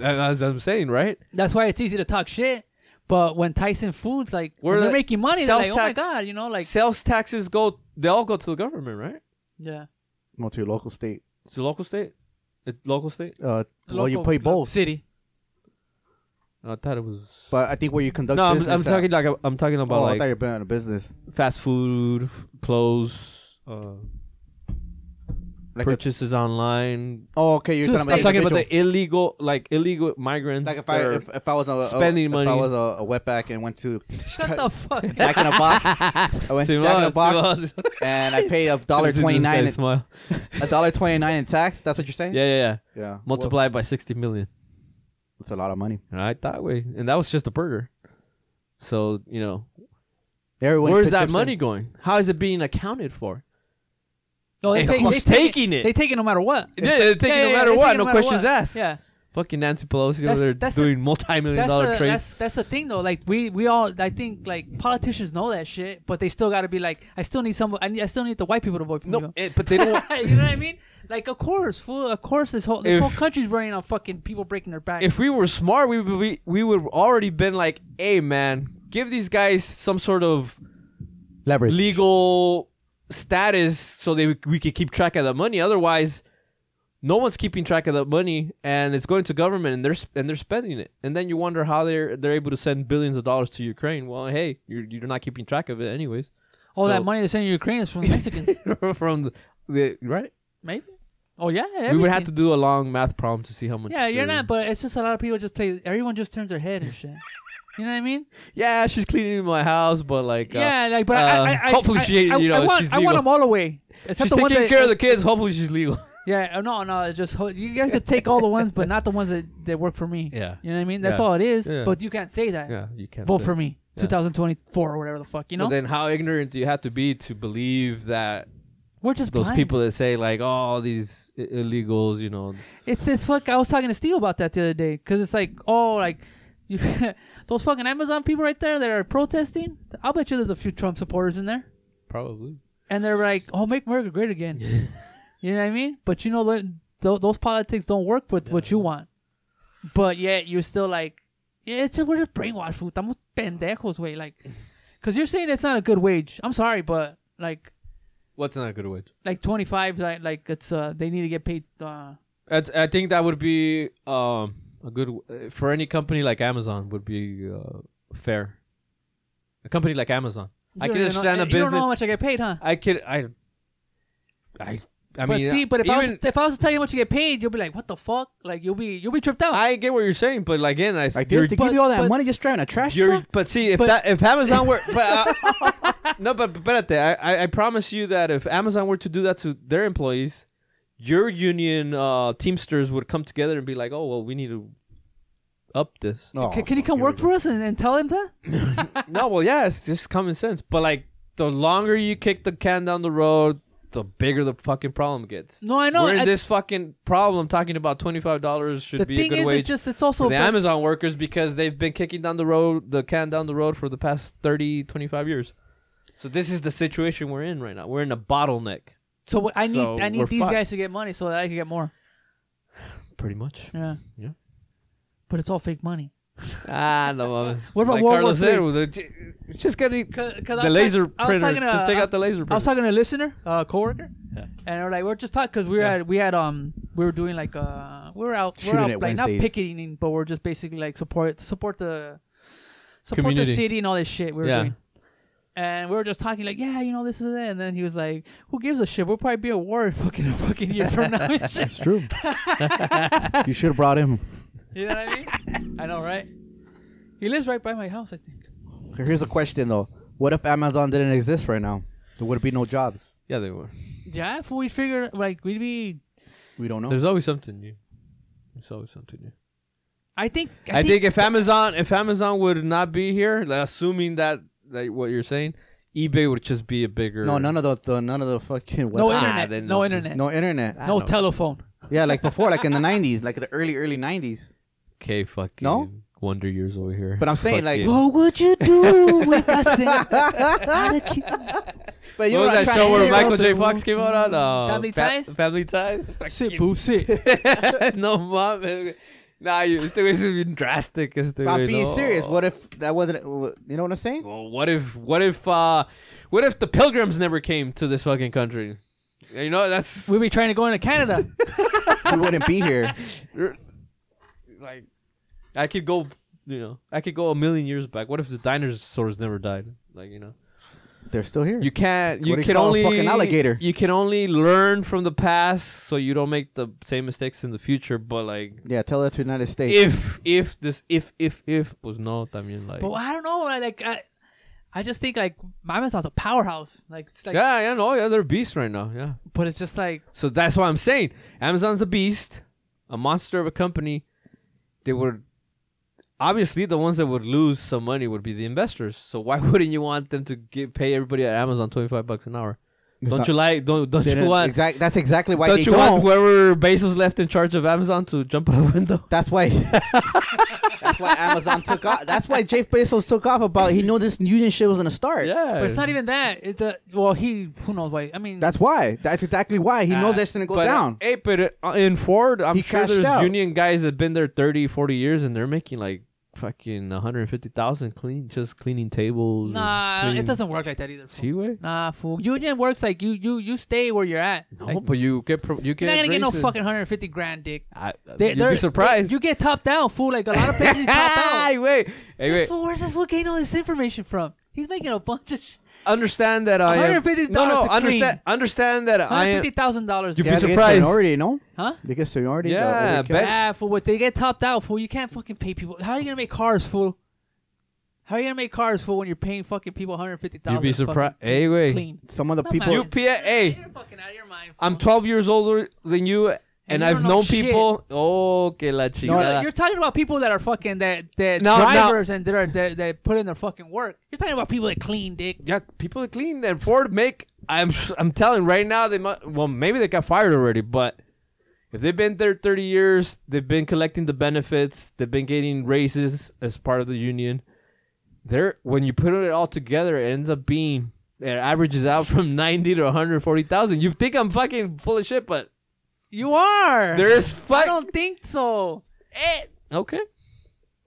Speaker 3: As I'm saying, right?
Speaker 1: That's why it's easy to talk shit. But when Tyson Foods like when
Speaker 3: Where
Speaker 1: they're
Speaker 3: the
Speaker 1: making money, they're like,
Speaker 3: sales
Speaker 1: oh my
Speaker 3: tax-
Speaker 1: god, you know, like
Speaker 3: sales taxes go. They all go to the government, right?
Speaker 1: yeah,
Speaker 2: Well, to your local state.
Speaker 3: To local state, It- local state.
Speaker 2: Uh, well, you
Speaker 1: Local-
Speaker 2: pay both,
Speaker 1: city.
Speaker 3: I thought it was.
Speaker 2: but I think where you conduct
Speaker 3: no, I'm,
Speaker 2: business.
Speaker 3: I'm
Speaker 2: at-
Speaker 3: talking like I'm talking about
Speaker 2: oh, I
Speaker 3: like
Speaker 2: thought you were being a business.
Speaker 3: fast food, f- clothes, uh,
Speaker 2: Like a-
Speaker 3: purchases online.
Speaker 2: oh, okay. You're
Speaker 1: Just-
Speaker 2: talking about,
Speaker 3: I'm talking about
Speaker 2: individual.
Speaker 3: the illegal, like illegal migrants.
Speaker 2: Like if I
Speaker 3: that are-
Speaker 2: if, if I was a, a
Speaker 3: spending
Speaker 2: if
Speaker 3: money.
Speaker 2: I was a, a wetback and went to
Speaker 1: Shut the fuck. up.
Speaker 2: Jack in a Box, I went to Jack in a
Speaker 3: Simon,
Speaker 2: Box,
Speaker 3: Simon.
Speaker 2: and I paid a dollar
Speaker 3: This is
Speaker 2: twenty
Speaker 3: this
Speaker 2: nine,
Speaker 3: guy's smile.
Speaker 2: a dollar twenty nine in tax. That's what you're saying?
Speaker 3: Yeah, yeah, yeah.
Speaker 2: yeah.
Speaker 3: Multiplied by sixty million.
Speaker 2: Well, That's a lot of money.
Speaker 3: Right that way, and that was just a burger. So you know,
Speaker 2: Everyone
Speaker 3: where's
Speaker 2: put
Speaker 3: that
Speaker 2: chips
Speaker 3: money
Speaker 2: in.
Speaker 3: going? How is it being accounted for?
Speaker 1: No, they
Speaker 3: Hey,
Speaker 1: take,
Speaker 3: who's
Speaker 1: they take
Speaker 3: taking it?
Speaker 1: They take it no matter what.
Speaker 3: Yeah, they're taking
Speaker 1: Yeah,
Speaker 3: no
Speaker 1: yeah,
Speaker 3: matter
Speaker 1: they take
Speaker 3: what,
Speaker 1: it
Speaker 3: no,
Speaker 1: matter
Speaker 3: questions
Speaker 1: what.
Speaker 3: asked.
Speaker 1: Yeah,
Speaker 3: Fucking Nancy Pelosi
Speaker 1: That's-
Speaker 3: over there
Speaker 1: that's a-
Speaker 3: doing multi-million
Speaker 1: that's
Speaker 3: dollar
Speaker 1: the,
Speaker 3: trades.
Speaker 1: that's that's the thing though. Like we we all I think like politicians know that shit, but they still got to be like, I still need some. I, need, I still need the white people to vote for me.
Speaker 3: No, eh, but they don't.
Speaker 1: you know what I mean? Like, of course, fool. Of course, this whole this
Speaker 3: If-
Speaker 1: whole country's running on fucking people breaking their back.
Speaker 3: if we were smart, we would be, we would have already been like, hey man, give these guys some sort of
Speaker 2: Leverage.
Speaker 3: legal status so they we could keep track of the money. Otherwise, no one's keeping track of the money, and it's going to government, and they're sp- and they're spending it. And then you wonder how they're they're able to send billions of dollars to Ukraine. Well, hey, you're you're not keeping track of it, anyways.
Speaker 1: all
Speaker 3: So-
Speaker 1: that money they're sending Ukrainians from the Mexicans,
Speaker 3: from the, the right,
Speaker 1: maybe. Oh yeah,
Speaker 3: we would have
Speaker 1: everything.
Speaker 3: to do a long math problem to see how much.
Speaker 1: Yeah, you're
Speaker 3: they're-
Speaker 1: not. But it's just a lot of people just play. Everyone just turns their head and shit. You know what I mean?
Speaker 3: yeah, she's cleaning my house, but like, uh,
Speaker 1: yeah, like, but
Speaker 3: uh,
Speaker 1: I, I, I,
Speaker 3: hopefully
Speaker 1: I,
Speaker 3: she-
Speaker 1: I,
Speaker 3: you know,
Speaker 1: I want,
Speaker 3: she's
Speaker 1: I want
Speaker 3: legal.
Speaker 1: them all away. Except
Speaker 3: she's
Speaker 1: the one
Speaker 3: taking
Speaker 1: that,
Speaker 3: care of the kids. Hopefully, she's legal.
Speaker 1: Yeah, uh, no, no. it's Just ho- you guys could take all the ones, but not the ones that, that work for me.
Speaker 3: Yeah.
Speaker 1: You know what I mean? That's
Speaker 3: Yeah.
Speaker 1: all it is.
Speaker 3: Yeah.
Speaker 1: But you can't say that.
Speaker 3: Yeah, you can't
Speaker 1: Vote
Speaker 3: say-
Speaker 1: for me,
Speaker 3: Yeah.
Speaker 1: 2024 or whatever the fuck. You know,
Speaker 3: But then, how ignorant do you have to be to believe that
Speaker 1: we're just
Speaker 3: those
Speaker 1: blind.
Speaker 3: people that say like, "Oh, these i- illegals," you know,
Speaker 1: It's it's fuck. I was talking to Steve about that the other day because it's like, oh, like you, those fucking Amazon people right there that are protesting. I'll bet you there's a few Trump supporters in there,
Speaker 3: probably.
Speaker 1: and they're like, oh, make America great again. you know what I mean? But you know, th- th- those politics don't work with what you want. But yet you're still like, yeah, it's just we're just brainwashed. Food. Estamos pendejos, way. Like, because you're saying it's not a good wage. I'm sorry, but like,
Speaker 3: What's not a good wage?
Speaker 1: like 25, like, like it's uh, they need to get paid. Uh,
Speaker 3: That's, I think that would be um, a good w- for any company like Amazon would be uh, fair. A company like Amazon, I
Speaker 1: you
Speaker 3: can
Speaker 1: don't even know- eh,
Speaker 3: understand a
Speaker 1: You don't know
Speaker 3: business.
Speaker 1: how much I get paid, huh?
Speaker 3: I can I, I, I
Speaker 1: But
Speaker 3: mean,
Speaker 1: see, but if I was
Speaker 3: even-
Speaker 1: if I was to tell you how much you get paid, you'll be like, "What the fuck?" Like you'll be you'll be tripped out.
Speaker 3: I get what you're saying, but like again, I s-
Speaker 2: Like
Speaker 3: you're-
Speaker 2: this, to give
Speaker 1: but-
Speaker 2: you all that
Speaker 1: but-
Speaker 2: money, just driving a trash
Speaker 3: You're,
Speaker 2: truck.
Speaker 3: but see, if
Speaker 1: But-
Speaker 3: that if Amazon were, but uh, no, but but I, I I promise you that if Amazon were to do that to their employees, your union uh, Teamsters would come together and be like, oh well, we need to up this.
Speaker 2: Oh,
Speaker 1: Can, can you come
Speaker 2: here we
Speaker 1: work
Speaker 2: go.
Speaker 1: for us and, and tell him that?
Speaker 3: no, well, yeah, it's just common sense. But like, the longer you kick the can down the road, the bigger the fucking problem gets.
Speaker 1: No, I know.
Speaker 3: We're in
Speaker 1: I-
Speaker 3: this fucking problem talking about twenty five dollars should
Speaker 1: The
Speaker 3: be a
Speaker 1: thing
Speaker 3: good
Speaker 1: is,
Speaker 3: wage.
Speaker 1: it's just it's
Speaker 3: for
Speaker 1: also
Speaker 3: the
Speaker 1: but-
Speaker 3: Amazon workers because they've been kicking down the road, the can down the road for the past 30, 25 years. So this is the situation we're in right now. We're in a bottleneck,
Speaker 1: so what- I need
Speaker 3: so
Speaker 1: I
Speaker 3: we're
Speaker 1: need these
Speaker 3: fucked.
Speaker 1: guys to get money so that I can get more.
Speaker 3: pretty much.
Speaker 1: Yeah.
Speaker 3: Yeah.
Speaker 1: But it's all fake money.
Speaker 3: ah, no. uh,
Speaker 1: What about
Speaker 3: like
Speaker 1: World
Speaker 3: Carlos
Speaker 1: War
Speaker 3: said,
Speaker 1: III?
Speaker 3: with the- j- just getting
Speaker 1: Cause, cause I was
Speaker 3: the
Speaker 1: talk-
Speaker 3: laser
Speaker 1: I was
Speaker 3: printer.
Speaker 1: talking to-
Speaker 3: Just take
Speaker 1: I was-
Speaker 3: out the laser printer.
Speaker 1: I was talking to a listener, a coworker,
Speaker 3: Yeah.
Speaker 1: and we're like, we're just talking because we were
Speaker 3: Yeah.
Speaker 1: at, we had um we were doing like uh we we're out
Speaker 2: Shooting
Speaker 1: we're out
Speaker 2: at
Speaker 1: like not
Speaker 2: Wednesdays.
Speaker 1: picketing, but we're just basically like support support the support
Speaker 3: Community.
Speaker 1: the city and all this shit we were
Speaker 3: Yeah.
Speaker 1: doing. And we were just talking like, yeah, you know, this is it. And then he was like, "Who gives a shit? We'll probably be at war in fucking a fucking year from now." and shit."
Speaker 2: It's true. you should have brought him.
Speaker 1: you know what I mean? I know, right? He lives right by my house, I think.
Speaker 2: Here's a question though: What if Amazon didn't exist right now? There would be no jobs.
Speaker 3: yeah, they were.
Speaker 1: Yeah, if we figured like we'd be
Speaker 2: We don't know.
Speaker 3: There's always something new. There's always something new.
Speaker 1: I think.
Speaker 3: I think if Amazon if Amazon would not be here, like, assuming that like what you're saying, eBay would just be a bigger
Speaker 2: No, none of the, the none of the fucking
Speaker 1: no
Speaker 2: web-
Speaker 3: Ah,
Speaker 1: internet,
Speaker 3: then
Speaker 1: no
Speaker 3: no,
Speaker 1: internet, no,
Speaker 2: no internet.
Speaker 3: I know.
Speaker 1: telephone.
Speaker 2: Yeah, like before, like in the '90s, like the early early '90s.
Speaker 3: Okay, fucking
Speaker 2: No?
Speaker 3: Wonder Years over here.
Speaker 2: But I'm saying, like,
Speaker 3: Fucking-
Speaker 2: Whoa,
Speaker 1: What would you do if I said I'd keep-
Speaker 2: But
Speaker 3: what
Speaker 2: know
Speaker 3: was
Speaker 2: I'm trying
Speaker 3: that
Speaker 2: to
Speaker 3: show where
Speaker 2: say,
Speaker 3: Michael
Speaker 2: bro?
Speaker 3: J. Fox came out on? Uh,
Speaker 1: Family Ties?
Speaker 3: Family Ties.
Speaker 1: sit, boo, sit?
Speaker 3: no mom. Nah, you, este güey es bien drastic. Este
Speaker 2: I'm
Speaker 3: güey,
Speaker 2: being
Speaker 3: no.
Speaker 2: serious. What if that wasn't? You know what I'm saying?
Speaker 3: Well, what if? What if? uh What if the Pilgrims never came to this fucking country? You know that's
Speaker 1: We'd be trying to go into Canada.
Speaker 2: we wouldn't be here.
Speaker 3: like I could go. You know, I could go a million years back. What if the dinosaurs never died? Like you know,
Speaker 2: They're still here.
Speaker 3: you can't. You
Speaker 2: What do you
Speaker 3: can
Speaker 2: call a
Speaker 3: only
Speaker 2: fucking alligator?
Speaker 3: You can only learn from the past, so you don't make the same mistakes in the future. But like,
Speaker 2: yeah, tell that to the United States.
Speaker 3: if if this if if if was no, también like.
Speaker 1: but I don't know. I, Like I, I just think like Amazon's a powerhouse. Like it's like,
Speaker 3: yeah, yeah, no, yeah, they're beasts right now. Yeah.
Speaker 1: but it's just like
Speaker 3: So that's why I'm saying Amazon's a beast, a monster of a company. They were obviously the ones that would lose some money would be the investors. So why wouldn't you want them to get, pay everybody at Amazon twenty five bucks an hour?
Speaker 2: It's
Speaker 3: don't
Speaker 2: not-
Speaker 3: you like? Don't don't
Speaker 2: They
Speaker 3: you
Speaker 2: didn't-
Speaker 3: want?
Speaker 2: exact- That's exactly why
Speaker 3: Don't
Speaker 2: they
Speaker 3: you want
Speaker 2: don't.
Speaker 3: whoever Bezos left in charge of Amazon to jump out a window?
Speaker 2: That's why. that's why Amazon took off. That's why Jeff Bezos took off. About he knew this union shit was gonna start.
Speaker 3: Yeah,
Speaker 1: But it's not even that. It's a, well, he who knows why. I mean,
Speaker 2: That's why. That's exactly why he knows that's gonna go
Speaker 3: Uh, But,
Speaker 2: down.
Speaker 3: Hey, but uh, in Ford, I'm
Speaker 2: He
Speaker 3: sure
Speaker 2: cashed
Speaker 3: there's
Speaker 2: out.
Speaker 3: union guys that've been there 30, 40 years, and they're making like fucking 150,000 clean just cleaning tables. and
Speaker 1: nah,
Speaker 3: cleaning-
Speaker 1: it doesn't work like that either. fool.
Speaker 3: See way?
Speaker 1: Nah, fool. Union works like you you you stay where you're at.
Speaker 3: No,
Speaker 1: Like,
Speaker 3: but you get pro- you get.
Speaker 1: you're not gonna get no
Speaker 3: raises.
Speaker 1: fucking 150 grand, dick.
Speaker 3: I,
Speaker 1: They-
Speaker 3: you'd
Speaker 1: they're-
Speaker 3: be surprised.
Speaker 1: they- you get topped out, fool. Like a lot of places top out.
Speaker 3: hey, wait, hey,
Speaker 1: This
Speaker 3: wait.
Speaker 1: fool, where's this fool getting all this information from? He's making a bunch of sh-
Speaker 3: Understand that I am.
Speaker 1: $150
Speaker 3: No, no.
Speaker 1: to
Speaker 3: Understand. Understand that I am.
Speaker 1: hundred fifty thousand dollars.
Speaker 3: You
Speaker 2: Yeah,
Speaker 3: be
Speaker 2: they get
Speaker 3: surprised.
Speaker 2: seniority, no?
Speaker 1: Huh?
Speaker 2: They get seniority.
Speaker 3: Yeah,
Speaker 2: though, over
Speaker 3: bet-
Speaker 2: Cal-
Speaker 1: Ah, fool. What they get topped out, fool. You can't fucking pay people. How are you gonna make cars, fool? How are you gonna make cars, fool, when you're paying fucking people one hundred fifty thousand?
Speaker 3: You'd be surprised. Hey, wait.
Speaker 1: Clean.
Speaker 2: Some of the
Speaker 1: No,
Speaker 2: people.
Speaker 1: man.
Speaker 3: You P Hey,
Speaker 1: You're fucking out of your mind.
Speaker 3: I'm
Speaker 1: fool.
Speaker 3: 12 years older than you, and,
Speaker 1: And you
Speaker 3: I've
Speaker 1: don't know
Speaker 3: known
Speaker 1: shit.
Speaker 3: people. Oh, que la chingada.
Speaker 1: You're talking about people that are fucking that that
Speaker 3: No, no.
Speaker 1: drivers and that are that, that put in their fucking work. You're talking about people that clean, dick.
Speaker 3: yeah, people are clean and Ford make. I'm s- I'm telling right now they must. Well, maybe they got fired already, but if they've been there 30 years, they've been collecting the benefits, they've been getting raises as part of the union. They're when you put it all together, it ends up being it averages out from 90 to 140,000. You think I'm fucking full of shit, but
Speaker 1: You are.
Speaker 3: there's
Speaker 1: I
Speaker 3: fuck.
Speaker 1: don't think so. Eh.
Speaker 3: Okay.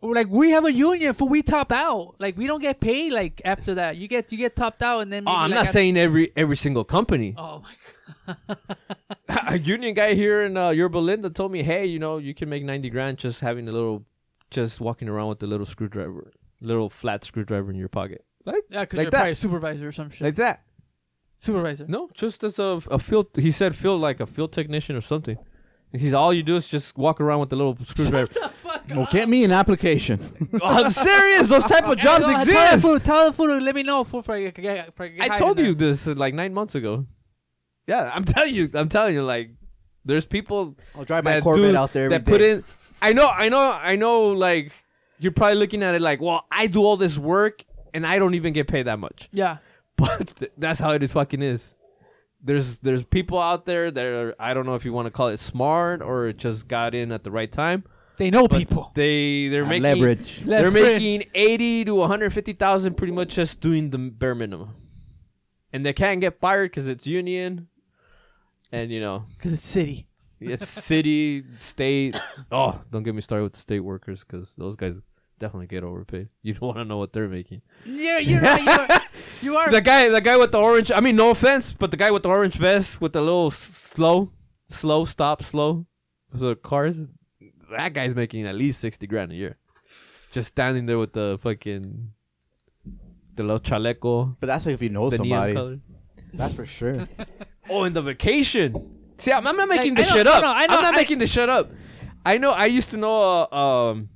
Speaker 1: Like we have a union for we top out. Like we don't get paid. Like after that, you get you get topped out and then.
Speaker 3: Oh,
Speaker 1: maybe,
Speaker 3: I'm
Speaker 1: like,
Speaker 3: not
Speaker 1: after-
Speaker 3: saying every every single company.
Speaker 1: Oh my
Speaker 3: a union guy here in uh, Yorba Linda told me, "Hey, you know, you can make ninety grand just having a little, just walking around with a little screwdriver, little flat screwdriver in your pocket, like
Speaker 1: Yeah, because
Speaker 3: Like
Speaker 1: you're
Speaker 3: that.
Speaker 1: probably a supervisor or some shit.
Speaker 3: like that."
Speaker 1: supervisor.
Speaker 3: No, just as a a field. He said, "Field like a field technician or something." He's all you do is just walk around with a little screwdriver.
Speaker 2: Well, get me an application.
Speaker 3: I'm serious. Those type of jobs
Speaker 1: Yo, Tell the
Speaker 3: exist.
Speaker 1: fool, tell the fool to let me know fool, for I can get- for I can get
Speaker 3: I
Speaker 1: hired
Speaker 3: told
Speaker 1: in
Speaker 3: you
Speaker 1: there.
Speaker 3: this uh, like nine months ago. Yeah, I'm telling you. I'm telling you. Like, there's people
Speaker 2: I'll drive my
Speaker 3: that
Speaker 2: Corvette
Speaker 3: dude
Speaker 2: out there. every
Speaker 3: that put
Speaker 2: day.
Speaker 3: in. I know, I know, I know. Like you're probably looking at it like, well, I do all this work and I don't even get paid that much.
Speaker 1: Yeah.
Speaker 3: But th- that's how it fucking is. There's there's people out there that are I don't know if you want to call it smart or just got in at the right time.
Speaker 1: They know
Speaker 3: But
Speaker 1: people.
Speaker 3: they they're
Speaker 2: And
Speaker 3: making
Speaker 2: leverage.
Speaker 3: They're
Speaker 1: Leverage.
Speaker 3: making eighty to one hundred fifty thousand pretty much just doing the bare minimum, and they can't get fired because it's union, and you know
Speaker 1: Because it's city.
Speaker 3: it's city, state. Oh, don't get me started with the state workers because those guys definitely get overpaid. You don't want to know what they're making.
Speaker 1: Yeah, you're right. You are. You are
Speaker 3: The guy, the guy with the orange. I mean, no offense, but the guy with the orange vest with the little s- slow, slow stop, slow. So the cars. That guy's making at least sixty grand a year, just standing there with the fucking, the little chaleco,
Speaker 2: But that's if you know
Speaker 3: the neon
Speaker 2: somebody.
Speaker 3: color.
Speaker 2: That's for sure.
Speaker 3: Oh, and the vacation. See, I'm, I'm not making
Speaker 1: I
Speaker 3: this
Speaker 1: know-
Speaker 3: shit
Speaker 1: I
Speaker 3: up.
Speaker 1: know- I know-
Speaker 3: I'm not
Speaker 1: I-
Speaker 3: making this shit up. I know. I used to know uh, a um,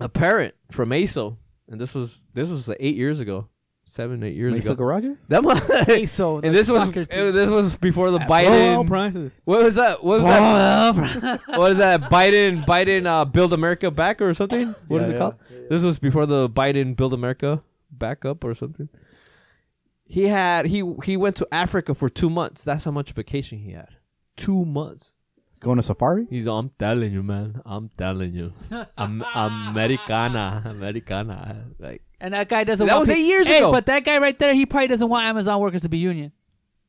Speaker 3: a parent from ASO, and this was this was like eight years ago. seven, eight years
Speaker 2: Mexico
Speaker 3: ago.
Speaker 2: garages?
Speaker 3: That mu-
Speaker 1: Queso,
Speaker 3: and this was
Speaker 1: soccer team.
Speaker 3: and this was before the Biden.
Speaker 2: prices.
Speaker 3: What was that? What was that? what is that? Biden, Biden, uh, build America back or something? What
Speaker 2: Yeah,
Speaker 3: is it
Speaker 2: yeah.
Speaker 3: called? This was before the Biden build America back up or something. He had he he went to Africa for two months. That's how much vacation he had. Two months.
Speaker 2: Going to safari?
Speaker 3: He's I'm telling you, man. I'm telling you. I'm Americana, Americana. Like
Speaker 1: and that guy doesn't.
Speaker 3: That
Speaker 1: want
Speaker 3: was
Speaker 1: peo-
Speaker 3: eight years
Speaker 1: Hey,
Speaker 3: ago.
Speaker 1: But that guy right there, he probably doesn't want Amazon workers to be union.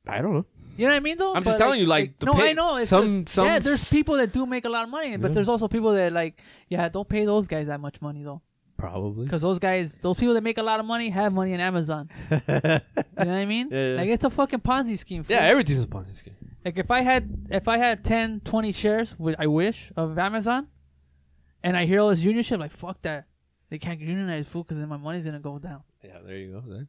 Speaker 3: I don't know.
Speaker 1: You know what I mean, though.
Speaker 3: I'm
Speaker 1: But,
Speaker 3: just telling you, like, the
Speaker 1: no,
Speaker 3: pay-
Speaker 1: I know. It's
Speaker 3: some-
Speaker 1: just-
Speaker 3: some
Speaker 1: yeah.
Speaker 3: s-
Speaker 1: There's people that do make a lot of money, but
Speaker 3: Yeah.
Speaker 1: there's also people that like, yeah, don't pay those guys that much money though,
Speaker 3: Probably.
Speaker 1: because those guys, those people that make a lot of money, have money in Amazon. you know what I mean?
Speaker 3: Yeah, yeah.
Speaker 1: Like it's a fucking Ponzi scheme. fool.
Speaker 3: Yeah, everything's a Ponzi scheme.
Speaker 1: Like if I had if I had 10, 20 shares, wh- I wish of Amazon, and I hear all this union shit, like fuck that, they can't unionize food because then my money's gonna go down.
Speaker 3: Yeah, there you go.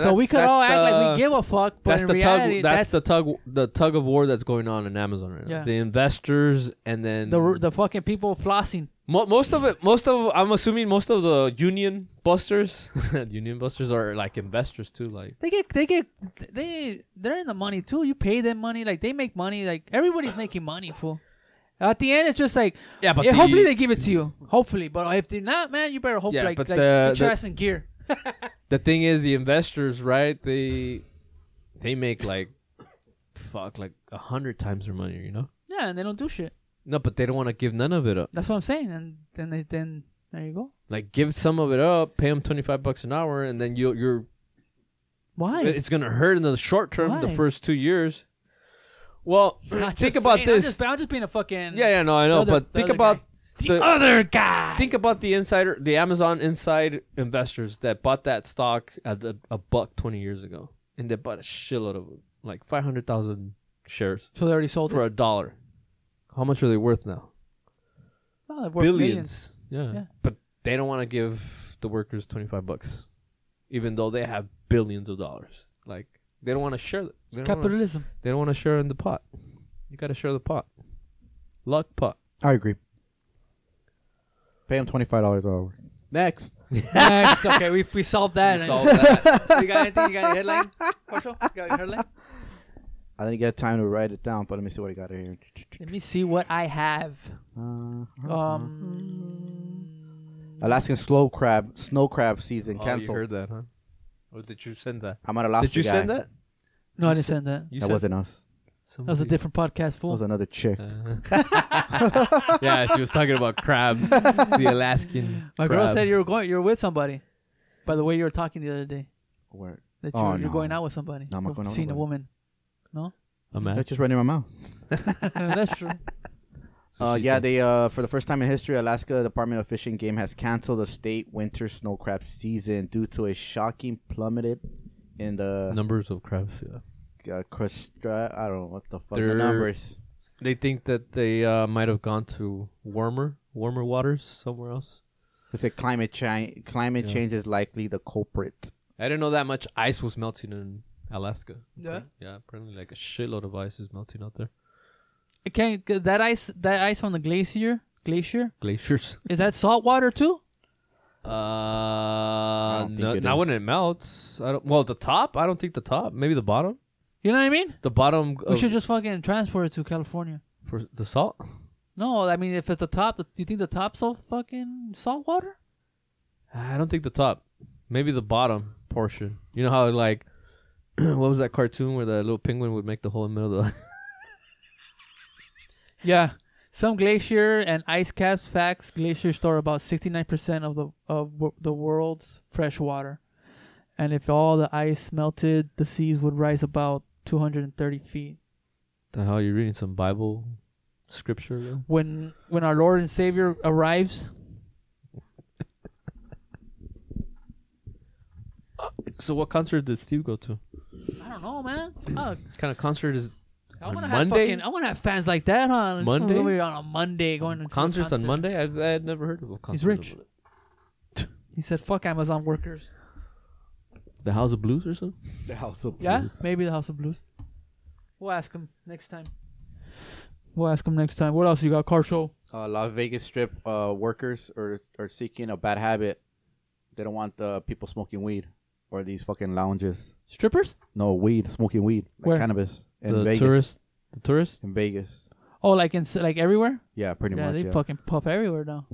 Speaker 1: so we could all act like we give a fuck, but
Speaker 3: that's
Speaker 1: in
Speaker 3: the
Speaker 1: reality,
Speaker 3: tug. That's, the tug. The tug of war that's going on in Amazon right now.
Speaker 1: Yeah.
Speaker 3: The investors and then
Speaker 1: the the fucking people flossing.
Speaker 3: Mo- most of it. Most of I'm assuming most of the union busters, union busters are like investors too. Like
Speaker 1: They get they get they they're in the money too. You pay them money, like they make money. Like everybody's making money, fool. At the end, it's just like
Speaker 3: yeah, but
Speaker 1: yeah,
Speaker 3: the-
Speaker 1: hopefully they give it to you. Hopefully, but if they're not, man, you better hope
Speaker 3: Yeah,
Speaker 1: like,
Speaker 3: but
Speaker 1: like
Speaker 3: the-
Speaker 1: get your
Speaker 3: the-
Speaker 1: ass in gear.
Speaker 3: the thing is the investors right they they make like fuck like a hundred times their money you know
Speaker 1: Yeah, and they don't do shit.
Speaker 3: no but they don't want to give none of it up
Speaker 1: That's what I'm saying. And then they then there you go.
Speaker 3: like give some of it up pay them 25 bucks an hour and then you you're
Speaker 1: Why?
Speaker 3: it's gonna hurt in the short term the
Speaker 1: Why?
Speaker 3: first two years well
Speaker 1: I'm
Speaker 3: think
Speaker 1: just
Speaker 3: about
Speaker 1: playing. I'm
Speaker 3: this
Speaker 1: just, I'm just being a fucking
Speaker 3: yeah yeah no i know
Speaker 1: other-
Speaker 3: but
Speaker 1: the
Speaker 3: think
Speaker 1: other
Speaker 3: about
Speaker 1: guy.
Speaker 3: the-
Speaker 1: the other guy.
Speaker 3: think about the insider the amazon inside investors that bought that stock at a, a buck 20 years ago and they bought a shitload of like 500000 shares
Speaker 1: so they already sold
Speaker 3: for
Speaker 1: it.
Speaker 3: a dollar. How much are they worth now?
Speaker 1: Well, they're worth
Speaker 3: Yeah.
Speaker 1: Yeah.
Speaker 3: But they don't want to give the workers 25 bucks even though they have billions of dollars. Like they don't want to share the- they don't wanna-
Speaker 1: Capitalism.
Speaker 3: they don't want to share in the pot. You got to share the pot. Luck pot.
Speaker 2: I agree. Pay him twenty five dollars an hour. Next.
Speaker 1: Next, okay, we we solved that.
Speaker 3: Solve that.
Speaker 1: you got anything? You got a headline? Marshall? You got a headline?
Speaker 2: I didn't get time to write it down, but let me see what I got here.
Speaker 1: Let me see what I have.
Speaker 2: Uh,
Speaker 1: Um,
Speaker 2: Alaskan slow crab, snow crab season
Speaker 3: Oh, you
Speaker 2: canceled.
Speaker 3: heard that, huh? Or did you send that?
Speaker 2: I'm at Alaska.
Speaker 3: did you
Speaker 2: guy.
Speaker 3: send that?
Speaker 1: no, I didn't send that.
Speaker 3: You
Speaker 2: That
Speaker 3: sent
Speaker 2: wasn't us.
Speaker 1: That was a
Speaker 3: somebody-
Speaker 1: different podcast,
Speaker 2: That was
Speaker 1: fool.
Speaker 2: another chick.
Speaker 3: Uh, Uh-huh. yeah, she was talking about crabs, the Alaskan.
Speaker 1: My girl
Speaker 3: crab.
Speaker 1: said you were going, you were with somebody. By the way, you were talking the other day
Speaker 2: Word.
Speaker 1: that you,
Speaker 2: Oh,
Speaker 1: you're
Speaker 2: no.
Speaker 1: going out with somebody.
Speaker 2: No, I'm not going out with
Speaker 1: Seeing a
Speaker 2: nobody.
Speaker 1: woman.
Speaker 3: a man.
Speaker 2: That just right in my mouth.
Speaker 1: Yeah, that's true.
Speaker 3: So
Speaker 2: Uh,
Speaker 3: she
Speaker 2: yeah,
Speaker 3: Oh, said-
Speaker 2: they uh, for the first time in history, Alaska Department of Fish and Game has canceled the state winter snow crab season due to a shocking plummeted in the
Speaker 3: numbers of crabs. Yeah.
Speaker 2: uh, crustra- I don't know what the fuck the
Speaker 3: They're-
Speaker 2: numbers.
Speaker 3: They think that they uh, might have gone to warmer, warmer waters somewhere else.
Speaker 2: They said climate change. Climate
Speaker 3: Yeah.
Speaker 2: change is likely the culprit.
Speaker 3: I didn't know that much ice was melting in Alaska.
Speaker 1: Yeah?
Speaker 3: yeah. Apparently, like a shitload of ice is melting out there.
Speaker 1: It can't- 'cause that ice, that ice from the glacier, glacier,
Speaker 3: Glaciers.
Speaker 1: is that salt water too?
Speaker 3: Uh,
Speaker 2: don't
Speaker 3: no,
Speaker 2: think it
Speaker 3: not when
Speaker 2: is.
Speaker 3: it melts. I don't. Well, the top. I don't think the top. Maybe the bottom.
Speaker 1: You know what I mean?
Speaker 3: The bottom.
Speaker 1: We
Speaker 3: of-
Speaker 2: Oh.
Speaker 1: should just fucking transport it to California.
Speaker 3: for the salt.
Speaker 1: No, I mean if it's the top, do you think the top's all fucking salt water?
Speaker 3: I don't think the top. Maybe the bottom portion. You know how like what was that cartoon where the little penguin would make the hole in the middle of the
Speaker 1: Yeah. Some glacier and ice caps facts glaciers store about 69% of the of w- the world's fresh water. And if all the ice melted, the seas would rise about 230 feet.
Speaker 3: the hell you reading some Bible scripture though?
Speaker 1: When when our Lord and Savior arrives,
Speaker 3: So what concert did Steve go to?
Speaker 1: I don't know, man. Fuck.
Speaker 3: kind of concert is
Speaker 1: I
Speaker 3: On
Speaker 1: want to have
Speaker 3: Monday?
Speaker 1: fucking I want to have fans like that huh? It's
Speaker 3: Monday?
Speaker 1: over here on a Monday going to see a
Speaker 3: concerts on
Speaker 1: concert.
Speaker 3: Monday? I've, I had never heard of a concert.
Speaker 1: rich.
Speaker 3: on Monday.
Speaker 1: He said fuck Amazon workers.
Speaker 3: The House of Blues or something?
Speaker 2: The house of
Speaker 1: Yeah, maybe the House of Blues. We'll ask him next time. We'll ask him next time. What else you got? Car show.
Speaker 2: Uh, Las Vegas Strip uh, workers are are seeking a bad habit. They don't want uh, people smoking weed. or these fucking lounges.
Speaker 1: Strippers?
Speaker 2: No weed, smoking weed, like
Speaker 1: Where?
Speaker 2: cannabis in
Speaker 3: the
Speaker 2: Vegas.
Speaker 3: tourist, the tourist.
Speaker 2: In Vegas,
Speaker 1: Oh, like in like everywhere?
Speaker 2: yeah, pretty
Speaker 1: yeah,
Speaker 2: much.
Speaker 1: they
Speaker 2: yeah.
Speaker 1: fucking puff everywhere now.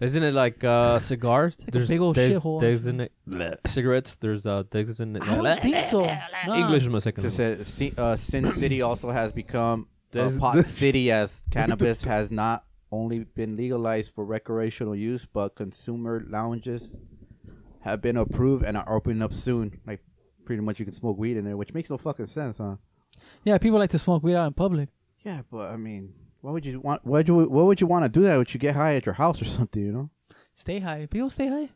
Speaker 3: Isn't it like uh, cigars?
Speaker 1: like a big old
Speaker 3: there's,
Speaker 1: shithole.
Speaker 3: There's in it, cigarettes. There's uh, there's in it.
Speaker 1: I don't think so. Nah.
Speaker 3: English my second.
Speaker 2: It said, "Si- uh, Sin City also has become a
Speaker 3: There's-
Speaker 2: pot city as cannabis has not only been legalized for recreational use, but consumer lounges have been approved and are opening up soon. Like, pretty much you can smoke weed in there, which makes no fucking sense, huh?
Speaker 1: Yeah, people like to smoke weed out in public.
Speaker 2: Yeah, but I mean, what would you want? What would what would you want to do that? Would you get high at your house or something? You know?
Speaker 1: Stay high. People stay high.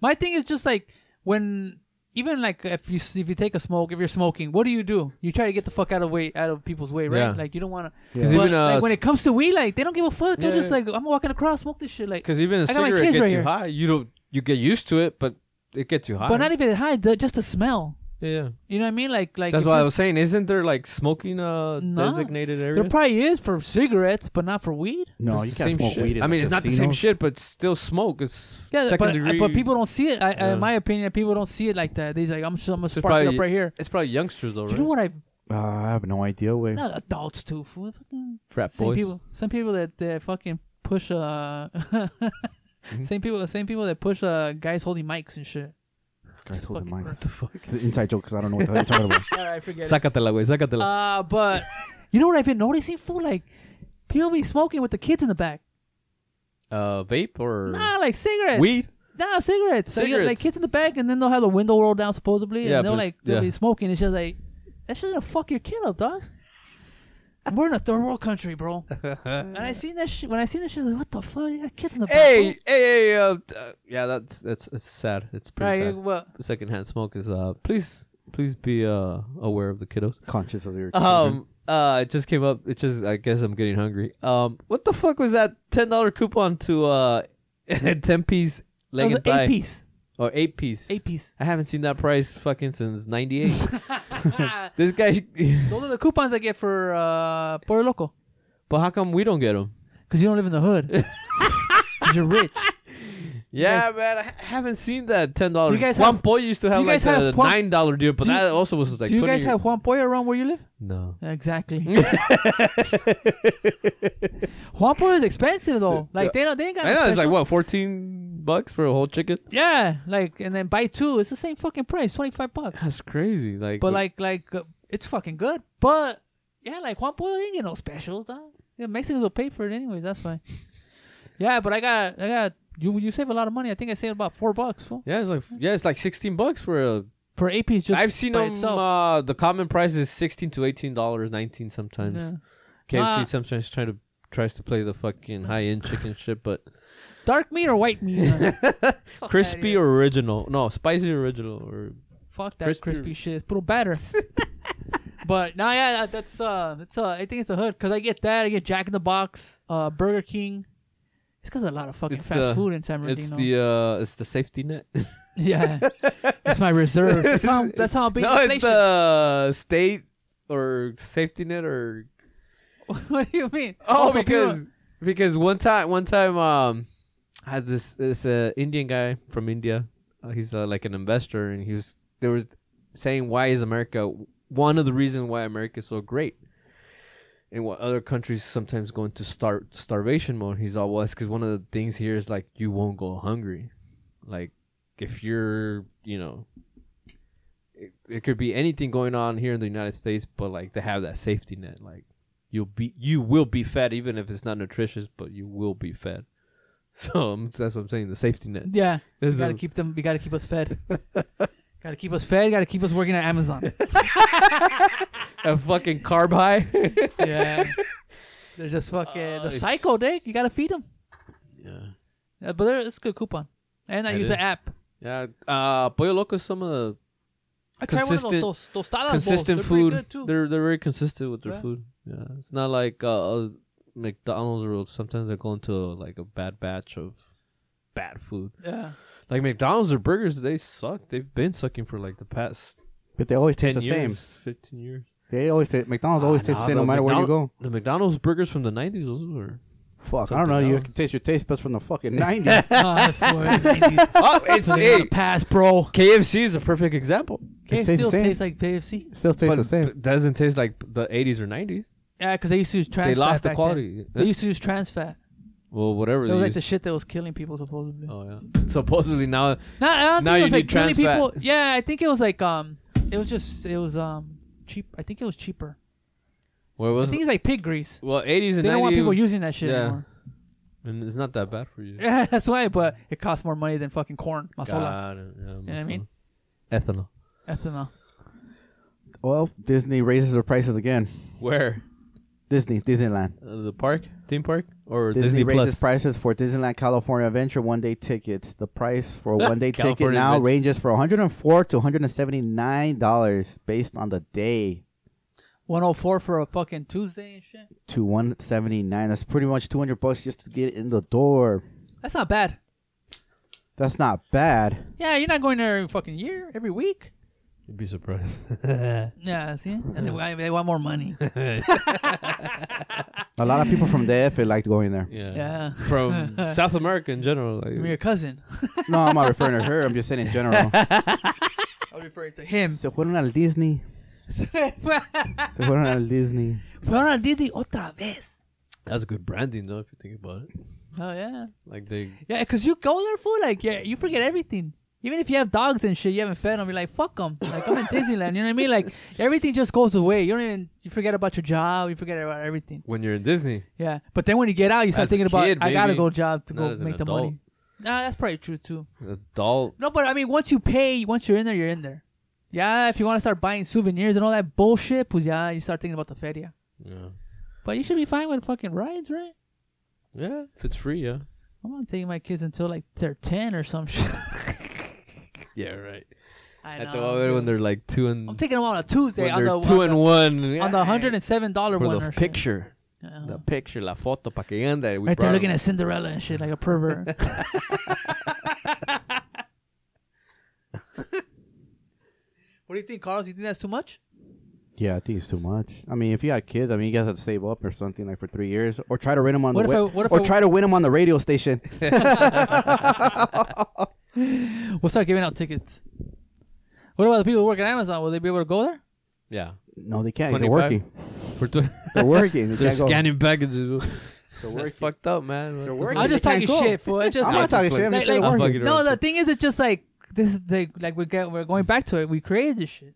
Speaker 1: My thing is just like when even like if you if you take a smoke, if you're smoking, what do you do? You try to get the fuck out of way out of people's way, right?
Speaker 3: Yeah.
Speaker 1: Like you don't want to.
Speaker 3: 'Cause even, uh,
Speaker 1: like, when it comes to weed, like they don't give a fuck. They're
Speaker 3: Yeah,
Speaker 1: just
Speaker 3: yeah.
Speaker 1: like I'm walking across, smoke this shit, like.
Speaker 3: Because even a
Speaker 1: I got my
Speaker 3: cigarette
Speaker 1: kids
Speaker 3: gets
Speaker 1: right
Speaker 3: you
Speaker 1: here.
Speaker 3: high. You don't. You get used to it, but it gets you high.
Speaker 1: But not even high, the- just the smell.
Speaker 3: Yeah, yeah.
Speaker 1: You know what I mean? Like like
Speaker 3: That's
Speaker 1: if
Speaker 3: why I
Speaker 1: you-
Speaker 3: was saying. Isn't there like smoking uh
Speaker 1: Nah.
Speaker 3: designated
Speaker 1: there
Speaker 3: areas?
Speaker 1: probably is for cigarettes, but not for weed.
Speaker 2: No,
Speaker 3: It's
Speaker 2: you
Speaker 3: the
Speaker 2: can't
Speaker 3: same
Speaker 2: smoke
Speaker 3: shit.
Speaker 2: weed. In
Speaker 3: I mean,
Speaker 2: the
Speaker 3: it's not the same
Speaker 2: casinos.
Speaker 3: shit, but still smoke. It's
Speaker 1: Yeah,
Speaker 3: second
Speaker 1: but,
Speaker 3: degree.
Speaker 1: but people don't see it. I, I,
Speaker 3: Yeah.
Speaker 1: in my opinion, people don't see it like that. They're like, I'm, just, I'm gonna
Speaker 3: So
Speaker 1: spark it
Speaker 3: probably-
Speaker 1: up right here.
Speaker 3: It's probably youngsters though, right?
Speaker 1: You know what I?
Speaker 2: Uh, I have no idea. Wait,
Speaker 1: Not adults too. Fool. Fucking
Speaker 3: Frat
Speaker 1: same
Speaker 3: boys.
Speaker 1: people. Some people that that fucking push. Uh, same people. Same people that push uh guys holding mics and shit.
Speaker 2: guys, hold the
Speaker 1: Fucking-
Speaker 2: mic.
Speaker 1: What the fuck?
Speaker 2: It's an inside joke because I don't know what the hell you're talking about.
Speaker 1: All right, forget it.
Speaker 3: Sácatela, güey. Sácatela.
Speaker 1: Uh, but you know what I've been noticing? Fool, like people be smoking with the kids in the back.
Speaker 3: Uh, vape or
Speaker 1: Nah, like cigarettes.
Speaker 3: weed?
Speaker 1: Nah, cigarettes. So you got, like
Speaker 3: Cigarettes.
Speaker 1: kids in the back, and then they'll have the window rolled down supposedly,
Speaker 3: Yeah,
Speaker 1: and they'll
Speaker 3: but
Speaker 1: like
Speaker 3: it's-
Speaker 1: they'll
Speaker 3: yeah.
Speaker 1: be smoking. It's just like that shit's gonna fuck your kid up, dog. We're in a third world country, bro. and I seen that shit. When I seen that shit, I was like, what the fuck? You got kids in the back.
Speaker 3: Hey, hey, hey, uh, uh, yeah, that's that's it's sad. It's
Speaker 1: bro. right?
Speaker 3: pretty sad.
Speaker 1: What?
Speaker 3: Secondhand smoke is uh, please, please be uh aware of the kiddos.
Speaker 2: Conscious of your
Speaker 1: Mm-hmm.
Speaker 2: children.
Speaker 3: Um, uh, it just came up. It just, I guess, I'm getting hungry. Um, what the fuck was that ten dollar coupon to uh, ten piece
Speaker 1: That
Speaker 3: leg
Speaker 1: was
Speaker 3: and
Speaker 1: an
Speaker 3: thigh
Speaker 1: eight piece.
Speaker 3: or eight piece?
Speaker 1: Eight piece.
Speaker 3: I haven't seen that price fucking since '98. this guy,
Speaker 1: Those are the coupons I get for uh, Puerto Loco.
Speaker 3: but how come we don't get them?
Speaker 1: Cause you don't live in the hood. 'Cause you're rich.
Speaker 3: Yeah, man, I ha- haven't seen that ten dollars.
Speaker 1: Do you guys
Speaker 3: Juan
Speaker 1: have-
Speaker 3: Pollo used to have
Speaker 1: you
Speaker 3: like
Speaker 1: guys have
Speaker 3: a
Speaker 1: Juan-
Speaker 3: nine dollar deal, but
Speaker 1: Do you-
Speaker 3: that also was like.
Speaker 1: Do you
Speaker 3: 20
Speaker 1: guys have Juan Pollo around where you live?
Speaker 3: No.
Speaker 1: Exactly. Juan Pollo is expensive though. Like they don't, they ain't got.
Speaker 3: I know it's like
Speaker 1: special-
Speaker 3: what fourteen bucks for a whole chicken.
Speaker 1: Yeah, like and then buy two. It's the same fucking price, twenty five bucks.
Speaker 3: That's crazy. Like,
Speaker 1: But like, like uh, it's fucking good. But yeah, like Juan Pollo ain't get no specials. Dog. Yeah, Mexicans will pay for it anyways. That's why. yeah, but I got, I got. You you save a lot of money. I think I saved about four bucks fool.
Speaker 3: yeah, it's like yeah, it's like sixteen bucks for a
Speaker 1: for eight piece. Just
Speaker 3: I've seen
Speaker 1: by
Speaker 3: them.
Speaker 1: itself.
Speaker 3: Uh, the common price is sixteen to eighteen dollars, nineteen sometimes.
Speaker 1: Yeah.
Speaker 3: KFC
Speaker 1: Uh,
Speaker 3: sometimes try to tries to play the fucking high end chicken shit, but
Speaker 1: Dark meat or white meat? huh? Fuck outta
Speaker 3: crispy
Speaker 1: here.
Speaker 3: or original? No, spicy or original or
Speaker 1: fuck that
Speaker 3: crispy
Speaker 1: crispy,
Speaker 3: or-
Speaker 1: shit. It's put better. but no, yeah, that- that's uh, it's uh, I think it's the hood because I get that. I get Jack in the Box, uh, Burger King. It's because a lot of fucking
Speaker 3: It's
Speaker 1: fast
Speaker 3: the-
Speaker 1: food in San Bernardino.
Speaker 3: it's the uh it's the safety net.
Speaker 1: yeah, it's my reserve. That's how that's how big
Speaker 3: no, it's
Speaker 1: inflation.
Speaker 3: the state or safety net or
Speaker 1: what do you mean?
Speaker 3: oh
Speaker 1: Also, people-
Speaker 3: because because one time one time um I had this this uh, Indian guy from India. Uh, he's uh, like an investor, and he was there was saying why is America one of the reasons why America is so great, and why other countries sometimes go into start starvation mode. He's all was because one of the things here is like you won't go hungry, like if you're you know. It, it could be anything going on here in the United States, but like they have that safety net. Like you'll be you will be fed even if it's not nutritious, but you will be fed. So um, that's what I'm saying. The safety net.
Speaker 1: yeah,
Speaker 3: This
Speaker 1: we
Speaker 3: is
Speaker 1: gotta
Speaker 3: a-
Speaker 1: keep them. We gotta keep us fed. gotta keep us fed. Gotta keep us working at Amazon.
Speaker 3: a fucking carb high.
Speaker 1: yeah, they're just fucking the
Speaker 3: Oh, sh-
Speaker 1: psycho dick. You gotta feed them.
Speaker 3: yeah.
Speaker 1: Yeah, but there, it's a good coupon. And I
Speaker 3: It
Speaker 1: use
Speaker 3: is.
Speaker 1: the app.
Speaker 3: Yeah. Uh, Pollo Loco is some of the
Speaker 1: I try one
Speaker 3: Consistent-
Speaker 1: of those tos- tostadas
Speaker 3: consistent
Speaker 1: bowls. They're
Speaker 3: food.
Speaker 1: pretty good, too.
Speaker 3: They're they're very consistent with their
Speaker 1: Yeah.
Speaker 3: food. Yeah. It's not like uh, uh McDonald's or sometimes they're going to like a bad batch of bad food.
Speaker 1: yeah.
Speaker 3: Like McDonald's or burgers, they suck. They've been sucking for like the past
Speaker 2: but they always
Speaker 3: ten
Speaker 2: taste the
Speaker 3: years,
Speaker 2: same.
Speaker 3: fifteen years.
Speaker 2: They always taste McDonald's always
Speaker 3: Ah,
Speaker 2: tastes
Speaker 3: nah,
Speaker 2: the same no
Speaker 3: the
Speaker 2: matter where you
Speaker 3: McDonald-
Speaker 2: go.
Speaker 3: The McDonald's burgers from the nineties, those were
Speaker 2: Fuck, I
Speaker 3: Something
Speaker 2: don't know. You
Speaker 3: else.
Speaker 2: can taste your taste buds from the fucking nineties.
Speaker 1: Ah, fuck.
Speaker 3: oh,
Speaker 1: Put it
Speaker 3: it's
Speaker 1: on a
Speaker 3: hey,
Speaker 1: pass, bro.
Speaker 3: KFC is a perfect example.
Speaker 1: It
Speaker 2: tastes the
Speaker 1: still
Speaker 2: same.
Speaker 1: tastes like KFC.
Speaker 2: Still tastes
Speaker 3: but
Speaker 2: the same.
Speaker 3: it doesn't taste like the 80s or 90s.
Speaker 1: Yeah, because they used to use trans
Speaker 3: They
Speaker 1: fat
Speaker 3: lost the
Speaker 1: back
Speaker 3: quality.
Speaker 1: Then. They used to use trans fat.
Speaker 3: Well, whatever.
Speaker 1: It
Speaker 3: they
Speaker 1: was like the
Speaker 3: used-
Speaker 1: shit that was killing people supposedly.
Speaker 3: oh yeah. Supposedly now
Speaker 1: No, I don't
Speaker 3: Now
Speaker 1: think it
Speaker 3: you
Speaker 1: was
Speaker 3: need
Speaker 1: like killing
Speaker 3: trans fat.
Speaker 1: people. Yeah, I think it was like um, it was just it was um cheap. I think it was cheaper.
Speaker 3: where
Speaker 1: I
Speaker 3: was
Speaker 1: think it's like pig grease.
Speaker 3: well 80s and
Speaker 1: They
Speaker 3: 90s.
Speaker 1: don't want people
Speaker 3: was-
Speaker 1: using that shit
Speaker 3: yeah.
Speaker 1: anymore. Eh,
Speaker 3: And it's not that bad for you.
Speaker 1: Yeah, that's why. But it costs more money than fucking corn, masola,
Speaker 3: God, yeah, you know
Speaker 1: what I mean?
Speaker 3: Ethanol.
Speaker 1: ethanol.
Speaker 2: Well, Disney raises their prices again.
Speaker 3: Where?
Speaker 2: Disney, Disneyland.
Speaker 3: Uh, the park? Theme park? Or
Speaker 2: Disney,
Speaker 3: Disney,
Speaker 2: raises
Speaker 3: Plus?
Speaker 2: prices for Disneyland California Adventure one day tickets. The price for a one day ticket
Speaker 3: California
Speaker 2: now
Speaker 3: Adventure.
Speaker 2: ranges for 104 to 179 dollars based on the day
Speaker 1: One hundred four for a fucking Tuesday and shit.
Speaker 2: to 179. That's pretty much 200 bucks just to get in the door.
Speaker 1: That's not bad.
Speaker 2: That's not bad.
Speaker 1: Yeah, you're not going there every fucking year, every week.
Speaker 3: You'd be surprised.
Speaker 1: Yeah, see, and they, want- they want more money.
Speaker 2: A lot of people from the F liked going there.
Speaker 3: Yeah.
Speaker 1: Yeah.
Speaker 3: From South America in general. Like,
Speaker 1: I'm your cousin.
Speaker 2: No, I'm not referring to her. I'm just saying in general.
Speaker 1: I'm referring to him.
Speaker 2: Se fueron al Disney. Se fueron al Disney.
Speaker 1: Fueron a Disney otra vez.
Speaker 3: that's good branding though, if you think about it.
Speaker 1: Oh yeah.
Speaker 3: Like they
Speaker 1: Yeah, because you go there, fool. Like, yeah, you forget everything. Even if you have dogs and shit, you haven't fed them. You're like, fuck them. Like, I'm in Disneyland. You know what I mean? Like, everything just goes away. You don't even, you forget about your job. You forget about everything.
Speaker 3: when you're in Disney.
Speaker 1: Yeah. But then when you get out, you start
Speaker 3: As a
Speaker 1: thinking about,
Speaker 3: kid,
Speaker 1: I gotta
Speaker 3: maybe.
Speaker 1: go job to
Speaker 3: Not
Speaker 1: go
Speaker 3: as an
Speaker 1: make the
Speaker 3: adult.
Speaker 1: money. Nah, that's probably true too.
Speaker 3: Adult
Speaker 1: No, but I mean, once you pay, once you're in there, you're in there. Yeah, if you want to start buying souvenirs and all that bullshit, pues yeah, you start thinking about the feria.
Speaker 3: Yeah.
Speaker 1: But you should be fine with fucking rides, right?
Speaker 3: Yeah. If it's free, yeah.
Speaker 1: I'm not taking my kids until like they're 10 or some shit.
Speaker 3: Yeah, right.
Speaker 1: I
Speaker 3: At
Speaker 1: know.
Speaker 3: the moment when they're like two and
Speaker 1: I'm taking them on a Tuesday
Speaker 3: when
Speaker 1: on
Speaker 3: they're
Speaker 1: the,
Speaker 3: two
Speaker 1: on,
Speaker 3: and
Speaker 1: the
Speaker 3: one
Speaker 1: on the hundred and seven dollar
Speaker 3: for
Speaker 1: one
Speaker 3: the
Speaker 1: or
Speaker 3: picture.
Speaker 1: Shit. Yeah.
Speaker 3: The picture, la foto, pa que anda. We
Speaker 1: right there
Speaker 3: brought
Speaker 1: looking
Speaker 3: him.
Speaker 1: at Cinderella and shit like a pervert. what do you think, Carlos? You think that's too much?
Speaker 2: Yeah, I think it's too much. I mean, if you got kids, I mean, you guys have to save up or something like for three years, or try to win them on
Speaker 1: What
Speaker 2: the
Speaker 1: if I-
Speaker 2: wa-
Speaker 1: what if
Speaker 2: or
Speaker 1: I-
Speaker 2: try to win them on the radio station.
Speaker 1: We'll start giving out tickets. What about the people who work at Amazon? Will they be able to go there?
Speaker 3: Yeah.
Speaker 2: No, they can't. They're
Speaker 3: 25.
Speaker 2: working.
Speaker 3: For tw-
Speaker 2: They're working. They
Speaker 3: they're
Speaker 2: can't go.
Speaker 3: scanning packages.
Speaker 2: They're
Speaker 3: That's
Speaker 2: working.
Speaker 3: fucked up, man.
Speaker 2: They're
Speaker 3: What the
Speaker 2: working.
Speaker 1: I'm
Speaker 3: fuck?
Speaker 1: just
Speaker 2: They
Speaker 1: talking
Speaker 2: can't go.
Speaker 1: shit for it's just
Speaker 2: I'm
Speaker 3: No,
Speaker 2: not
Speaker 1: like,
Speaker 3: it's
Speaker 2: talking
Speaker 1: like-
Speaker 2: shit. I'm just
Speaker 3: just
Speaker 2: saying
Speaker 1: like-
Speaker 2: they're
Speaker 3: I'm
Speaker 2: working.
Speaker 3: fucking
Speaker 1: no.
Speaker 3: around.
Speaker 1: The thing is, it's just like this is the, like we get we're going back to it. We created this shit.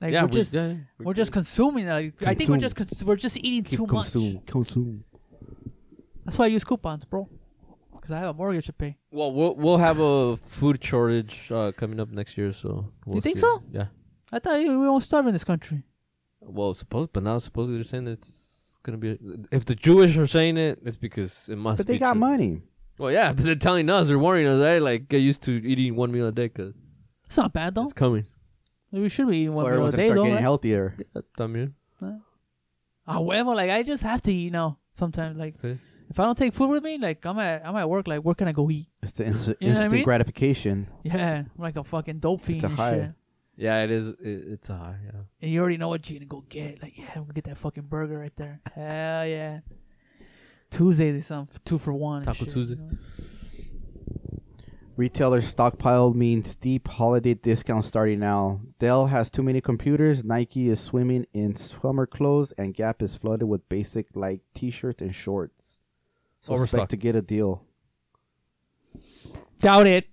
Speaker 1: Like
Speaker 3: yeah,
Speaker 1: we're just
Speaker 3: yeah,
Speaker 1: we're, just consuming. Like, I think we're
Speaker 2: Consume.
Speaker 1: just cons- we're just eating too
Speaker 2: consume,
Speaker 1: much.
Speaker 2: consume.
Speaker 1: That's why I use coupons, bro. Because I have a mortgage to pay.
Speaker 3: Well, we'll we'll have a food shortage uh, coming up next year, so we'll
Speaker 1: think
Speaker 3: see.
Speaker 1: so?
Speaker 3: Yeah.
Speaker 1: I thought you- we won't starve in this country.
Speaker 3: Well, suppose, but now supposedly they're saying it's gonna be. If the Jewish are saying it, it's because it must.
Speaker 2: But they
Speaker 3: be
Speaker 2: got
Speaker 3: true.
Speaker 2: money.
Speaker 3: Well, yeah, but they're telling us, they're warning us, hey, like get used to eating one meal a day because
Speaker 1: It's not bad though.
Speaker 3: it's coming.
Speaker 1: We should be eating
Speaker 2: So
Speaker 1: one meal a
Speaker 2: everyone's gonna
Speaker 1: day
Speaker 2: start
Speaker 1: though.
Speaker 2: getting
Speaker 1: right?
Speaker 2: healthier.
Speaker 3: Yeah, también.
Speaker 1: However, like I just have to eat now. Sometimes, like
Speaker 3: See?
Speaker 1: if I don't take food with me, like I'm at I'm at work. Like where can I go eat?
Speaker 2: It's the inst-
Speaker 1: You know what I
Speaker 2: instant
Speaker 1: mean?
Speaker 2: gratification.
Speaker 1: Yeah, I'm like a fucking dope fiend
Speaker 2: a
Speaker 1: and
Speaker 2: high.
Speaker 1: shit.
Speaker 3: Yeah, it is. It, it's a high. Yeah.
Speaker 1: And you already know what you're gonna go get. Like, yeah, I'm gonna get that fucking burger right there. Hell yeah. Tuesdays is something two for one. and
Speaker 3: Taco
Speaker 1: shit,
Speaker 3: Tuesday.
Speaker 1: you know?
Speaker 2: Retailers stockpile means deep holiday discounts starting now. Dell has too many computers. Nike is swimming in summer clothes, and Gap is flooded with basic like t-shirts and shorts. So
Speaker 3: Overstock.
Speaker 2: expect to get a deal.
Speaker 1: Doubt it.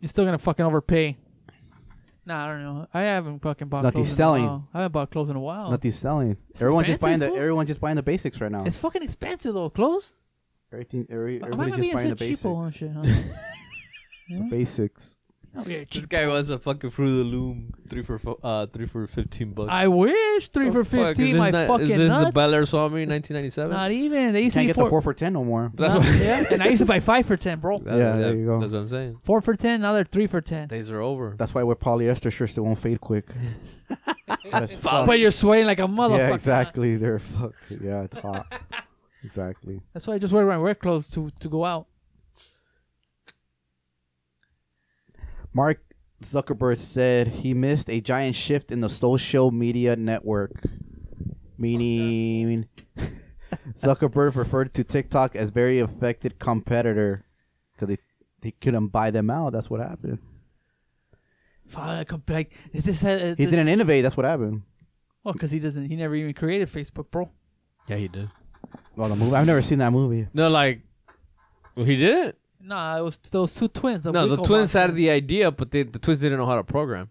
Speaker 1: You're still gonna fucking overpay. Nah, I don't know. I haven't fucking bought
Speaker 2: Nothing's
Speaker 1: clothes
Speaker 2: selling.
Speaker 1: in a while. I haven't bought clothes in a while.
Speaker 2: Nothing's selling. everyone just buying the
Speaker 1: expensive, fool.
Speaker 2: everyone just buying the basics right now.
Speaker 1: It's fucking expensive though. Clothes?
Speaker 2: Everything, every,
Speaker 1: Am I not
Speaker 2: everybody's just
Speaker 1: being
Speaker 2: buying
Speaker 1: so
Speaker 2: the
Speaker 1: cheap
Speaker 2: basics.
Speaker 1: and shit, huh?
Speaker 2: The basics.
Speaker 1: Oh, yeah,
Speaker 3: This
Speaker 1: cheap.
Speaker 3: guy wants a fucking through the loom three for fo- uh three for fifteen bucks.
Speaker 1: I wish Ah, three for
Speaker 3: The fuck, is
Speaker 1: fifteen.
Speaker 3: this
Speaker 1: My
Speaker 3: not-
Speaker 1: fucking
Speaker 3: Is this
Speaker 1: nuts.
Speaker 3: the Bel Air Swami 1997?
Speaker 1: Not even. They
Speaker 2: You
Speaker 1: used to
Speaker 2: can't
Speaker 1: be
Speaker 2: get
Speaker 1: four.
Speaker 2: the four for ten no more.
Speaker 3: That's
Speaker 1: Nah,
Speaker 3: what-
Speaker 1: yeah, and I used to buy five for ten, bro.
Speaker 3: That's-
Speaker 2: Yeah, there you go.
Speaker 3: That's what I'm saying.
Speaker 1: Four for ten. Now they're three for ten.
Speaker 3: Days are over.
Speaker 2: That's why we're polyester shirts that won't fade quick. That's fuck.
Speaker 1: But you're sweating like a motherfucker.
Speaker 2: yeah, exactly. They're fuck. Yeah, it's hot. exactly.
Speaker 1: That's why I just wear my work clothes to to go out.
Speaker 2: Mark Zuckerberg said he missed a giant shift in the social media network, meaning Zuckerberg referred to TikTok as very affected competitor because they, they couldn't buy them out. That's what happened.
Speaker 1: Fuck, I'm like is this? uh, Is
Speaker 2: He
Speaker 1: this-
Speaker 2: didn't innovate. That's what happened.
Speaker 1: Well, because he doesn't. He never even created Facebook, bro.
Speaker 3: Yeah, he did.
Speaker 2: Well, the movie. I've never seen that movie.
Speaker 3: No, like, well, he did it.
Speaker 1: Nah, it was those two twins.
Speaker 3: no, the
Speaker 1: Winklevoss
Speaker 3: twins had
Speaker 1: twins.
Speaker 3: the idea, but they, the twins didn't know how to program.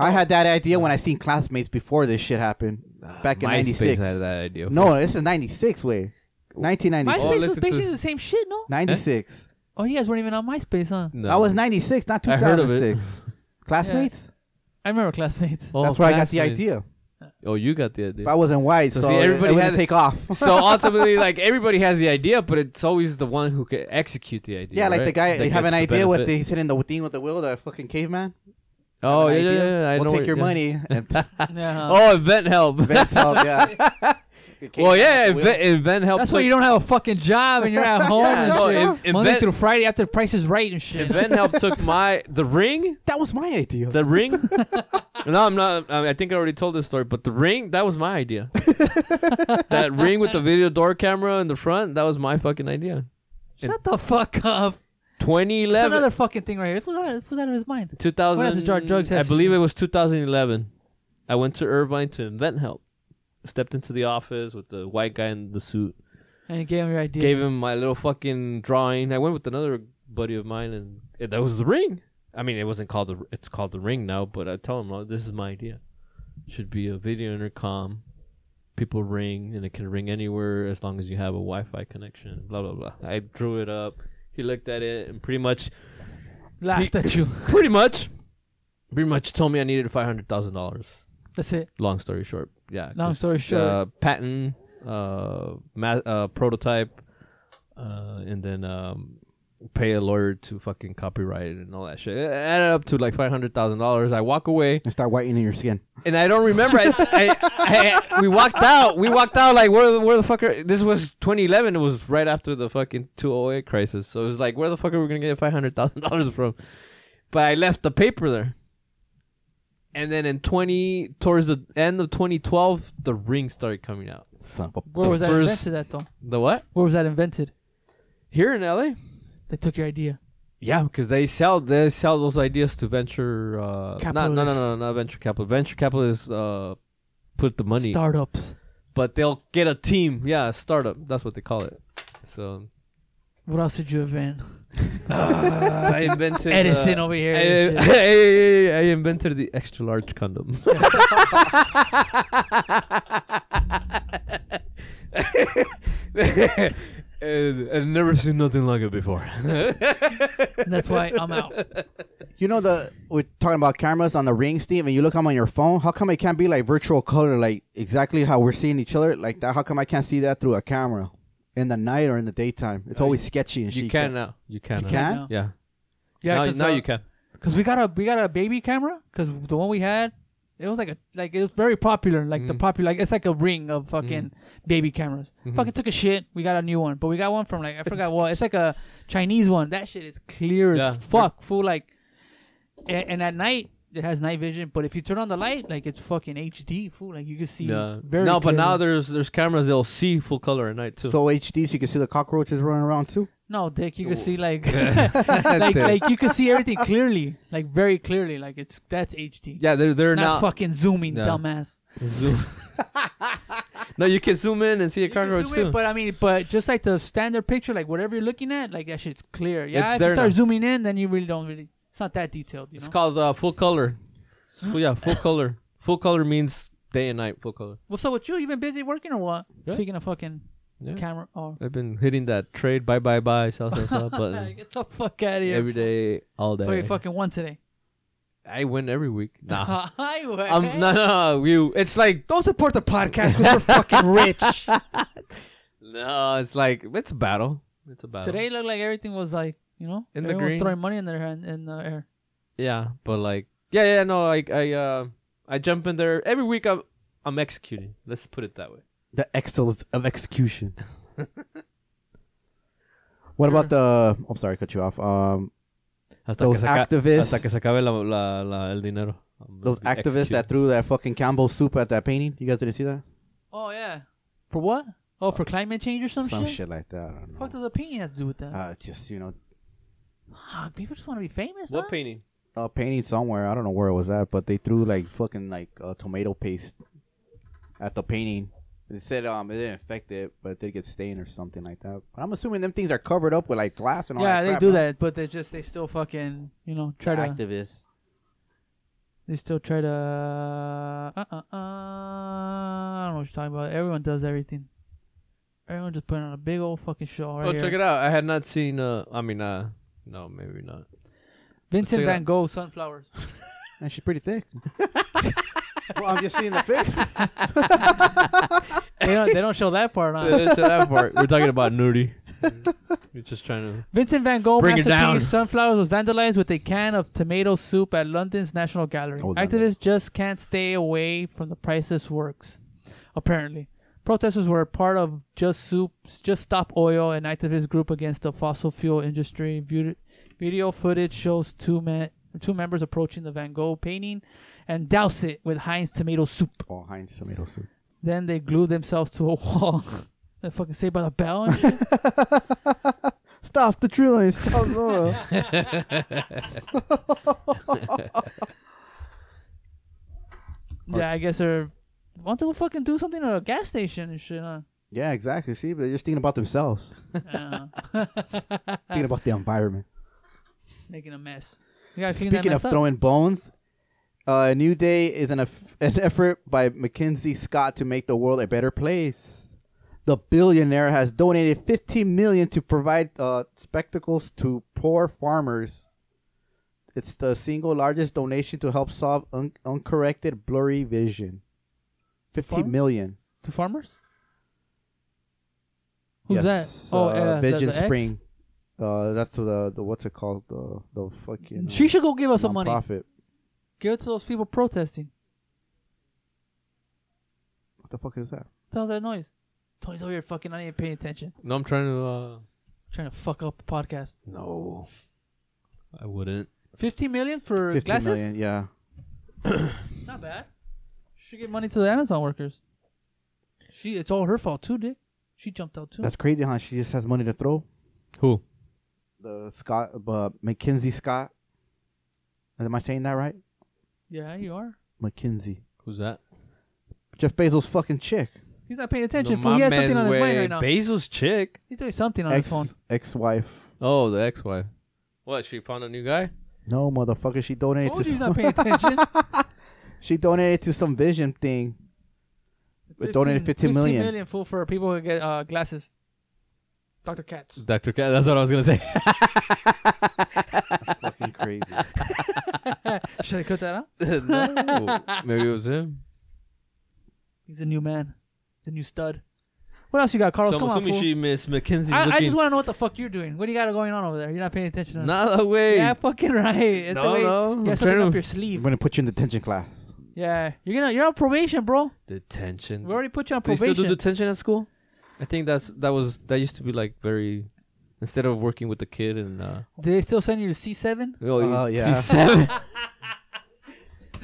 Speaker 2: I had that idea when I seen Classmates before this shit happened back in
Speaker 3: MySpace
Speaker 2: '96.
Speaker 3: had that idea.
Speaker 2: No, this is '96. Wait,
Speaker 1: MySpace
Speaker 2: 1996.
Speaker 3: Oh,
Speaker 1: was
Speaker 3: listen to-
Speaker 1: basically the same shit, no?
Speaker 2: 96.
Speaker 1: Oh, you guys weren't even on MySpace, huh?
Speaker 3: no.
Speaker 2: I was 96, not
Speaker 3: I heard of
Speaker 2: 2006.
Speaker 3: it.
Speaker 2: Classmates?
Speaker 1: I remember classmates.
Speaker 3: Oh,
Speaker 2: That's where I got
Speaker 3: that's
Speaker 2: the
Speaker 3: it.
Speaker 2: idea.
Speaker 3: Oh, you got the idea.
Speaker 2: But I wasn't white, so,
Speaker 3: So see, everybody
Speaker 2: everybody it
Speaker 3: had-
Speaker 2: wouldn't take off.
Speaker 3: so ultimately, like everybody has the idea, but it's always the one who can execute the idea.
Speaker 2: yeah, like the
Speaker 3: right?
Speaker 2: guy,
Speaker 3: That
Speaker 2: they have an
Speaker 3: gets the
Speaker 2: idea what
Speaker 3: benefit.
Speaker 2: they said in the thing with the wheel, the fucking caveman.
Speaker 3: Oh
Speaker 2: An
Speaker 3: yeah, yeah,
Speaker 2: idea.
Speaker 3: yeah, yeah. I
Speaker 2: we'll
Speaker 3: know
Speaker 2: take
Speaker 3: what-
Speaker 2: your
Speaker 3: yeah.
Speaker 2: money and
Speaker 1: Yeah.
Speaker 3: Oh, event help.
Speaker 2: best help. Yeah.
Speaker 3: well, yeah, event, event help.
Speaker 1: That's why you don't have a fucking job and you're at home
Speaker 2: Yeah,
Speaker 1: and
Speaker 3: no,
Speaker 1: shit.
Speaker 3: if- if
Speaker 1: Monday
Speaker 3: that-
Speaker 1: through Friday after the price is right and shit.
Speaker 3: Event help took my the ring.
Speaker 2: That was my idea.
Speaker 3: The ring. no, I'm not. I, mean, I think I already told this story, but the ring that was my idea. that ring with the video door camera in the front that was my fucking idea.
Speaker 1: Shut the fuck up. That's
Speaker 3: 2011.
Speaker 1: another fucking thing right here. It was out, it was out of his mind.
Speaker 3: 2000.
Speaker 1: What is the drug- drug
Speaker 3: I
Speaker 1: test?
Speaker 3: believe it was 2011. I went to Irvine to invent help. Stepped into the office with the white guy in the suit.
Speaker 1: And you gave him your idea.
Speaker 3: Gave him my little fucking drawing. I went with another buddy of mine, and it, that was the ring. I mean, it wasn't called the. It's called the ring now, but I tell him, "Oh, this is my idea. Should be a video intercom. People ring, and it can ring anywhere as long as you have a Wi-Fi connection. Blah blah blah. I drew it up. He looked at it, and pretty much
Speaker 1: laughed at you.
Speaker 3: pretty much pretty much told me i needed $500000
Speaker 1: That's it.
Speaker 3: long story short yeah
Speaker 1: Long
Speaker 3: 'cause,
Speaker 1: story short.
Speaker 3: uh, patent uh, ma- uh prototype uh and then um pay a lawyer to fucking copyright it and all that shit it added up to like $500000 i walk away
Speaker 2: And start whitening your skin.
Speaker 3: and i don't remember I, I, I we walked out we walked out like where, the- where the fuck are, this was 2011 it was right after the fucking 208 crisis so it was like where the fuck are we gonna get $500000 from but I left the paper there. And then in 20 towards the end of 2012, the ring started coming out.
Speaker 2: Son of a
Speaker 1: Where
Speaker 3: The
Speaker 1: was that
Speaker 3: first-
Speaker 1: invented at, though?
Speaker 3: The what?
Speaker 1: Where was that invented?
Speaker 3: Here in LA?
Speaker 1: They took your idea.
Speaker 3: Yeah, because they sell they sell those ideas to venture uh not, no no
Speaker 1: Capitalist.
Speaker 3: no not venture capital. Venture capitalists uh put the money,
Speaker 1: Startups.
Speaker 3: but they'll get a team. Yeah, a startup. That's what they call it. So
Speaker 1: What else did you invent?
Speaker 3: Ah, I invented
Speaker 1: Edison
Speaker 3: uh,
Speaker 1: over
Speaker 3: I,
Speaker 1: here. and shit.
Speaker 3: I, I invented the extra large condom. and, I've never seen nothing like it before.
Speaker 1: And that's why I'm out.
Speaker 2: You know the we're talking about cameras on the ring, Steve, and you look 'em on your phone. How come it can't be like virtual color, like exactly how we're seeing each other, like that? How come I can't see that through a camera in the night or in the daytime? It's always sketchy and shit.
Speaker 3: You can uh, now. You can. now.
Speaker 2: can?
Speaker 1: Right now.
Speaker 3: Yeah.
Speaker 1: Yeah,
Speaker 3: Now,
Speaker 1: 'cause,
Speaker 3: now
Speaker 1: uh,
Speaker 3: you can.
Speaker 1: Cause we got a we got a baby camera. Cause the one we had, it was like a like it was very popular. Like the
Speaker 3: Mhm.
Speaker 1: popular, like it's like a ring of fucking baby cameras.
Speaker 3: Mhm.
Speaker 1: Fucking took a shit. We got a new one, but we got one from like I forgot what. It's like a Chinese one. That shit is clear
Speaker 3: Yeah.
Speaker 1: as fuck. Full like, and, and at night it has night vision. But if you turn on the light, like it's fucking HD. Fool, like you can see.
Speaker 3: Yeah.
Speaker 1: Very
Speaker 3: no, but now
Speaker 1: clearly.
Speaker 3: there's there's cameras that'll see full color at night too.
Speaker 2: So HD, so you can see the cockroaches running around too.
Speaker 1: no dick. You
Speaker 3: Oh.
Speaker 1: can see like like like you can see everything clearly, like very clearly. Like it's that's HD.
Speaker 3: yeah, they're they're
Speaker 1: Not
Speaker 3: now
Speaker 1: fucking zooming,
Speaker 3: Yeah.
Speaker 1: dumbass.
Speaker 3: zoom. no, you can zoom in and see a
Speaker 1: You can
Speaker 3: cockroach
Speaker 1: zoom in,
Speaker 3: too.
Speaker 1: but I mean, but just like the standard picture, like whatever you're looking at, like that shit's clear. Yeah,
Speaker 3: It's
Speaker 1: if
Speaker 3: there
Speaker 1: you start
Speaker 3: now.
Speaker 1: zooming in, then you really don't really. It's not that detailed. You
Speaker 3: It's
Speaker 1: know?
Speaker 3: called uh, full color. So, yeah, full color. Full color means day and night. Full color.
Speaker 1: well, so with you, you been busy working or what?
Speaker 3: Yeah.
Speaker 1: Speaking of fucking
Speaker 3: Yeah.
Speaker 1: camera, oh,
Speaker 3: I've been hitting that trade bye bye bye sell sell sell button
Speaker 1: get the fuck out of here.
Speaker 3: every day, all day.
Speaker 1: So you fucking won today.
Speaker 3: I win every week. Nah,
Speaker 1: I win.
Speaker 3: I'm no no. You, it's like
Speaker 1: Don't support the podcast because we're fucking rich.
Speaker 3: no. It's like it's a battle. It's a battle.
Speaker 1: today it looked like everything was like you know
Speaker 3: In the
Speaker 1: everyone was
Speaker 3: green.
Speaker 1: throwing money in their hand in the air.
Speaker 3: yeah, but like yeah yeah no. Like I uh, I jump in there every week. I'm I'm executing. Let's put it that way.
Speaker 2: The excellence of execution. what about the? I'm sorry, cut you off. Um,
Speaker 3: Hasta
Speaker 2: those
Speaker 3: que se aca-
Speaker 2: activists,
Speaker 3: hasta que se acabe la, la, la, el dinero. I'm
Speaker 2: those
Speaker 3: gonna be
Speaker 2: activists that
Speaker 3: executing.
Speaker 2: threw that fucking Campbell soup at that painting. You guys didn't see that?
Speaker 1: Oh yeah. For what? Oh, for climate change or some,
Speaker 2: some
Speaker 1: shit?
Speaker 2: shit like that. I don't
Speaker 1: What
Speaker 2: know.
Speaker 1: does a painting have to do with that?
Speaker 2: Uh, just you know,
Speaker 1: Fuck, people just want to be famous.
Speaker 3: What
Speaker 1: dog.
Speaker 3: painting?
Speaker 2: a painting somewhere. I don't know where it was at, but they threw like fucking like uh, tomato paste at the painting. They said um it didn't affect it, but it did get stained or something like that. But I'm assuming them things are covered up with like glass and all
Speaker 1: Yeah,
Speaker 2: that.
Speaker 1: they
Speaker 2: crap,
Speaker 1: do
Speaker 2: huh?
Speaker 1: that, but they just they still fucking you know try to
Speaker 2: The activists.
Speaker 1: they still try to uh uh uh. I don't know what you're talking about. Everyone does everything. Everyone just putting on a big old fucking show right
Speaker 3: oh,
Speaker 1: here.
Speaker 3: check it out. I had not seen. Uh, I mean, uh, no, maybe not.
Speaker 1: Vincent
Speaker 3: Check it
Speaker 1: Van
Speaker 3: out.
Speaker 1: Gogh sunflowers.
Speaker 2: And she's pretty thick. well, I'm just seeing the picture.
Speaker 1: they don't they don't show that part on.
Speaker 3: That's that part. We're talking about nudity. You're just trying to.
Speaker 1: Vincent Van Gogh
Speaker 3: Bring it down.
Speaker 1: masterpiece Sunflowers was vandalized with a can of tomato soup at London's National Gallery.
Speaker 2: Oh, London.
Speaker 1: Activists just can't stay away from the priceless works, apparently. Protesters were part of Just Soup, Just Stop Oil, an activist group against the fossil fuel industry. Vide- Video footage shows two men, two members approaching the Van Gogh painting and douse it with Heinz tomato soup.
Speaker 2: Oh, Heinz tomato soup.
Speaker 1: Then they glue themselves to a wall. they fucking say by the bell and shit.
Speaker 2: Stop the drilling. Stop the oil.
Speaker 1: Yeah, I guess they're want to go fucking do something at a gas station and shit, huh?
Speaker 2: yeah, exactly. See, but they're just thinking about themselves,
Speaker 1: Yeah.
Speaker 2: thinking about the environment.
Speaker 1: Making a mess. You gotta clean that
Speaker 2: Speaking of
Speaker 1: mess up.
Speaker 2: throwing bones, uh, New Day is an, eff- an effort by Mackenzie Scott to make the world a better place. The billionaire has donated 15 million to provide uh, spectacles to poor farmers. It's the single largest donation to help solve un- uncorrected blurry vision. Fifteen
Speaker 1: Farmers?
Speaker 2: million.
Speaker 1: to farmers? Who's
Speaker 2: Yes,
Speaker 1: that? Oh,
Speaker 2: uh,
Speaker 1: uh, the-
Speaker 2: Vision
Speaker 1: the ex?
Speaker 2: Spring. Uh, that's the the what's it called? The the fucking uh,
Speaker 1: She should go give us some money.
Speaker 2: nonprofit.
Speaker 1: Give it to those people protesting.
Speaker 2: What the fuck is that?
Speaker 1: What was that noise? Tony's over here fucking not even paying attention.
Speaker 3: No, I'm trying to. Uh,
Speaker 1: Trying to fuck up the podcast.
Speaker 3: no, I wouldn't.
Speaker 1: Fifteen million for
Speaker 2: Fifteen million.
Speaker 1: glasses?
Speaker 2: Yeah.
Speaker 1: Not bad. Should give money to the Amazon workers. She it's all her fault too, Dick. She jumped out too.
Speaker 2: That's crazy, huh? She just has money to throw.
Speaker 3: Who?
Speaker 2: The Scott, uh, Mackenzie Scott. Am I saying that right?
Speaker 1: yeah, you are.
Speaker 2: Mackenzie.
Speaker 3: Who's that?
Speaker 2: Jeff Bezos' fucking chick.
Speaker 1: He's not paying attention. fool. He has something on his mind right now.
Speaker 3: Basil's chick.
Speaker 1: He's doing something on his phone.
Speaker 2: Ex ex wife.
Speaker 3: Oh, the ex-wife. What? She found a new guy.
Speaker 2: No motherfucker. She donated
Speaker 1: Told
Speaker 2: to
Speaker 1: you he's
Speaker 2: some,
Speaker 1: not paying attention.
Speaker 2: she donated to some vision thing. But donated 15 million.
Speaker 1: million fool for people who get uh, glasses. Dr. Katz.
Speaker 3: Doctor Cat. That's what I was gonna say.
Speaker 2: fucking crazy.
Speaker 1: Should I cut that out?
Speaker 3: no, maybe it was him.
Speaker 1: He's a new man. He's a new stud. What else you got, Carlos?
Speaker 3: so I'm
Speaker 1: Come on,
Speaker 3: assuming
Speaker 1: fool.
Speaker 3: she Miss Mackenzie's
Speaker 1: I, I
Speaker 3: looking.
Speaker 1: just want to know what the fuck you're doing. What do you got going on over there? You're not paying attention. to
Speaker 3: Not that way.
Speaker 1: Yeah, fucking right. It's the
Speaker 3: No,
Speaker 1: way
Speaker 3: no,
Speaker 1: You
Speaker 3: I'm
Speaker 1: have something
Speaker 3: trying
Speaker 1: up
Speaker 3: to-
Speaker 1: your
Speaker 2: I'm
Speaker 1: sleeve.
Speaker 2: gonna put you in detention class.
Speaker 1: Yeah, you're gonna you're on probation, bro.
Speaker 3: Detention.
Speaker 1: We already put you on
Speaker 3: they
Speaker 1: probation.
Speaker 3: still do detention at school. I think that's that was that used to be like very. Instead of working with the kid and uh,
Speaker 1: do they still send you to C7?
Speaker 3: oh
Speaker 2: Oh, yeah.
Speaker 3: seven.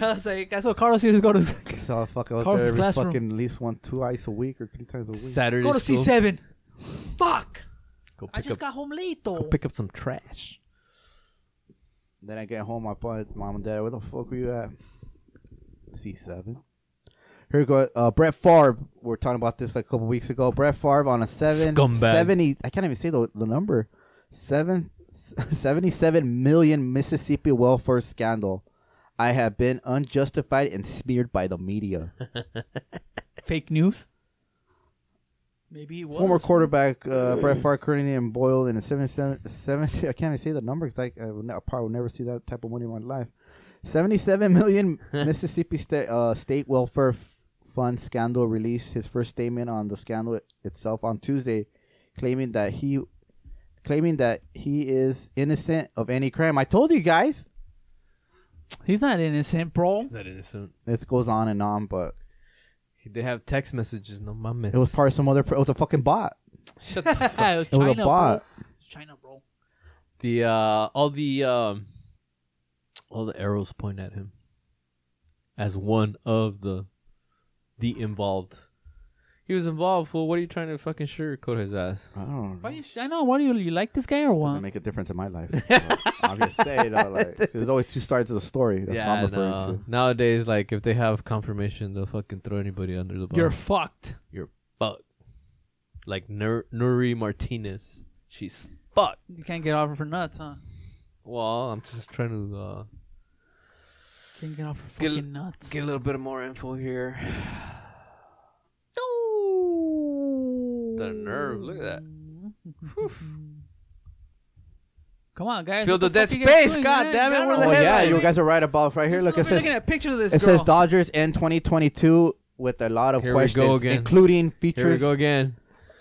Speaker 1: I was like, that's what Carlos used to go to.
Speaker 2: So I fuck out
Speaker 1: Carl's
Speaker 2: there every
Speaker 1: classroom.
Speaker 2: fucking at least one, two ice a week or three times a week.
Speaker 3: Saturday
Speaker 1: go to
Speaker 3: school.
Speaker 1: C7. Fuck.
Speaker 3: Go
Speaker 1: I
Speaker 3: pick
Speaker 1: just
Speaker 3: up
Speaker 1: got home late though.
Speaker 3: go pick up some trash.
Speaker 2: Then I get home, my pa- mom and dad, where the fuck were you at? C7. Here we go. Uh, Brett Favre, we were talking about this like a couple weeks ago. Brett Favre on a 7,
Speaker 3: Scumbag.
Speaker 2: 70, I can't even say the, the number. Seven, 77 million Mississippi welfare scandal. I have been unjustified and smeared by the media.
Speaker 1: fake news. Maybe he was.
Speaker 2: Former quarterback uh, Brett Favre currently in Boyle in a 77, 70 I can't even say the number because I, I, would ne- I probably will never see that type of money in my life. 77 million Mississippi sta- uh, State Welfare F- Fund scandal released his first statement on the scandal it- itself on Tuesday, claiming that he claiming that he is innocent of any crime. I told you guys.
Speaker 1: He's not innocent, bro.
Speaker 3: It's not innocent.
Speaker 2: This goes on and on, but
Speaker 3: They have text messages. No, my miss.
Speaker 2: it was part of some other. Pr- it was a fucking bot.
Speaker 3: Shut the fuck.
Speaker 1: it was
Speaker 2: It was
Speaker 1: China,
Speaker 2: a bot.
Speaker 1: bro. It's China, bro.
Speaker 3: The uh, all the um, all the arrows point at him as one of the the involved. He was involved, fool. What are you trying to fucking sugarcoat his ass?
Speaker 2: I don't know.
Speaker 1: Why you sh- I know. Why do you, you like this guy or
Speaker 2: Doesn't
Speaker 1: what?
Speaker 2: make a difference in my life. I'm just saying, though, like, there's always two sides to the story. That's what I'm referring
Speaker 3: no. Nowadays, like if they have confirmation, they'll fucking throw anybody under the bus.
Speaker 1: You're fucked.
Speaker 3: fuck. Like Nur- Nuri Martinez, she's fuck.
Speaker 1: You can't get off for nuts, huh?
Speaker 3: Well, I'm just trying to uh,
Speaker 1: Can't get off for
Speaker 3: Get-
Speaker 1: fucking nuts.
Speaker 3: get a little bit of more info here. The nerve! Look at that.
Speaker 1: Come on, guys.
Speaker 3: Fill
Speaker 1: What
Speaker 3: the dead
Speaker 1: fuck you guys
Speaker 3: space, God damn it,
Speaker 1: You gotta-
Speaker 3: where
Speaker 2: to.
Speaker 3: the
Speaker 2: Oh
Speaker 3: hell
Speaker 2: yeah,
Speaker 3: headline.
Speaker 2: you guys are right about right here.
Speaker 1: Just
Speaker 2: Look,
Speaker 1: over
Speaker 2: it says
Speaker 1: looking at pictures of this
Speaker 2: it
Speaker 1: girl.
Speaker 2: says Dodgers in 2022 with a lot of
Speaker 3: Here we go
Speaker 2: questions,
Speaker 3: again.
Speaker 2: including
Speaker 3: Here we
Speaker 2: features
Speaker 3: go again.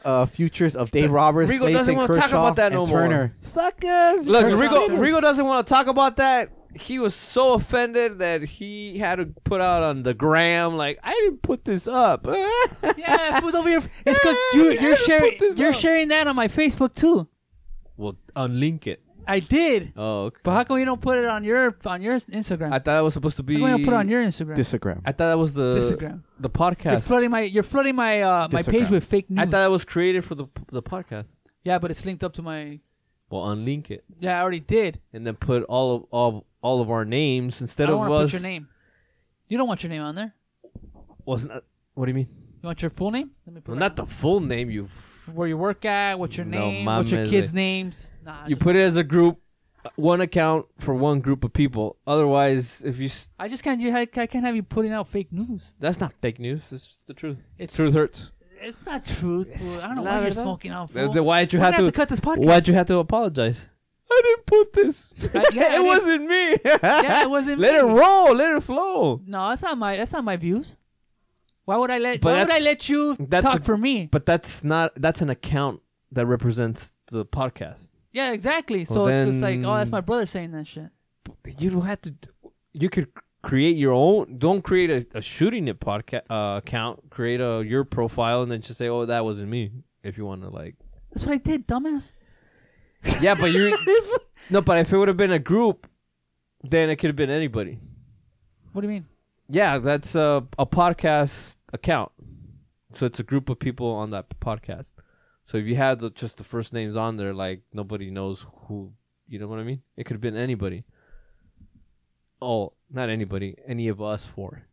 Speaker 2: uh, futures of Dave Roberts,
Speaker 3: Rigo doesn't
Speaker 2: Clayton
Speaker 3: wanna talk
Speaker 2: Kershaw,
Speaker 3: about that no
Speaker 2: and
Speaker 3: more.
Speaker 2: Turner. Suckers!
Speaker 3: Look,
Speaker 1: Turn it
Speaker 3: Rigo,
Speaker 1: off.
Speaker 3: Rigo doesn't want to talk about that. He was so offended that he had to put out on the gram like I didn't put this up.
Speaker 1: yeah, who's over here? It's because you,
Speaker 3: Yeah,
Speaker 1: you're
Speaker 3: I gotta
Speaker 1: sharing.
Speaker 3: put this
Speaker 1: You're
Speaker 3: up.
Speaker 1: sharing that on my Facebook too.
Speaker 3: well, unlink it.
Speaker 1: I did,
Speaker 3: Oh, okay.
Speaker 1: but how come you don't put it on your on your Instagram?
Speaker 3: I
Speaker 1: How
Speaker 3: thought that was supposed to be.
Speaker 1: come you don't put it on your Instagram?
Speaker 2: Instagram.
Speaker 3: I thought that was the
Speaker 1: Instagram. You're
Speaker 3: the podcast.
Speaker 1: flooding my you're flooding my uh, my page
Speaker 2: Instagram.
Speaker 1: with fake news.
Speaker 3: I thought that was created for the the podcast.
Speaker 1: yeah, but it's linked up to my.
Speaker 3: Well, unlink it
Speaker 1: Yeah, I already did.
Speaker 3: and then put all of all, all of our names
Speaker 1: I
Speaker 3: instead
Speaker 1: don't want
Speaker 3: of
Speaker 1: to
Speaker 3: us.
Speaker 1: put your name. You don't want your name on there.
Speaker 3: Wasn't that- what do you mean?
Speaker 1: You want your full name? Let me put
Speaker 3: Well,
Speaker 1: it
Speaker 3: not the full name. You f-
Speaker 1: on. where you work at, what's your
Speaker 3: No
Speaker 1: name, what's your
Speaker 3: mames,
Speaker 1: kids'
Speaker 3: eh.
Speaker 1: names. Nah, I
Speaker 3: you
Speaker 1: just-
Speaker 3: put it as a group, one account for one group of people. Otherwise, if you s-
Speaker 1: I just can't. You, I can't have you putting out fake news.
Speaker 3: that's not fake news. It's just the truth.
Speaker 1: It's
Speaker 3: truth hurts.
Speaker 1: It's not true. fool. I don't know
Speaker 3: la
Speaker 1: why you're
Speaker 3: verdad.
Speaker 1: smoking out.
Speaker 3: Then
Speaker 1: fool.
Speaker 3: why'd you
Speaker 1: We're
Speaker 3: have
Speaker 1: gonna
Speaker 3: to?
Speaker 1: cut this podcast?
Speaker 3: why'd you have to apologize? I didn't put this.
Speaker 1: I- yeah, I
Speaker 3: it
Speaker 1: didn't-
Speaker 3: wasn't me.
Speaker 1: yeah, it wasn't.
Speaker 3: let
Speaker 1: me.
Speaker 3: it roll. Let it flow.
Speaker 1: No, that's not my. That's not my views. Why would I let?
Speaker 3: But
Speaker 1: why would I
Speaker 3: that's-
Speaker 1: let you
Speaker 3: that's
Speaker 1: talk
Speaker 3: a-
Speaker 1: for me?
Speaker 3: But that's not. That's an account that represents the podcast.
Speaker 1: Yeah, exactly. So
Speaker 3: Well,
Speaker 1: it's just like, oh, that's
Speaker 3: then-
Speaker 1: my brother saying that shit.
Speaker 3: You don't have to. You could create your own. Don't create a, a shooting it podcast uh, account. Create a your profile and then just say, "Oh, that wasn't me." If you want to like.
Speaker 1: That's what I did, dumbass.
Speaker 3: Yeah, but you. no, but if it would have been a group, then it could have been anybody.
Speaker 1: What do you mean?
Speaker 3: Yeah, that's a a podcast account. So it's a group of people on that podcast. So if you had the, just the first names on there, like nobody knows who, you know what I mean? It could have been anybody. Oh, not anybody, any of us four.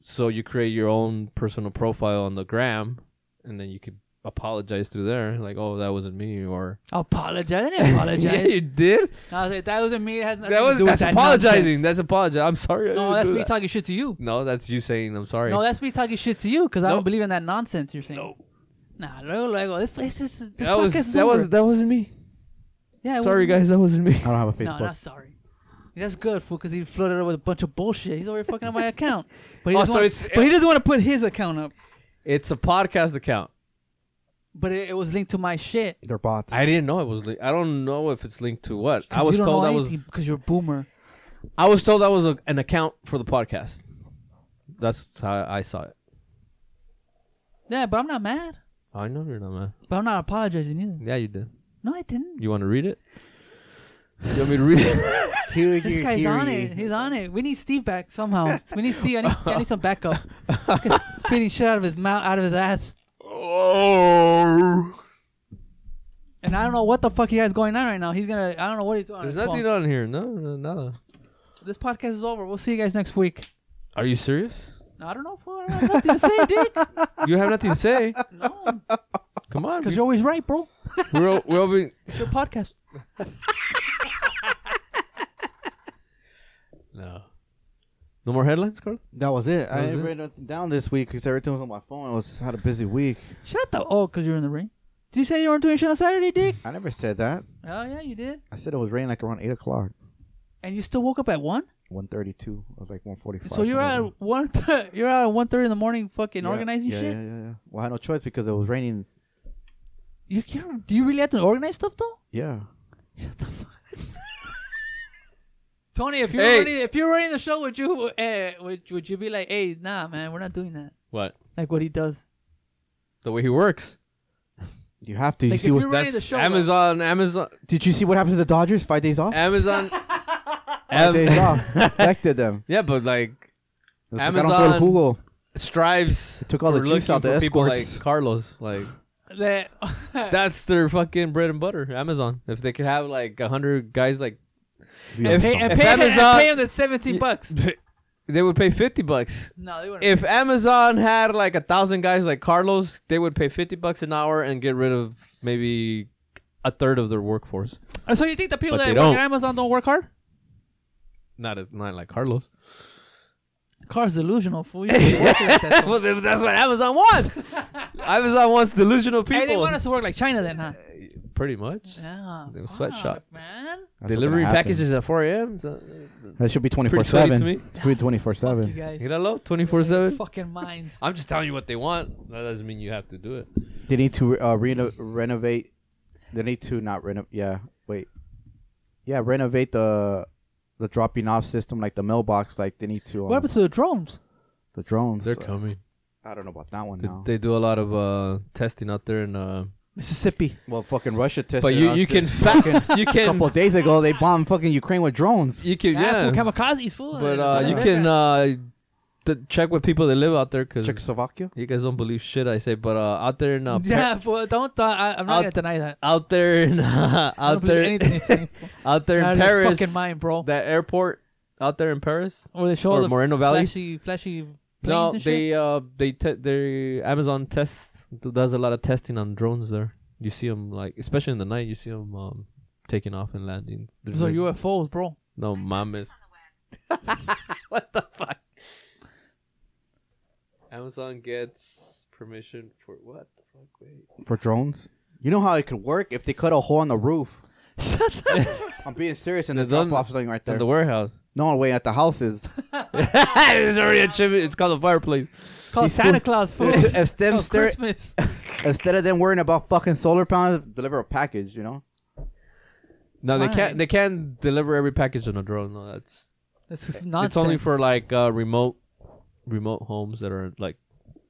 Speaker 3: So you create your own personal profile on the gram, and then you could apologize through there, like, "Oh, that wasn't me," or
Speaker 1: I apologize. I didn't apologize.
Speaker 3: yeah, you did.
Speaker 1: No, I was like, that wasn't me. It has nothing
Speaker 3: That
Speaker 1: to
Speaker 3: was
Speaker 1: do with
Speaker 3: that's
Speaker 1: that
Speaker 3: apologizing.
Speaker 1: nonsense.
Speaker 3: That's apologizing. I'm sorry. I
Speaker 1: No,
Speaker 3: didn't
Speaker 1: that's
Speaker 3: do
Speaker 1: me
Speaker 3: that.
Speaker 1: talking shit to you.
Speaker 3: No, that's you saying I'm sorry.
Speaker 1: No, that's me talking shit to you because I
Speaker 3: No.
Speaker 1: don't believe in that nonsense you're saying. Nah, luego, luego. This, this, is- this
Speaker 3: that
Speaker 1: podcast
Speaker 3: was
Speaker 1: is
Speaker 3: that
Speaker 1: over.
Speaker 3: was that wasn't me.
Speaker 1: yeah, it
Speaker 3: Sorry
Speaker 1: wasn't me.
Speaker 3: guys, that wasn't me.
Speaker 2: I don't have a
Speaker 1: No,
Speaker 2: Facebook.
Speaker 1: not sorry. That's good, fool, because he flooded up with a bunch of bullshit. He's already fucking up my account. But he
Speaker 3: Oh,
Speaker 1: doesn't
Speaker 3: so
Speaker 1: wanna-
Speaker 3: it's-
Speaker 1: but he doesn't want to put his account up.
Speaker 3: It's a podcast account.
Speaker 1: But it, it was linked to my shit.
Speaker 2: They're bots.
Speaker 3: I didn't know it was. Li- I don't know if it's linked to what. I was
Speaker 1: you don't
Speaker 3: told
Speaker 1: know
Speaker 3: that
Speaker 1: anything
Speaker 3: was.
Speaker 1: because you're a boomer.
Speaker 3: I was told that was a, an account for the podcast. That's how I saw it.
Speaker 1: Yeah, but I'm not mad.
Speaker 3: Oh, I know you're not man.
Speaker 1: But I'm not apologizing either.
Speaker 3: Yeah, you did.
Speaker 1: No, I didn't.
Speaker 3: You want to read it? You want me to read it?
Speaker 1: This guy's on it. He's on it. We need Steve back somehow. We need Steve. I need, I need some backup. This guy's feeding shit out of his mouth, out of his ass.
Speaker 3: oh.
Speaker 1: And I don't know what the fuck he has going on right now. He's gonna. I don't know what he's doing. on
Speaker 3: There's
Speaker 1: his
Speaker 3: nothing
Speaker 1: phone.
Speaker 3: on here. No, no, no.
Speaker 1: This podcast is over. We'll see you guys next week.
Speaker 3: Are you serious?
Speaker 1: I don't know. Fool. I have nothing to say, dude.
Speaker 3: You have nothing to say.
Speaker 1: No,
Speaker 3: Come on.
Speaker 1: because
Speaker 3: We,
Speaker 1: you're always right, bro.
Speaker 3: we're, o- we're open-
Speaker 1: It's your podcast.
Speaker 3: No. No more headlines, Carl?
Speaker 2: That was it. I
Speaker 3: was
Speaker 2: didn't
Speaker 3: it.
Speaker 2: write nothing down this week because everything was on my phone. I was had a busy week.
Speaker 1: Shut the. Oh, because you're in the ring. Did you say you weren't doing shit on Saturday, Dick?
Speaker 2: I never said that.
Speaker 1: Oh yeah, you did.
Speaker 2: I said it was raining like around eight o'clock,
Speaker 1: And you still woke up at one.
Speaker 2: one thirty-two. I was like one forty-five.
Speaker 1: so you're at one. Th- you're out at one thirty in the morning, fucking
Speaker 2: Yeah,
Speaker 1: organizing
Speaker 2: yeah,
Speaker 1: shit.
Speaker 2: Yeah, yeah, yeah. Well, I had no choice because it was raining.
Speaker 1: You can't, do you really have to organize stuff though?
Speaker 2: Yeah.
Speaker 1: What the fuck? Tony, if you're
Speaker 3: Hey.
Speaker 1: running, if you're running the show, would you eh, would would you be like, hey, nah, man, we're not doing that.
Speaker 3: What?
Speaker 1: Like what he does.
Speaker 3: The way he works.
Speaker 2: You have to. You
Speaker 1: Like,
Speaker 2: see
Speaker 1: if
Speaker 2: what?
Speaker 1: you're running the show, though-
Speaker 3: Amazon, Amazon,
Speaker 2: Did you see what happened to the Dodgers? Five days off.
Speaker 3: Amazon.
Speaker 2: Five days
Speaker 3: Am-
Speaker 2: off affected them.
Speaker 3: yeah, but like
Speaker 2: Los sacaron todo el
Speaker 3: Amazon-
Speaker 2: jugo.
Speaker 3: strives
Speaker 2: Took all the
Speaker 3: for
Speaker 2: Chiefs
Speaker 3: looking
Speaker 2: out, the
Speaker 3: for people
Speaker 2: escorts.
Speaker 3: like Carlos. Like
Speaker 1: That-
Speaker 3: that's their fucking bread and butter. Amazon. If they could have like a hundred guys, like
Speaker 1: and pay, and pay, and
Speaker 3: Amazon-
Speaker 1: pay him the seventeen
Speaker 3: Yeah.
Speaker 1: bucks.
Speaker 3: they would pay fifty bucks.
Speaker 1: No, they wouldn't.
Speaker 3: If Amazon had like a thousand guys like Carlos, they would pay fifty bucks an hour and get rid of maybe a third of their workforce.
Speaker 1: Uh, so you think the people
Speaker 3: But
Speaker 1: that
Speaker 3: they
Speaker 1: work
Speaker 3: don't.
Speaker 1: at Amazon don't work hard?
Speaker 3: Not as not like Carlos.
Speaker 1: Car's delusional fool. You should be working like that, fool.
Speaker 3: well, th- that's what Amazon wants. Amazon wants delusional
Speaker 1: Hey, they
Speaker 3: people.
Speaker 1: want us to work like China then, huh?
Speaker 3: Pretty much.
Speaker 1: Yeah.
Speaker 3: They
Speaker 1: fuck,
Speaker 3: sweatshop.
Speaker 1: man.
Speaker 3: Delivery packages at 4 a.m. So, uh,
Speaker 2: That should be twenty four
Speaker 3: pretty sweaty to
Speaker 2: seven.
Speaker 3: me.
Speaker 2: It should be twenty four
Speaker 1: You
Speaker 2: seven.
Speaker 1: guys.
Speaker 3: you know, 24 7.
Speaker 1: Fucking minds.
Speaker 3: I'm just telling you what they want. That doesn't mean you have to do it.
Speaker 2: They need to uh, reno- renovate. They need to not renovate. Yeah, wait. Yeah, renovate the the dropping off system, like the mailbox. Like they need to.
Speaker 1: What
Speaker 2: Um,
Speaker 1: happened to the drones?
Speaker 2: the drones.
Speaker 3: They're
Speaker 2: Uh,
Speaker 3: coming.
Speaker 2: I don't know about that one
Speaker 3: They,
Speaker 2: now.
Speaker 3: they do a lot of uh, testing out there, and uh,
Speaker 1: Mississippi.
Speaker 2: well, fucking Russia tested.
Speaker 3: but you
Speaker 2: out
Speaker 3: you can
Speaker 2: this
Speaker 3: fa-
Speaker 2: fucking-
Speaker 3: you
Speaker 2: a
Speaker 3: can
Speaker 2: couple days ago they bombed fucking Ukraine with drones.
Speaker 3: you can
Speaker 1: Ah,
Speaker 3: yeah.
Speaker 1: fool, kamikazes, fool.
Speaker 3: But uh,
Speaker 1: Yeah.
Speaker 3: you can uh, th- check with people that live out there because
Speaker 2: Czechoslovakia.
Speaker 3: you guys don't believe shit I say. But uh, out there in uh, Pe-
Speaker 1: yeah, fool. Don't. Uh, I, I'm not
Speaker 3: Out-
Speaker 1: gonna deny that.
Speaker 3: out there in uh,
Speaker 1: I don't
Speaker 3: out
Speaker 1: believe
Speaker 3: there
Speaker 1: anything you're saying. fool.
Speaker 3: out there
Speaker 1: Out
Speaker 3: in
Speaker 1: of your
Speaker 3: Paris,
Speaker 1: Fucking mind, bro.
Speaker 3: that airport out there in Paris
Speaker 1: Or they show all
Speaker 3: or
Speaker 1: the
Speaker 3: Moreno Valley.
Speaker 1: flashy, flashy planes
Speaker 3: No,
Speaker 1: and shit.
Speaker 3: they uh they te- they Amazon tests th- does a lot of testing on drones there. You see them like especially in the night. You see them um taking off and landing. There's
Speaker 1: Those are
Speaker 3: like-
Speaker 1: UFOs, bro.
Speaker 3: No, mames. what the fuck? Amazon gets permission for what the fuck? Wait.
Speaker 2: for drones. You know how it could work if they cut a hole in the roof.
Speaker 1: Shut up.
Speaker 2: I'm being serious, and the
Speaker 3: They've done-
Speaker 2: drop off thing right there.
Speaker 3: the warehouse.
Speaker 2: No way at the houses.
Speaker 3: There's already a chimney. It's called a fireplace.
Speaker 1: It's called
Speaker 2: These
Speaker 1: Santa Claus,
Speaker 2: fools-
Speaker 1: fool. It's
Speaker 2: if them
Speaker 3: Oh,
Speaker 1: called
Speaker 2: stir,
Speaker 1: Christmas.
Speaker 2: instead of them worrying about fucking solar panels, deliver a package. You know,
Speaker 3: No, they
Speaker 1: Fine.
Speaker 3: can't. They can't deliver every package on a drone. No, that's
Speaker 1: This is nonsense.
Speaker 3: it's only for like uh, remote, remote homes that are like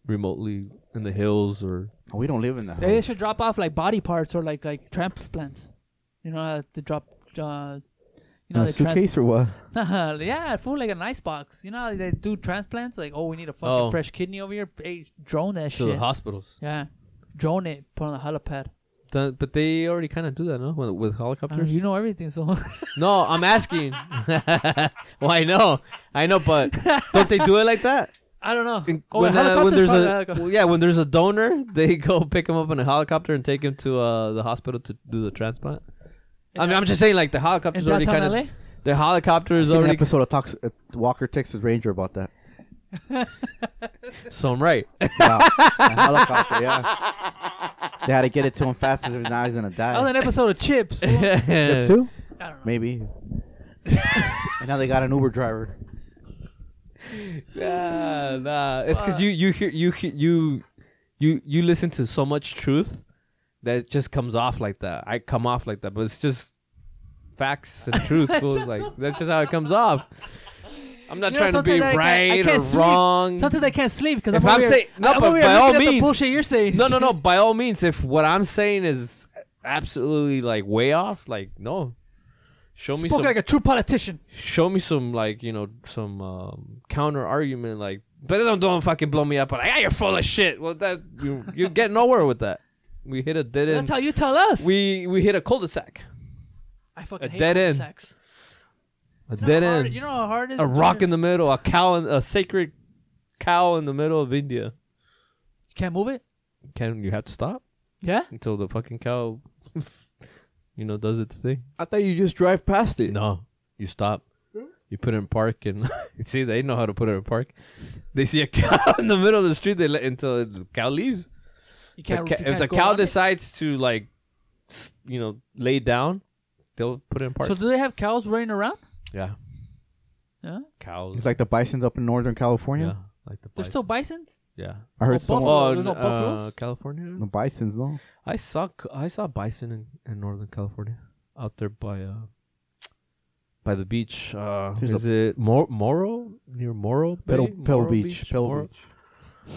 Speaker 3: remotely in the hills or
Speaker 2: we don't live in the
Speaker 1: They
Speaker 2: house.
Speaker 1: should drop off like body parts or like like transplants. You know, uh, to drop. Uh, you know,
Speaker 2: a
Speaker 1: the trans-
Speaker 2: suitcase or what?
Speaker 1: yeah, food like an ice box. You know, how they do transplants. Like, oh, we need a fucking
Speaker 3: Oh.
Speaker 1: fresh kidney over here. Hey, drone that
Speaker 3: to
Speaker 1: shit.
Speaker 3: the hospitals.
Speaker 1: yeah, drone it. Put on a helipad.
Speaker 3: Th- But they already kind of do that, no? With, with
Speaker 1: I don't know,
Speaker 3: helicopters.
Speaker 1: you know everything, so
Speaker 3: No, I'm asking. well, I know, I know, but don't they do it like that?
Speaker 1: I don't know.
Speaker 3: In-
Speaker 1: Oh, a
Speaker 3: uh,
Speaker 1: helicopter.
Speaker 3: there's
Speaker 1: Probably
Speaker 3: a
Speaker 1: helicopter.
Speaker 3: well, yeah, when there's a donor, they go pick him up in a helicopter and take him to uh, the hospital to do the transplant. I mean, I'm just saying, like the
Speaker 1: in
Speaker 3: helicopter's already
Speaker 1: downtown
Speaker 3: kind
Speaker 1: LA.
Speaker 3: of the helicopter is
Speaker 2: Seen an
Speaker 3: already.
Speaker 2: episode of Talks, uh, Walker Texas Ranger about that.
Speaker 3: So I'm right.
Speaker 2: Yeah, a helicopter. Yeah, they had to get it to him fast as now he's gonna
Speaker 1: Oh, That was
Speaker 2: die.
Speaker 1: an episode of Chips. fool.
Speaker 2: Tip
Speaker 3: yeah,
Speaker 2: two?
Speaker 1: I don't know.
Speaker 2: Maybe. and now they got an Uber driver.
Speaker 3: nah, it's because you you hear you hear- you you you listen to so much truth that it just comes off like that. I come off like that, but it's just facts and truth. fool. It's like that's just how it comes off. I'm not
Speaker 1: You know,
Speaker 3: trying to be
Speaker 1: sometimes I can't- I
Speaker 3: right
Speaker 1: can't
Speaker 3: or
Speaker 1: sleep.
Speaker 3: wrong.
Speaker 1: Sometimes I can't sleep because
Speaker 3: If
Speaker 1: I'm,
Speaker 3: I'm
Speaker 1: over here-
Speaker 3: saying- no,
Speaker 1: I'm
Speaker 3: but
Speaker 1: over here
Speaker 3: by all
Speaker 1: looking at the
Speaker 3: means-
Speaker 1: bullshit you're saying.
Speaker 3: No, no, no. By all means, if what I'm saying is absolutely like way off, like no, show me
Speaker 1: Spoke
Speaker 3: some,
Speaker 1: like a true politician.
Speaker 3: show me some like you know some um, counter argument, like but don't don't fucking blow me up. Like ah, you're full of shit. Well, that you you get nowhere with that. We hit a dead
Speaker 1: That's
Speaker 3: end.
Speaker 1: how you tell us.
Speaker 3: We we hit a cul-de-sac,
Speaker 1: I fucking
Speaker 3: a
Speaker 1: hate
Speaker 3: dead end.
Speaker 1: sex.
Speaker 3: a
Speaker 1: You know
Speaker 3: dead
Speaker 1: how hard-
Speaker 3: end,
Speaker 1: You know how hard it is.
Speaker 3: a
Speaker 1: to turn-
Speaker 3: rock in the middle, a cow, in, a sacred cow in the middle of India.
Speaker 1: You can't move it.
Speaker 3: Can you have to stop
Speaker 1: Yeah.
Speaker 3: until the fucking cow, you know, does its thing?
Speaker 2: I thought you just drive past it.
Speaker 3: No, you stop. You put it in park and see they know how to put it in park. They see a cow in the middle of the street. They let until the cow leaves.
Speaker 1: You
Speaker 3: The
Speaker 1: can't.
Speaker 3: ca-
Speaker 1: you
Speaker 3: if
Speaker 1: can't
Speaker 3: the
Speaker 1: go
Speaker 3: cow
Speaker 1: around it.
Speaker 3: decides to like, s- you know, lay down, they'll put it in park.
Speaker 1: So do they have cows running around?
Speaker 3: yeah,
Speaker 1: Yeah.
Speaker 3: cows.
Speaker 2: It's like the bison's up in Northern California.
Speaker 3: yeah, like the
Speaker 1: There's
Speaker 3: bison.
Speaker 1: still bisons.
Speaker 3: yeah.
Speaker 2: I heard
Speaker 1: Oh,
Speaker 2: someone.
Speaker 1: buffalo.
Speaker 3: Oh,
Speaker 1: there's no
Speaker 3: n- uh,
Speaker 1: buffaloes?
Speaker 3: California.
Speaker 2: The bisons, no.
Speaker 3: I saw c- I saw bison in, in Northern California out there by uh by the beach. Uh,
Speaker 2: There's
Speaker 3: is it Mor- Morro near Morro? Bay?
Speaker 2: Pebble, Pebble
Speaker 3: Morro
Speaker 2: Beach. Pebble
Speaker 3: Morro-
Speaker 2: Beach.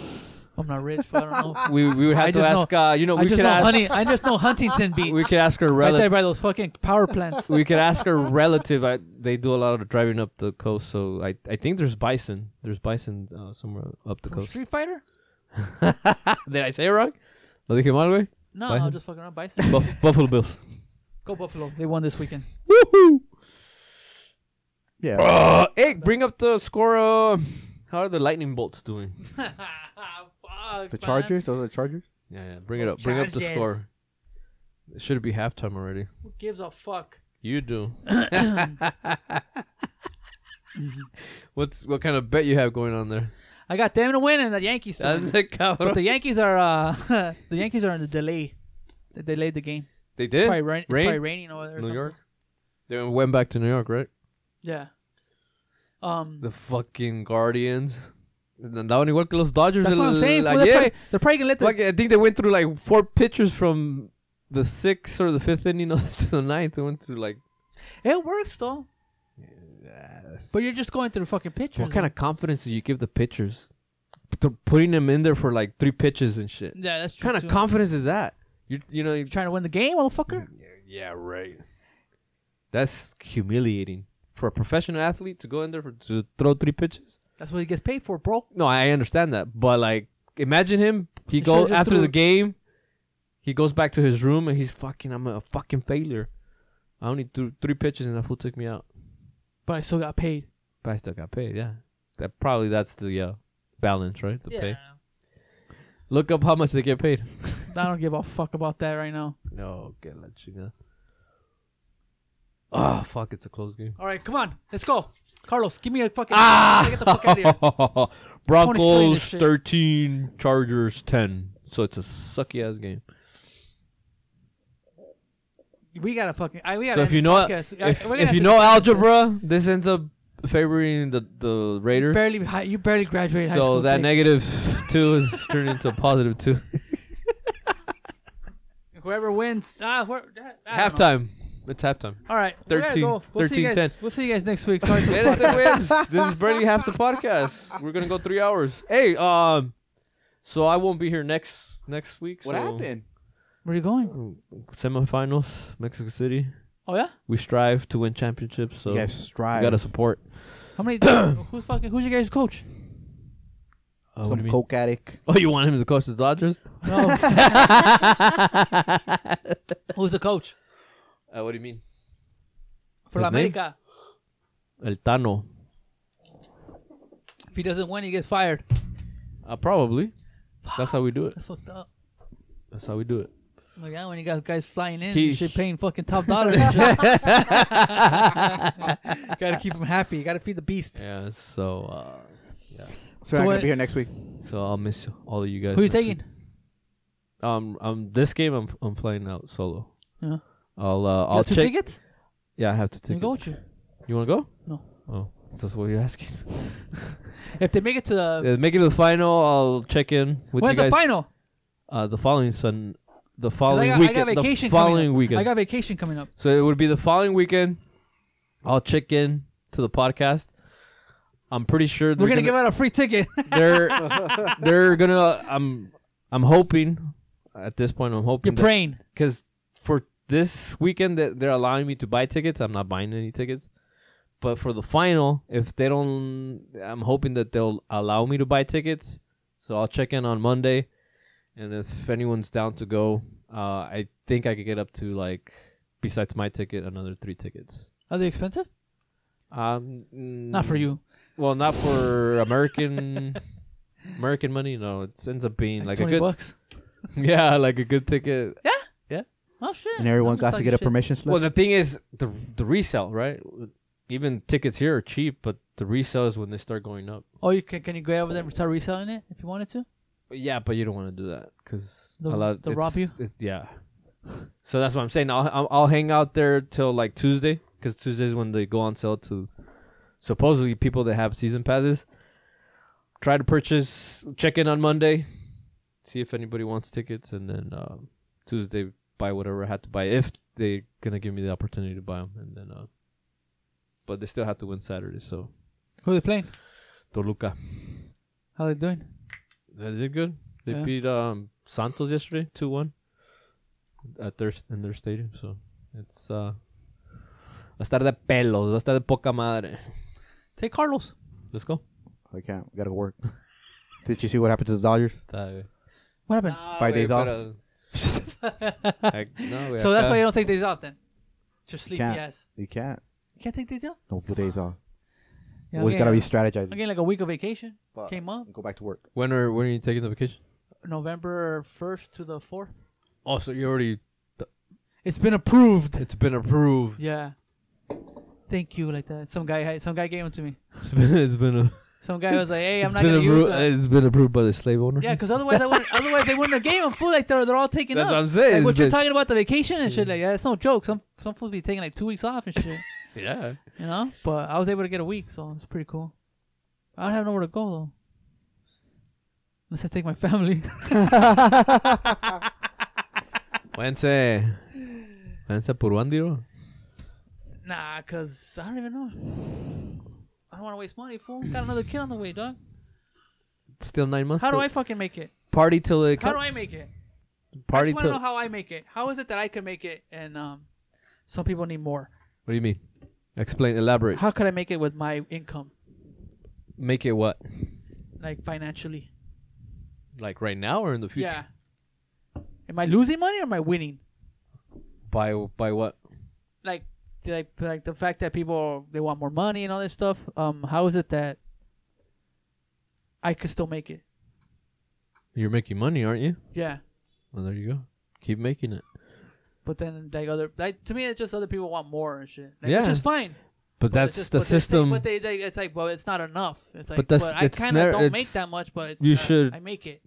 Speaker 1: I'm not rich, but I don't know.
Speaker 3: We we would
Speaker 1: I
Speaker 3: have to
Speaker 1: just
Speaker 3: ask. uh, you know,
Speaker 1: I
Speaker 3: we
Speaker 1: just
Speaker 3: could
Speaker 1: know
Speaker 3: ask.
Speaker 1: honey. I just know Huntington Beach,
Speaker 3: We could ask her
Speaker 1: right there
Speaker 3: relative.
Speaker 1: by those fucking power plants.
Speaker 3: We could ask her relative. I, they do a lot of driving up the coast, so I, I think there's bison. There's bison uh, somewhere up the
Speaker 1: From
Speaker 3: coast.
Speaker 1: Street Fighter?
Speaker 3: Did I say it wrong? Lo dije mal, güey.
Speaker 1: No,
Speaker 3: Bison.
Speaker 1: I'll just fucking around. Bison.
Speaker 3: Buff- Buffalo Bills.
Speaker 1: Go Buffalo. They won this weekend.
Speaker 2: Yeah.
Speaker 3: Uh, hey, bring up the score. Uh, how are the lightning bolts doing? Ah,
Speaker 2: The Chargers? Those are the Chargers?
Speaker 3: Yeah, yeah. Bring it
Speaker 1: Those
Speaker 3: up. Bring up the
Speaker 1: Chargers.
Speaker 3: score. It should be halftime already.
Speaker 1: Who gives a fuck?
Speaker 3: You do. What's what kind of bet you have going on there?
Speaker 1: I got them to win and the Yankees to win.
Speaker 3: That's
Speaker 1: But
Speaker 3: cabrón.
Speaker 1: the Yankees are uh, the Yankees are in the delay. They delayed the game.
Speaker 3: They
Speaker 1: It's
Speaker 3: did.
Speaker 1: probably, rain, it's
Speaker 3: Rain?
Speaker 1: probably raining over there. or
Speaker 3: New
Speaker 1: something.
Speaker 3: York. They went back to New York, right?
Speaker 1: Yeah. Um.
Speaker 3: The fucking Guardians. Andaban igual que los Dodgers.
Speaker 1: that's what I'm
Speaker 3: el-
Speaker 1: saying. fool. They're,
Speaker 3: ayer.
Speaker 1: probably, they're probably gonna let the
Speaker 3: Like, I think they went through like four pitchers from the sixth or the fifth inning up to the ninth. They went through like.
Speaker 1: It works though. But you're just going through the fucking pictures.
Speaker 3: What kind of confidence do you give the pitchers? P- putting them in there for like three pitches and shit.
Speaker 1: yeah, that's
Speaker 3: What
Speaker 1: true.
Speaker 3: kind of
Speaker 1: too.
Speaker 3: confidence is that? You you know. You,
Speaker 1: trying to win the game, motherfucker.
Speaker 3: yeah, right. That's humiliating for a professional athlete to go in there for, to throw three pitches.
Speaker 1: That's what he gets paid for, bro.
Speaker 3: No, I understand that, but like, imagine him. He
Speaker 1: He should've
Speaker 3: goes
Speaker 1: just
Speaker 3: after
Speaker 1: threw
Speaker 3: the
Speaker 1: it.
Speaker 3: game. He goes back to his room and he's fucking. I'm a fucking failure. I only threw three pitches and that fool took me out,
Speaker 1: But I still got paid.
Speaker 3: but I still got paid. Yeah, that probably that's the uh, balance, right? The pay. Look up how much they get paid.
Speaker 1: I don't give a fuck about that right now.
Speaker 3: No, get la chinga. Oh fuck! It's a close game.
Speaker 1: All right, come on, let's go, Carlos. Give me a fucking.
Speaker 3: Ah!
Speaker 1: Get the fuck out of here. killing this
Speaker 3: Broncos
Speaker 1: shit.
Speaker 3: 13, Chargers 10. So it's a sucky ass game.
Speaker 1: We gotta fucking. I, we gotta
Speaker 3: so
Speaker 1: end
Speaker 3: if you
Speaker 1: this
Speaker 3: know
Speaker 1: podcast. I-
Speaker 3: if,
Speaker 1: we're gonna
Speaker 3: if
Speaker 1: have
Speaker 3: you
Speaker 1: to
Speaker 3: know
Speaker 1: do this
Speaker 3: algebra, this ends up favoring the, the
Speaker 1: shit.
Speaker 3: Raiders.
Speaker 1: barely hi- you barely graduated high
Speaker 3: so
Speaker 1: school.
Speaker 3: that
Speaker 1: babe.
Speaker 3: negative 2 is turned into a positive 2.
Speaker 1: whoever wins, ah, where, that- I don't know.
Speaker 3: Halftime. It's halftime.
Speaker 1: All right, we gotta
Speaker 3: 13,
Speaker 1: go. We'll see you
Speaker 3: 13,
Speaker 1: guys.
Speaker 3: 10.
Speaker 1: We'll see you guys next week. Sorry. For the
Speaker 3: Anything wins. This is barely half the podcast. We're going to go 3 hours. Hey, um so I won't be here next next week.
Speaker 2: What
Speaker 3: so-
Speaker 2: happened?
Speaker 1: Where are you going?
Speaker 3: Semifinals, Mexico City.
Speaker 1: Oh yeah.
Speaker 3: We strive to win championships, so
Speaker 2: You guys
Speaker 3: you
Speaker 2: strive.
Speaker 3: got to support.
Speaker 1: How many? who's fucking? Who's your guys' coach?
Speaker 3: Uh, what do you
Speaker 2: Some
Speaker 3: mean?
Speaker 2: coke addict.
Speaker 3: Oh, you want him to coach the Dodgers?
Speaker 1: No. who's the coach
Speaker 3: Uh, what do you mean?
Speaker 1: for
Speaker 3: His
Speaker 1: La
Speaker 3: name?
Speaker 1: America?
Speaker 3: El Tano.
Speaker 1: If he doesn't win, he gets fired.
Speaker 3: Uh, probably. That's how we do it.
Speaker 1: That's fucked up.
Speaker 3: That's how we do it.
Speaker 1: Well, yeah, when you got guys flying in,
Speaker 3: He-
Speaker 1: you should paying fucking top dollar. and shit. gotta keep them happy. You gotta feed the beast.
Speaker 3: Yeah. So, uh,
Speaker 2: So,
Speaker 1: So
Speaker 2: I'm going
Speaker 1: what-
Speaker 2: to be here next week.
Speaker 3: so I'll miss all of you guys.
Speaker 1: Who you
Speaker 3: next
Speaker 1: taking?
Speaker 3: week. Um, um, this game I'm I'm playing out solo.
Speaker 1: Yeah.
Speaker 3: I'll uh,
Speaker 1: You
Speaker 3: I'll
Speaker 1: got two
Speaker 3: check.
Speaker 1: tickets.
Speaker 3: Yeah, I have to
Speaker 1: Let me
Speaker 3: take.
Speaker 1: go with you.
Speaker 3: You want to go?
Speaker 1: No.
Speaker 3: Oh, that's what you're asking.
Speaker 1: If they make it to the
Speaker 3: Yeah, make it to the final. I'll check in with
Speaker 1: when's
Speaker 3: you
Speaker 1: the
Speaker 3: guys.
Speaker 1: final? 'Cause
Speaker 3: Uh, the following sun, the
Speaker 1: I
Speaker 3: following
Speaker 1: got, I
Speaker 3: weekend.
Speaker 1: got vacation.
Speaker 3: the
Speaker 1: coming
Speaker 3: following
Speaker 1: up.
Speaker 3: weekend.
Speaker 1: I got vacation coming up.
Speaker 3: So it would be the following weekend. I'll check in to the podcast. I'm pretty sure they're
Speaker 1: We're gonna give out a free ticket.
Speaker 3: they're they're gonna. I'm I'm hoping at this point. I'm hoping
Speaker 1: You're praying.
Speaker 3: because for this weekend that they're allowing me to buy tickets. I'm not buying any tickets. But for the final, if they don't, I'm hoping that they'll allow me to buy tickets. So I'll check in on Monday, and if anyone's down to go, uh, I think I could get up to like besides my ticket, another three tickets.
Speaker 1: Are they expensive?
Speaker 3: Um,
Speaker 1: Not for you.
Speaker 3: Well, not for American American money. No, it ends up being like,
Speaker 1: Like,
Speaker 3: a
Speaker 1: twenty
Speaker 3: good
Speaker 1: bucks.
Speaker 3: yeah, like a good ticket.
Speaker 1: Oh shit.
Speaker 2: And
Speaker 1: I'm
Speaker 2: everyone
Speaker 1: just
Speaker 2: got to
Speaker 1: talking
Speaker 2: get a
Speaker 1: shit.
Speaker 2: permission slip.
Speaker 3: Well, the thing is the the resale, right? Even tickets here are cheap, but the resale is when they start going up.
Speaker 1: Oh, you can can you go over there and start reselling it if you wanted to?
Speaker 3: But yeah, but you don't want to do that because
Speaker 1: They'll- they'll rob you?
Speaker 3: It's, yeah. So that's what I'm saying. I'll I'll- I'll hang out there till like Tuesday because Tuesday is when they go on sale to supposedly people that have season passes. Try to purchase. Check in on Monday, see if anybody wants tickets, and then uh, Tuesday buy whatever I had to buy if they're gonna give me the opportunity to buy them, and then. Uh, but they still have to win Saturday, so
Speaker 1: Who are they playing?
Speaker 3: Toluca.
Speaker 1: How are they doing?
Speaker 3: They did good. They
Speaker 1: Yeah.
Speaker 3: beat um, Santos yesterday, two one, at their in their stadium. So it's uh, va a estar de pelos, va a estar de poca madre.
Speaker 1: Take Carlos.
Speaker 3: Let's go.
Speaker 2: I can't. Gotta work. Did you see what happened to the Dodgers?
Speaker 1: What happened?
Speaker 2: Five days off.
Speaker 1: so that's why you don't take days off then. Just sleep.
Speaker 2: Can't.
Speaker 1: Yes.
Speaker 2: You can't.
Speaker 1: You can't take days off.
Speaker 2: No days off.
Speaker 1: Yeah,
Speaker 2: Always
Speaker 1: okay,
Speaker 2: gotta be
Speaker 1: uh,
Speaker 2: strategizing.
Speaker 1: I'm getting like a week of vacation.
Speaker 2: Fuck.
Speaker 1: Came up
Speaker 2: Go back to work.
Speaker 3: When are when are you taking the vacation?
Speaker 1: November first to the fourth.
Speaker 3: Oh, so you already
Speaker 1: It's been approved.
Speaker 3: it's been approved.
Speaker 1: Yeah. Thank you, like that. Some guy, had- some guy gave them to me.
Speaker 3: it's been it's been a,
Speaker 1: Some guy was like, "Hey, I'm
Speaker 3: it's
Speaker 1: not
Speaker 3: been
Speaker 1: gonna use
Speaker 3: approved.
Speaker 1: them."
Speaker 3: It's been approved by the slave owner.
Speaker 1: Yeah, because otherwise, I wouldn't, otherwise they wouldn't have gave them. Fool, like they're, they're all taken
Speaker 3: that's
Speaker 1: up.
Speaker 3: what I'm saying.
Speaker 1: like
Speaker 3: it's
Speaker 1: what you're
Speaker 3: been-
Speaker 1: talking about the vacation and shit. Like, yeah, it's no joke. Some some fools be taking like two weeks off and shit.
Speaker 3: yeah.
Speaker 1: you know. But I was able to get a week, so it's pretty cool. I don't have nowhere to go though, unless I take my family.
Speaker 3: Vence. Vence por Wandiro.
Speaker 1: nah, cause I don't even know. I don't want to waste money, fool. Got another kid on the way, dog.
Speaker 3: Still nine months.
Speaker 1: How do
Speaker 3: till-
Speaker 1: I fucking make it?
Speaker 3: party till it?
Speaker 1: How do
Speaker 3: comes.
Speaker 1: I make it? I
Speaker 3: party
Speaker 1: just want to know
Speaker 3: till?
Speaker 1: how I make it. How is it that I could make it, and um, some people need more?
Speaker 3: What do you mean? Explain. Elaborate.
Speaker 1: How could I make it with my income,
Speaker 3: Make it what?
Speaker 1: like financially?
Speaker 3: Like right now or in the future?
Speaker 1: Yeah. Am I losing money or am I winning?
Speaker 3: By by what?
Speaker 1: like like like the fact that people they want more money and all this stuff. Um, how is it that I could still make it?
Speaker 3: You're making money, aren't you?
Speaker 1: Yeah,
Speaker 3: Well, there you go. Keep making it.
Speaker 1: but then like other like to me it's just other people want more and shit. Like,
Speaker 3: Yeah.
Speaker 1: which is fine.
Speaker 3: But,
Speaker 1: But
Speaker 3: that's
Speaker 1: it's just-
Speaker 3: the
Speaker 1: but they say-
Speaker 3: system.
Speaker 1: But they, they it's like well it's not enough. It's like
Speaker 3: But
Speaker 1: but,
Speaker 3: that's-
Speaker 1: I
Speaker 3: it's
Speaker 1: kind
Speaker 3: never-
Speaker 1: of don't make
Speaker 3: it's-
Speaker 1: that much. But it's
Speaker 3: you
Speaker 1: not-
Speaker 3: should
Speaker 1: I make it.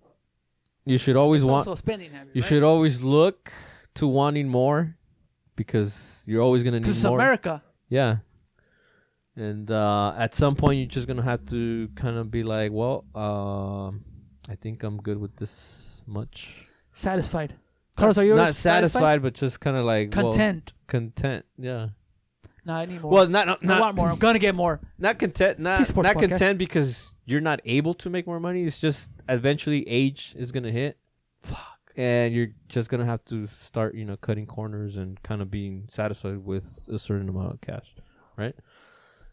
Speaker 3: you should always
Speaker 1: It's
Speaker 3: want.
Speaker 1: also a spending habit.
Speaker 3: You
Speaker 1: right?
Speaker 3: should always look to wanting more, because you're always gonna need
Speaker 1: because it's
Speaker 3: more.
Speaker 1: America.
Speaker 3: Yeah. And uh, at some point, you're just gonna have to kind of be like, well, um, I think I'm good with this much.
Speaker 1: Satisfied. Carlos,
Speaker 3: Not-
Speaker 1: are you
Speaker 3: not
Speaker 1: satisfied?
Speaker 3: satisfied, but just kind of like well,
Speaker 1: Content.
Speaker 3: content, yeah.
Speaker 1: no, I need more.
Speaker 3: Well, not not
Speaker 1: I want
Speaker 3: not,
Speaker 1: more. I'm gonna get more.
Speaker 3: not content,
Speaker 1: Peace
Speaker 3: not
Speaker 1: Sports
Speaker 3: not
Speaker 1: Podcast.
Speaker 3: content because you're not able to make more money. It's just eventually age is gonna hit,
Speaker 1: Fuck.
Speaker 3: and you're just gonna have to start, you know, cutting corners and kind of being satisfied with a certain amount of cash, right?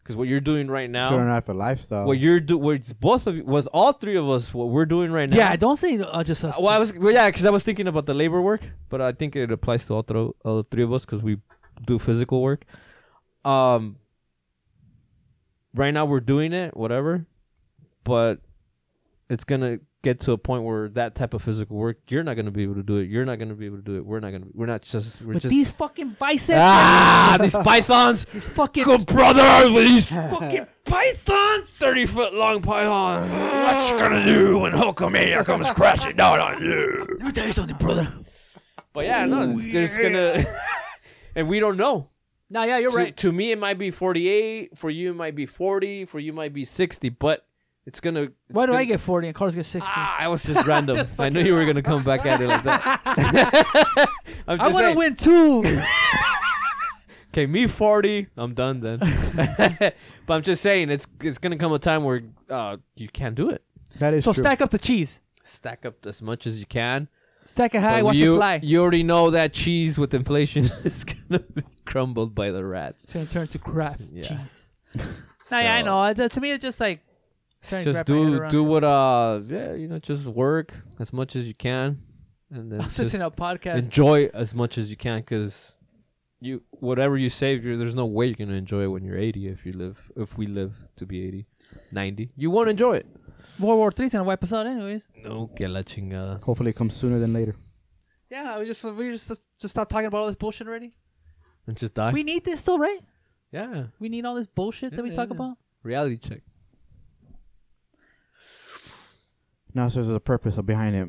Speaker 3: Because what you're doing right now,
Speaker 2: Sure enough, a lifestyle.
Speaker 3: what you're do, what both of you, was all three of us, what we're doing right now.
Speaker 1: Yeah, don't say uh, just us.
Speaker 3: Well, I
Speaker 1: two.
Speaker 3: was well, yeah, because I was thinking about the labor work, but I think it applies to all, thro- all three of us because we do physical work. Um, right now we're doing it, whatever, but it's gonna get to a point where that type of physical work, you're not gonna be able to do it. You're not gonna be able to do it. We're not gonna. We're not just. We're
Speaker 1: with
Speaker 3: just.
Speaker 1: these fucking biceps.
Speaker 3: ah, these pythons.
Speaker 1: These fucking
Speaker 3: Good brother with these fucking pythons, thirty foot long python. What you gonna do when Hulkamania comes crashing down on you?
Speaker 1: Let me tell you something, brother.
Speaker 3: But yeah, no, it's there's gonna, and we don't know.
Speaker 1: Nah, yeah, you're
Speaker 3: To-
Speaker 1: right.
Speaker 3: To, me, it might be 48. For you, it might be 40. For you, it might be 60. But it's gonna. it's
Speaker 1: Why do
Speaker 3: gonna-
Speaker 1: I get 40 and Carlos gets 60?
Speaker 3: Ah, I was just random.
Speaker 1: Just
Speaker 3: I knew you were gonna come back at it like that. I'm
Speaker 1: I want
Speaker 3: just
Speaker 1: to
Speaker 3: saying,
Speaker 1: win too.
Speaker 3: Okay, me 40. I'm done then. but I'm just saying, it's it's gonna come a time where uh, you can't do it.
Speaker 2: that is
Speaker 1: so
Speaker 2: true.
Speaker 1: stack up the cheese.
Speaker 3: Stack up as much as you can.
Speaker 1: Stack it high,
Speaker 3: But
Speaker 1: watch
Speaker 3: you,
Speaker 1: it fly.
Speaker 3: You already know that cheese with inflation is gonna be crumbled by the rats.
Speaker 1: it's going to turn to craft
Speaker 3: Yeah.
Speaker 1: cheese. Nah, yeah, I
Speaker 3: So-
Speaker 1: know. It's, uh, to me, it's just like, trying to wrap
Speaker 3: just
Speaker 1: my head
Speaker 3: do
Speaker 1: around
Speaker 3: do
Speaker 1: it.
Speaker 3: what uh yeah you know just work as much as you can and then
Speaker 1: I was
Speaker 3: just
Speaker 1: listening to a podcast.
Speaker 3: enjoy as much as you can because you whatever you save you there's no way you're gonna enjoy it when you're 80 if you live if we live to be 80 90 you won't enjoy it
Speaker 1: World War Three's going to wipe us out, anyways.
Speaker 3: no que la chingada
Speaker 2: Hopefully, it comes sooner than later.
Speaker 1: Yeah, we just we just just stop talking about all this bullshit already.
Speaker 3: and just die
Speaker 1: we need this still, right?
Speaker 3: yeah
Speaker 1: We need all this bullshit that we
Speaker 3: Yeah,
Speaker 1: talk
Speaker 3: yeah.
Speaker 1: about.
Speaker 3: reality check
Speaker 2: Not if there's a purpose behind it.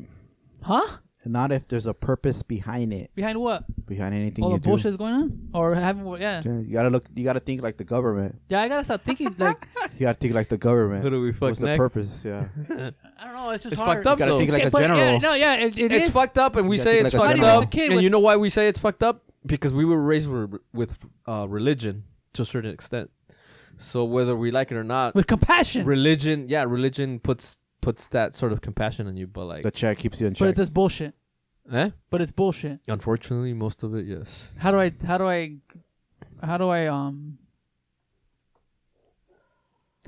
Speaker 1: Huh?
Speaker 2: Not if there's a purpose behind it.
Speaker 1: Behind what?
Speaker 2: Behind anything
Speaker 1: all
Speaker 2: you
Speaker 1: the
Speaker 2: do.
Speaker 1: bullshit that's going on? Or having what? Yeah.
Speaker 2: Yeah, You gotta look. You gotta think like the government.
Speaker 1: Yeah, I got to stop thinking. Like,
Speaker 2: You gotta think like the government.
Speaker 3: Who do we fuck
Speaker 2: What's the
Speaker 3: next?
Speaker 2: purpose? Yeah.
Speaker 1: I don't know. It's just
Speaker 3: It's
Speaker 1: hard.
Speaker 3: fucked up
Speaker 2: gotta
Speaker 3: though
Speaker 2: think like a
Speaker 1: but Yeah,
Speaker 2: general.
Speaker 1: no, yeah, it, it
Speaker 3: it's
Speaker 1: is.
Speaker 3: fucked up and we
Speaker 2: Yeah,
Speaker 3: say
Speaker 2: think
Speaker 3: it's
Speaker 2: like a
Speaker 3: fucked
Speaker 2: general.
Speaker 3: up
Speaker 1: Kid
Speaker 3: and
Speaker 1: with-
Speaker 3: you know why we say it's fucked up because we were raised with, with uh, religion to a certain extent so whether we like it or not
Speaker 1: with compassion.
Speaker 3: religion yeah religion puts puts that sort of compassion on you, but like,
Speaker 2: The check keeps you in
Speaker 1: But
Speaker 2: check.
Speaker 1: it's just bullshit.
Speaker 3: eh?
Speaker 1: But it's bullshit.
Speaker 3: Unfortunately, most of it, yes.
Speaker 1: How do I? How do I? How do I? Um.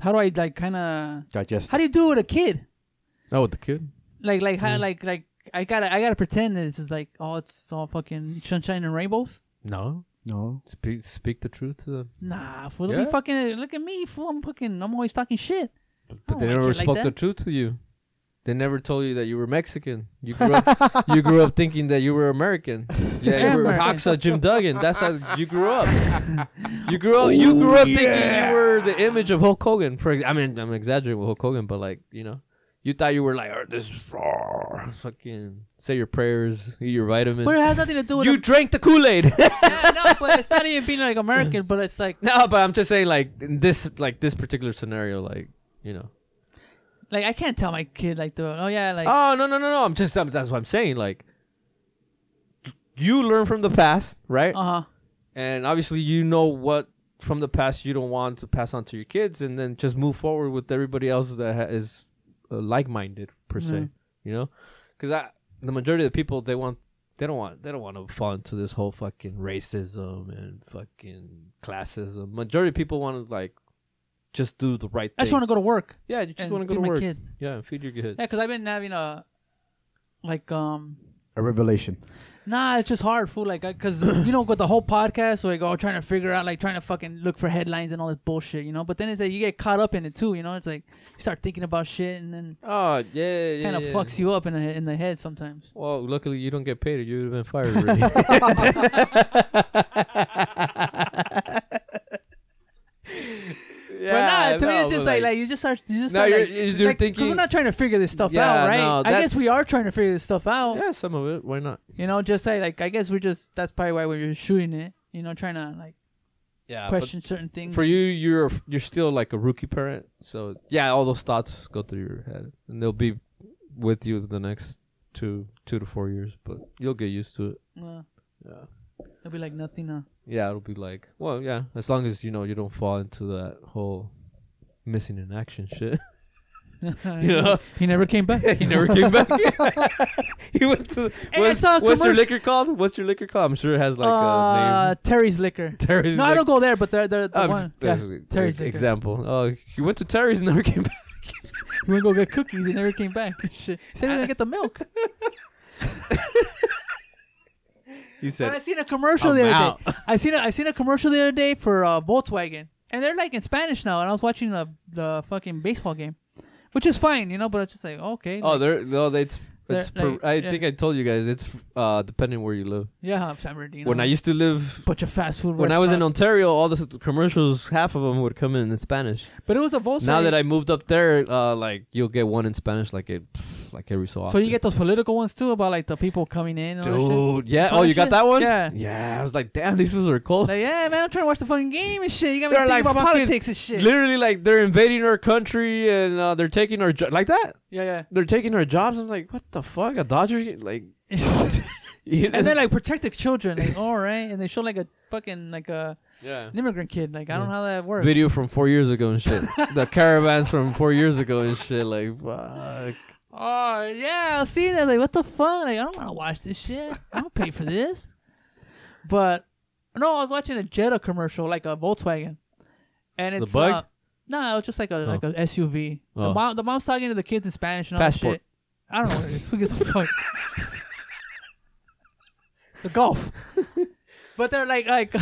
Speaker 1: How do I like kind of?
Speaker 2: Digest.
Speaker 1: How do you do it with a kid?
Speaker 3: Oh, with the kid.
Speaker 1: Like like how
Speaker 3: Mm.
Speaker 1: like like I gotta I gotta pretend that it's just like oh it's all fucking sunshine and rainbows.
Speaker 3: No,
Speaker 2: No.
Speaker 3: speak speak the truth to them.
Speaker 1: Nah, fool. Let me
Speaker 3: Yeah.
Speaker 1: fucking look at me, fool. I'm fucking. I'm always talking shit.
Speaker 3: But
Speaker 1: Oh,
Speaker 3: they
Speaker 1: I
Speaker 3: never
Speaker 1: can't like
Speaker 3: spoke the
Speaker 1: that.
Speaker 3: truth to you. They never told you that you were Mexican. You grew up, you grew up thinking that you were American. Yeah, you were
Speaker 1: American.
Speaker 3: Hacksaw Jim Duggan. That's how you grew up. You grew up. You grew up thinking you were the image of Hulk Hogan. For ex- I mean, I'm exaggerating with Hulk Hogan, but like you know, you thought you were like "Oh, this is raw. Fucking say your prayers, eat your vitamins.
Speaker 1: But it has nothing to do with.
Speaker 3: you drank the Kool Aid.
Speaker 1: Yeah, no, but it's not even being like American. But it's like
Speaker 3: no, but I'm just saying like in this like this particular scenario, like you know.
Speaker 1: like I can't tell my kid like the oh yeah like
Speaker 3: Oh no no no no! I'm just I'm, that's what I'm saying. Like, you learn from the past, right?
Speaker 1: uh huh
Speaker 3: And obviously, you know what from the past you don't want to pass on to your kids, and then just move forward with everybody else that ha- is uh, like-minded per se.
Speaker 1: Mhm.
Speaker 3: You know, because I the majority of the people they want they don't want they don't want to fall into this whole fucking racism and fucking classism. Majority of people want to like just do the right thing.
Speaker 1: I just want to go to work.
Speaker 3: yeah, you just
Speaker 1: and
Speaker 3: want to go
Speaker 1: feed
Speaker 3: to
Speaker 1: my
Speaker 3: work.
Speaker 1: kids.
Speaker 3: Yeah, and feed your kids.
Speaker 1: Yeah, because I've been having a like um
Speaker 2: A revelation.
Speaker 1: Nah, it's just hard, fool. Like, because you know, with the whole podcast, like, oh, trying to figure out, like, trying to fucking look for headlines and all this bullshit, you know. But then it's like you get caught up in it too, you know. It's like you start thinking about shit, and then
Speaker 3: Oh yeah, yeah
Speaker 1: kind of
Speaker 3: yeah.
Speaker 1: fucks you up in the in the head sometimes.
Speaker 3: Well, luckily you don't get paid, or you would have been fired already.
Speaker 1: but nah, to me, it's just like, like you just start, you just
Speaker 3: No,
Speaker 1: start,
Speaker 3: you're-
Speaker 1: like,
Speaker 3: you're- you're
Speaker 1: like, 'cause
Speaker 3: thinking-
Speaker 1: we're not trying to figure this stuff
Speaker 3: Yeah,
Speaker 1: out, right?
Speaker 3: no,
Speaker 1: I guess
Speaker 3: that's-
Speaker 1: we are trying to figure this stuff out,
Speaker 3: yeah, some of it. Why not?
Speaker 1: you know. Just say like, I guess we're just that's probably why we're just shooting it, you know, trying to like
Speaker 3: Yeah,
Speaker 1: question certain things.
Speaker 3: for you, you're you're still like a rookie parent, so yeah, all those thoughts go through your head, and they'll be with you the next two two to four years, but you'll get used to it.
Speaker 1: Yeah.
Speaker 3: Yeah.
Speaker 1: It'll be like nothing. Uh,
Speaker 3: Yeah, it'll be like, well, yeah, as long as you know you don't fall into that whole missing in action shit.
Speaker 1: you
Speaker 3: know?
Speaker 1: he never came back.
Speaker 3: he never came back. he went to.
Speaker 1: Hey, I
Speaker 3: What's,
Speaker 1: saw a
Speaker 3: what's
Speaker 1: commercial-
Speaker 3: your liquor called? What's your liquor called? I'm sure it has like a
Speaker 1: uh,
Speaker 3: name.
Speaker 1: Terry's liquor.
Speaker 3: Terry's.
Speaker 1: No, I don't go there, but they're, they're the
Speaker 3: I'm
Speaker 1: one.
Speaker 3: just-
Speaker 1: Yeah.
Speaker 3: that's a-
Speaker 1: Terry's
Speaker 3: ex-
Speaker 1: liquor.
Speaker 3: example. Oh, he went to Terry's and never came back.
Speaker 1: He went to go get cookies and never came back. Shit. He said he was gonna get the milk.
Speaker 3: He
Speaker 1: And I
Speaker 3: said,
Speaker 1: seen a commercial
Speaker 3: "I'm
Speaker 1: the other
Speaker 3: out."
Speaker 1: day. I seen a, I seen a commercial the other day for uh, Volkswagen, and they're like in Spanish now. And I was watching the the fucking baseball game, which is fine, you know. But it's just like okay,
Speaker 3: "Oh,
Speaker 1: like,
Speaker 3: they're no, they- it's." It's
Speaker 1: They're
Speaker 3: per,
Speaker 1: like-
Speaker 3: I
Speaker 1: yeah.
Speaker 3: think I told you guys it's uh depending where you live.
Speaker 1: yeah, San Bernardino.
Speaker 3: When I used to live,
Speaker 1: bunch of fast food.
Speaker 3: when I was in
Speaker 1: restaurant.
Speaker 3: Ontario, all the s- commercials, half of them would come in in Spanish.
Speaker 1: but it was a Volkswagen.
Speaker 3: Now that I moved up there, uh, like you'll get one in Spanish, like it, pff, like every so often.
Speaker 1: so you get those political ones too about like the people coming in. And all that
Speaker 3: Dude, yeah.
Speaker 1: Saw
Speaker 3: Oh,
Speaker 1: that
Speaker 3: you got
Speaker 1: shit?
Speaker 3: that one?
Speaker 1: Yeah.
Speaker 3: Yeah. I was like, damn, these fools are
Speaker 1: shit.
Speaker 3: cold.
Speaker 1: Like yeah, man, I'm trying to watch the fucking game and shit. You got me
Speaker 3: They're
Speaker 1: thinking
Speaker 3: like
Speaker 1: about
Speaker 3: fucking
Speaker 1: politics and shit.
Speaker 3: Literally, like they're invading our country and uh, they're taking our jo- like that.
Speaker 1: yeah, yeah.
Speaker 3: They're taking our jobs. I'm like, what the fuck? A Dodger? game? Like, you know?
Speaker 1: and then like protect the children, like all right, and they show like a fucking like a
Speaker 3: yeah.
Speaker 1: an immigrant kid, like I don't know how that works.
Speaker 3: Video from four years ago and shit. the caravans from four years ago and shit. Like, fuck.
Speaker 1: Oh yeah, I'll see that. Like what the fuck? Like I don't want to watch this shit. I don't pay for this. But no, I was watching a Jetta commercial, like a Volkswagen, and
Speaker 3: The
Speaker 1: it's
Speaker 3: bug?
Speaker 1: Uh, no, it was just like a like a SUV.
Speaker 3: Oh.
Speaker 1: The mom, the mom's talking to the kids in Spanish and all that
Speaker 3: Passport.
Speaker 1: shit. I don't know what it is. Who gives a fuck? the golf. But they're like like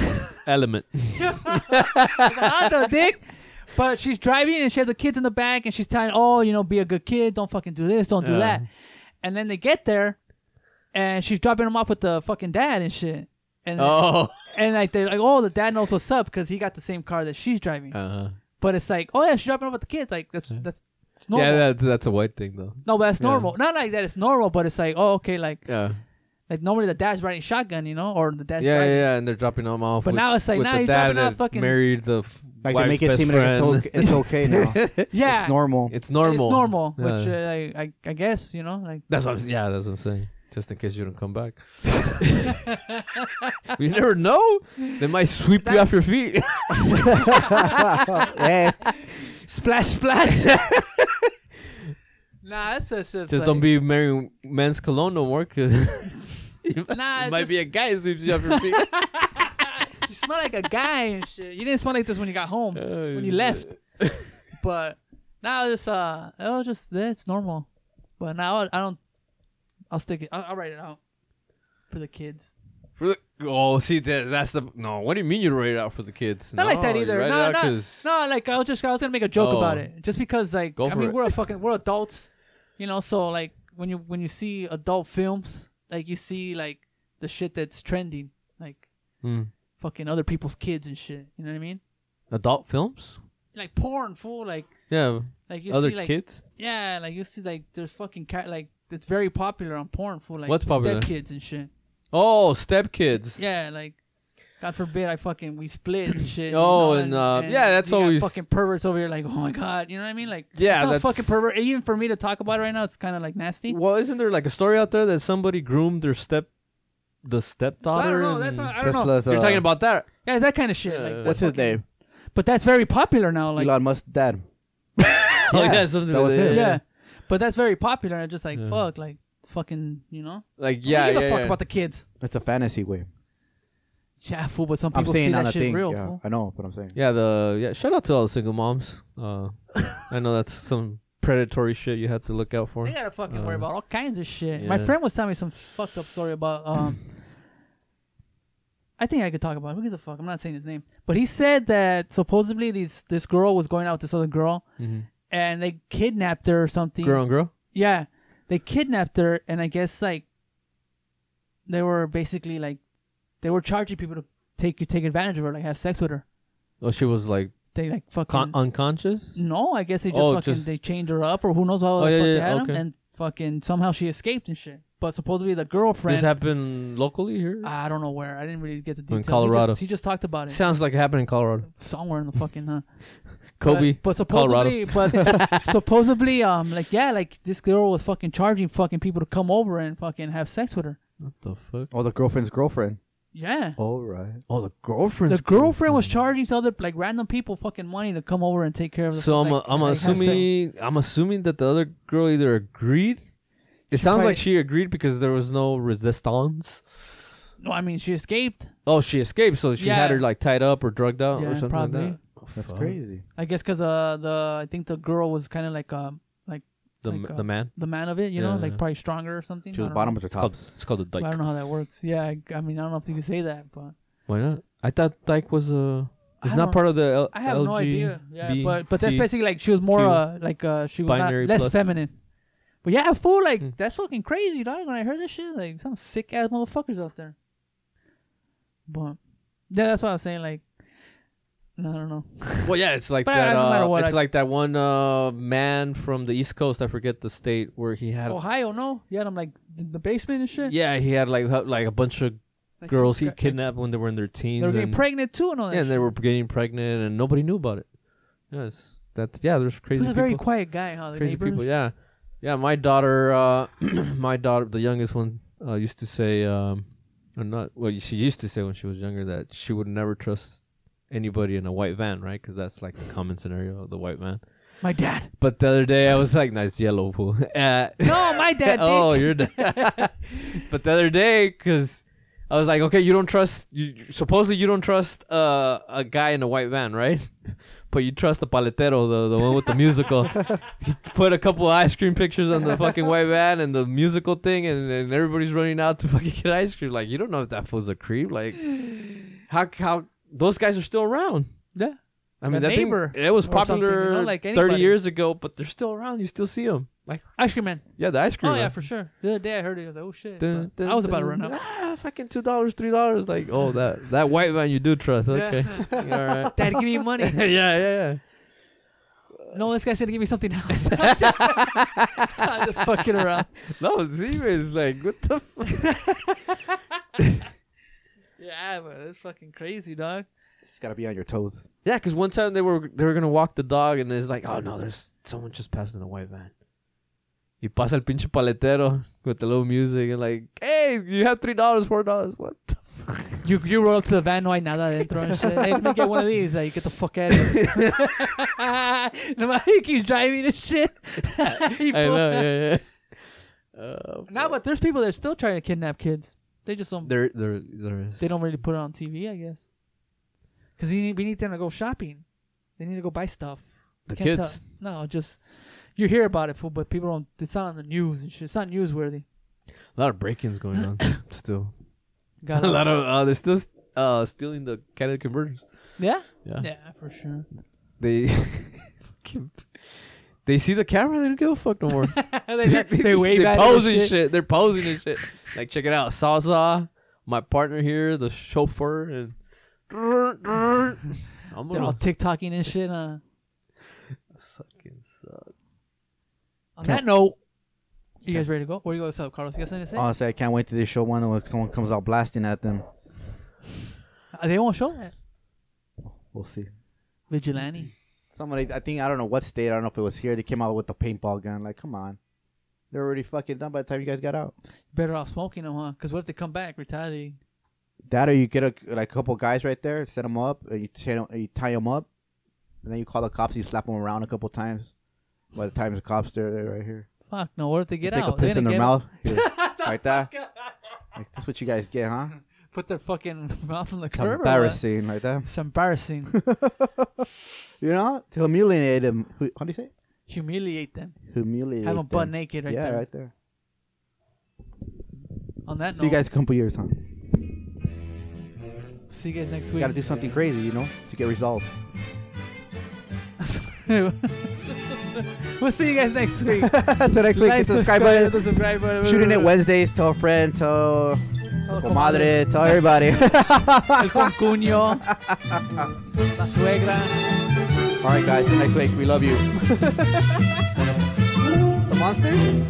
Speaker 3: Element.
Speaker 1: I don't dick. But she's driving and she has the kids in the back and she's telling, oh, you know, be a good kid. Don't fucking do this. Don't do
Speaker 3: Yeah.
Speaker 1: that. And then they get there and she's dropping them off with the fucking dad and shit. And,
Speaker 3: Oh.
Speaker 1: and like, they're like, oh, the dad knows what's up because he got the same car that she's driving.
Speaker 3: Uh-huh.
Speaker 1: But it's like, oh, yeah, she's dropping off with the kids. Like, that's, that's it's normal.
Speaker 3: Yeah, that's that's a white thing though.
Speaker 1: no, but that's
Speaker 3: yeah.
Speaker 1: normal. Not like that. It's normal, but it's like, oh, okay, like,
Speaker 3: Yeah.
Speaker 1: like normally the dad's riding shotgun, you know, or the dad's
Speaker 3: yeah, yeah,
Speaker 1: driving.
Speaker 3: yeah, and they're dropping them off.
Speaker 1: But
Speaker 3: with-
Speaker 1: now it's like,
Speaker 3: with
Speaker 1: now
Speaker 3: the
Speaker 1: he's
Speaker 3: dad
Speaker 1: dropping off
Speaker 3: that
Speaker 1: fucking-
Speaker 3: married the f-
Speaker 2: Like
Speaker 3: wife's
Speaker 2: they make it
Speaker 3: best
Speaker 2: seem
Speaker 3: friend.
Speaker 2: like it's okay, it's okay now.
Speaker 1: Yeah.
Speaker 2: It's normal.
Speaker 3: It's normal.
Speaker 1: It's normal,
Speaker 3: Yeah.
Speaker 1: which uh, like, I, I guess, you know, like,
Speaker 3: That's what. I'm, yeah, that's what I'm saying. Just in case you don't come back, you never know. They might sweep you off your feet.
Speaker 2: hey, Eh,
Speaker 1: Splash, splash. Nah, that's just, just,
Speaker 3: Just
Speaker 1: like-
Speaker 3: don't be marrying men's cologne no more, cause you
Speaker 1: Nah,
Speaker 3: might be a
Speaker 1: just-
Speaker 3: guy who sweeps you up your feet.
Speaker 1: you smell like a guy and shit. You didn't smell like this when you got home, when you left. But now it's uh, it was just it's normal. But now I don't. I'll stick it. I'll, I'll write it out for the kids.
Speaker 3: Oh, see, that, that's the no. What do you mean you write it out for the kids?
Speaker 1: Not
Speaker 3: no,
Speaker 1: like that
Speaker 3: you
Speaker 1: either.
Speaker 3: write it
Speaker 1: No,
Speaker 3: out
Speaker 1: no,
Speaker 3: 'cause-
Speaker 1: no. Like I was just I was gonna make a joke
Speaker 3: Oh.
Speaker 1: about it, just because like
Speaker 3: Go
Speaker 1: I
Speaker 3: for
Speaker 1: mean
Speaker 3: it.
Speaker 1: we're a fucking we're adults, you know. So like when you when you see adult films, like you see like the shit that's trending, like
Speaker 3: Hmm.
Speaker 1: fucking other people's kids and shit. You know what I mean?
Speaker 3: Adult films?
Speaker 1: Like porn, fool. Like
Speaker 3: Yeah,
Speaker 1: like you
Speaker 3: other
Speaker 1: see like
Speaker 3: kids.
Speaker 1: yeah, like you see like there's fucking cat like it's very popular on porn, fool. Like
Speaker 3: What's popular?
Speaker 1: step kids and shit.
Speaker 3: Oh, step kids.
Speaker 1: Yeah, like God forbid I fucking we split and shit.
Speaker 3: Oh, and, uh, yeah, that's
Speaker 1: you got
Speaker 3: always-
Speaker 1: fucking perverts over here. Like, oh my god, you know what I mean? Like,
Speaker 3: Yeah,
Speaker 1: it's not
Speaker 3: that's-
Speaker 1: fucking pervert. Even for me to talk about it right now, it's kind of like nasty.
Speaker 3: Well, isn't there like a story out there that somebody groomed their step, the
Speaker 1: So I
Speaker 3: stepdaughter?
Speaker 1: don't know.
Speaker 3: and-
Speaker 1: That's what, I don't know.
Speaker 2: Tesla's,
Speaker 3: You're
Speaker 2: uh,
Speaker 3: talking about that?
Speaker 1: Yeah, it's that kind of shit. like,
Speaker 3: Yeah.
Speaker 1: that's
Speaker 2: what's his
Speaker 1: fucking-
Speaker 2: name?
Speaker 1: But that's very popular now. Like,
Speaker 2: Elon Musk's dad.
Speaker 3: oh
Speaker 2: Yeah,
Speaker 3: yeah, something
Speaker 2: that
Speaker 3: like
Speaker 2: was
Speaker 3: that.
Speaker 2: it.
Speaker 1: yeah. but that's very popular. And just like
Speaker 3: Yeah.
Speaker 1: fuck, like it's fucking, you know?
Speaker 3: Like yeah,
Speaker 1: Who gives
Speaker 3: yeah,
Speaker 1: a fuck
Speaker 3: yeah.
Speaker 1: about the kids.
Speaker 2: It's a fantasy way.
Speaker 1: Yeah, fool. But some
Speaker 2: I'm
Speaker 1: people see
Speaker 2: saying not
Speaker 1: that
Speaker 2: a
Speaker 1: shit
Speaker 2: thing.
Speaker 1: real.
Speaker 2: yeah,
Speaker 1: Fool.
Speaker 2: I know what I'm saying.
Speaker 3: yeah, the yeah. Shout out to all the single moms. Uh, I know that's some predatory shit you have to look out for.
Speaker 1: They gotta fucking worry
Speaker 3: Uh,
Speaker 1: about all kinds of shit. My
Speaker 3: yeah.
Speaker 1: friend was telling me some fucked up story about. Um, I think I could talk about. It. Who gives a fuck? I'm not saying his name, but he said that supposedly these this girl was going out with this other girl,
Speaker 3: Mhm.
Speaker 1: and they kidnapped her or something.
Speaker 3: Girl on girl.
Speaker 1: Yeah, they kidnapped her, and I guess like they were basically like they were charging people to take take advantage of her, like have sex with her.
Speaker 3: Oh, she was like
Speaker 1: They like fucking
Speaker 3: con- unconscious.
Speaker 1: no, I guess they just
Speaker 3: Oh,
Speaker 1: fucking
Speaker 3: just-
Speaker 1: they chained her up or who knows how
Speaker 3: Oh,
Speaker 1: the
Speaker 3: yeah,
Speaker 1: fuck
Speaker 3: yeah,
Speaker 1: they
Speaker 3: yeah,
Speaker 1: had 'em,
Speaker 3: okay.
Speaker 1: and fucking somehow she escaped and shit. But supposedly the girlfriend,
Speaker 3: This happened locally here.
Speaker 1: I don't know where. I didn't really get the details. He just- He
Speaker 3: Colorado.
Speaker 1: just, talked about it
Speaker 3: Sounds like it happened in Colorado.
Speaker 1: somewhere in the fucking huh.
Speaker 3: Kobe.
Speaker 1: but, but supposedly, but supposedly, um, like yeah, like this girl was fucking charging fucking people to come over and fucking have sex with her.
Speaker 3: What the fuck?
Speaker 2: Oh, the girlfriend's girlfriend.
Speaker 1: Yeah.
Speaker 2: All right.
Speaker 3: Oh, the girlfriend.
Speaker 1: The girlfriend was charging other like random people fucking money to come over and take care of the.
Speaker 3: So I'm
Speaker 1: like,
Speaker 3: I'm
Speaker 1: like, have sex.
Speaker 3: assuming I'm assuming that the other girl either agreed. It
Speaker 1: She
Speaker 3: sounds
Speaker 1: probably-
Speaker 3: like she agreed because there was no resistance.
Speaker 1: No, I mean she escaped.
Speaker 3: Oh, she escaped, so she had
Speaker 1: Yeah.
Speaker 3: her like tied up or drugged out
Speaker 1: Yeah,
Speaker 3: or something
Speaker 1: probably.
Speaker 3: like that. Oh,
Speaker 2: That's
Speaker 3: fuck.
Speaker 2: crazy.
Speaker 1: I guess because uh the I think the girl was kind of like um
Speaker 3: The
Speaker 1: Like,
Speaker 3: ma-
Speaker 1: uh,
Speaker 3: the man.
Speaker 1: the man of it, you know,
Speaker 3: Yeah.
Speaker 1: like probably stronger or something.
Speaker 2: She
Speaker 1: I
Speaker 2: was
Speaker 1: don't
Speaker 2: bottom
Speaker 1: know.
Speaker 2: of the
Speaker 3: It's called
Speaker 2: tops.
Speaker 3: it's called a
Speaker 1: I
Speaker 3: dyke.
Speaker 1: don't know how that works. Yeah, I, I mean I don't know if you can say that, but
Speaker 3: Why not? I thought dyke was a. It's
Speaker 1: I
Speaker 3: not
Speaker 1: don't-
Speaker 3: part of the. L-
Speaker 1: I have no idea. Yeah,
Speaker 3: LGBT.
Speaker 1: but but that's basically like she was more
Speaker 3: Q.
Speaker 1: uh like uh she was not
Speaker 3: Binary
Speaker 1: less
Speaker 3: plus.
Speaker 1: feminine. But yeah, fool, like
Speaker 3: Hmm.
Speaker 1: that's fucking crazy, dog. When I heard this shit, like some sick ass motherfuckers out there. But yeah, that's what I was saying. Like, I don't know.
Speaker 3: Well, yeah, it's like
Speaker 1: But
Speaker 3: that.
Speaker 1: I- no matter
Speaker 3: uh,
Speaker 1: what,
Speaker 3: it's
Speaker 1: I-
Speaker 3: like that one uh, man from the East Coast. I forget the state where he had.
Speaker 1: Ohio, no. Yeah, I'm like in the basement and shit.
Speaker 3: Yeah, he had like hu- like a bunch of
Speaker 1: Like,
Speaker 3: girls he
Speaker 1: like,
Speaker 3: kidnapped when they were in their teens.
Speaker 1: They were getting
Speaker 3: and-
Speaker 1: pregnant too and all that.
Speaker 3: Yeah, and they
Speaker 1: shit.
Speaker 3: were getting pregnant, and nobody knew about it. Yes, that's yeah. There's
Speaker 1: He
Speaker 3: crazy.
Speaker 1: was a very
Speaker 3: people.
Speaker 1: quiet guy, huh? The
Speaker 3: crazy
Speaker 1: neighbor.
Speaker 3: people. Yeah, yeah. My daughter, uh, my daughter, the youngest one, uh, used to say, um, or not. Well, she used to say when she was younger that she would never trust anybody in a white van, right? Because that's like the common scenario, the white van.
Speaker 1: My dad.
Speaker 3: But the other day, I was like, "Nice yellow pool." Uh,
Speaker 1: No, my dad.
Speaker 3: oh,
Speaker 1: did.
Speaker 3: you're done. but the other day, because I was like, okay, you don't trust. You you- supposedly you don't trust uh, a guy in a white van, right? But you trust the paletero, the the one with the musical. he put a couple of ice cream pictures on the fucking white van and the musical thing, and, and everybody's running out to fucking get ice cream. Like you don't know if that fool's a creep. Like how how those guys are still around.
Speaker 1: Yeah.
Speaker 3: I mean,
Speaker 1: The
Speaker 3: that thing-
Speaker 1: neighbor
Speaker 3: it was
Speaker 1: or something, you know,
Speaker 3: popular
Speaker 1: like
Speaker 3: thirty
Speaker 1: anybody.
Speaker 3: years ago, but they're still around. You still see them. Like,
Speaker 1: Ice cream man.
Speaker 3: yeah, the ice cream.
Speaker 1: Oh yeah,
Speaker 3: man.
Speaker 1: for sure. The other day I heard it. I was like, oh shit.
Speaker 3: Dun,
Speaker 1: but
Speaker 3: dun,
Speaker 1: I was about to
Speaker 3: dun.
Speaker 1: run out.
Speaker 3: Ah, fucking two dollars, three dollars. Like, oh, that that white man you do trust. Okay, all right.
Speaker 1: Dad, give me money.
Speaker 3: yeah, yeah,
Speaker 1: No, this guy said to give me something else. I'm just fucking around.
Speaker 3: yeah. No, Zima is like, what the fuck?
Speaker 1: Yeah, but it's fucking crazy, dog.
Speaker 2: It's got to be on your toes.
Speaker 3: Yeah, because one time they were they were gonna walk the dog, and it's like, oh no, there's someone just passing a white van. You pasa el pinche paletero with the low music, and like, hey, you have three dollars, four dollars. What? the fuck?
Speaker 1: You you roll up to the van, no hay nada dentro and shit. Hey, let me get one of these. Like, get the fuck out of here. Nobody keeps driving this shit. You fool.
Speaker 3: I know, yeah, yeah. Uh,
Speaker 1: No, but there's people that are still trying to kidnap kids. They just don't.
Speaker 3: there, there, there is.
Speaker 1: They don't really put it on TV, I guess. Because we need them to go shopping. They need to go buy stuff.
Speaker 3: The
Speaker 1: Can't
Speaker 3: kids.
Speaker 1: tell- No, just you hear about it, fool, but people don't. It's not on the news and shit. It's not newsworthy.
Speaker 3: A lot of break-ins going on still.
Speaker 1: Got
Speaker 3: a lot of uh, they're still uh, stealing the Canada converters.
Speaker 1: Yeah.
Speaker 3: Yeah.
Speaker 1: Yeah, for sure.
Speaker 3: They they see the camera, they don't give a fuck no more.
Speaker 1: they, they wave
Speaker 3: They're
Speaker 1: at it and
Speaker 3: posing
Speaker 1: shit.
Speaker 3: They're posing and shit. Like check it out, Salsa, my partner here, the chauffeur, and I'm
Speaker 1: They're all
Speaker 3: gonna
Speaker 1: TikToking and shit. uh, Huh?
Speaker 3: fucking suck.
Speaker 1: On that note, you guys ready to go? Where do you go, what's up, Carlos? You got something to say?
Speaker 2: Honestly, I can't wait till they show one where someone comes out blasting at them.
Speaker 1: Uh, they won't show that.
Speaker 2: We'll see.
Speaker 1: Vigilante.
Speaker 2: Somebody, I think I don't know what state. I don't know if it was here. They came out with the paintball gun. Like, come on, they're already fucking done by the time you guys got out.
Speaker 1: Better off smoking them, huh? Because what if they come back retaliating?
Speaker 2: That or you get a like a couple guys right there, set them up, and you, chain- you tie them up, and then you call the cops. You slap them around a couple times. By the time the cops there, they're right here.
Speaker 1: Fuck no! What if they get
Speaker 2: Take
Speaker 1: out?
Speaker 2: a piss
Speaker 1: They're
Speaker 2: in
Speaker 1: gonna
Speaker 2: their
Speaker 1: get out.
Speaker 2: mouth, Here, like that. Like, that's what you guys get, huh?
Speaker 1: Put their fucking mouth on the
Speaker 2: It's
Speaker 1: curb. or what?
Speaker 2: embarrassing, like that.
Speaker 1: It's embarrassing.
Speaker 2: You know, to humiliate them. Hu- How do you say? it?
Speaker 1: Humiliate them.
Speaker 2: Humiliate.
Speaker 1: Have them butt
Speaker 2: them.
Speaker 1: naked right
Speaker 2: yeah,
Speaker 1: there.
Speaker 2: right there.
Speaker 1: On that note,
Speaker 2: See you guys in a couple years, huh?
Speaker 1: see you guys next
Speaker 2: We
Speaker 1: week.
Speaker 2: gotta do something crazy, you know, to get results.
Speaker 1: we'll see you guys next week.
Speaker 2: Until next week, hit
Speaker 1: Like,
Speaker 2: the subscribe
Speaker 1: hit
Speaker 2: button.
Speaker 1: the subscribe button.
Speaker 2: Shooting it Wednesdays. Tell a friend. Tell
Speaker 1: Tell the
Speaker 2: comadre. Tell everybody.
Speaker 1: El concuño. La suegra.
Speaker 2: All right, guys. Till next week. We love you. the monsters.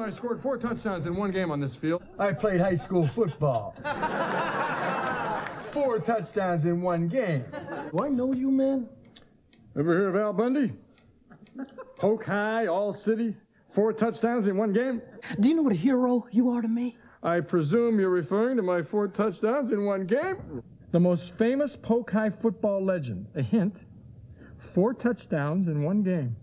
Speaker 4: I scored four touchdowns in one game on this field.
Speaker 5: I played high school football. Four touchdowns in one game. Do I know you, man?
Speaker 4: Ever hear of Al Bundy? Poke High, All City, four touchdowns in one game?
Speaker 5: Do you know what a hero you are to me?
Speaker 4: I presume you're referring to my four touchdowns in one game?
Speaker 5: The most famous Polk High football legend.
Speaker 4: A hint four touchdowns in one game.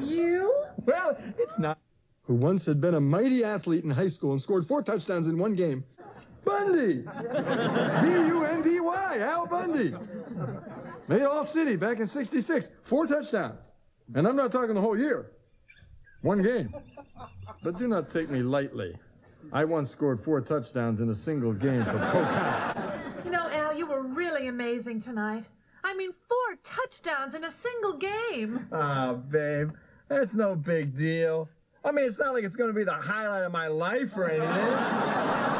Speaker 5: You?
Speaker 4: Well, it's not. Who once had been a mighty athlete in high school and scored four touchdowns in one game? Bundy! B U N D Y, Al Bundy! Made All City back in 66, four touchdowns. And I'm not talking the whole year, one game. But do not take me lightly. I once scored four touchdowns in a single game for Pocock.
Speaker 6: You know, Al, you were really amazing tonight. I mean, four touchdowns in a single game.
Speaker 5: Ah, babe, that's no big deal. I mean, it's not like it's going to be the highlight of my life or anything.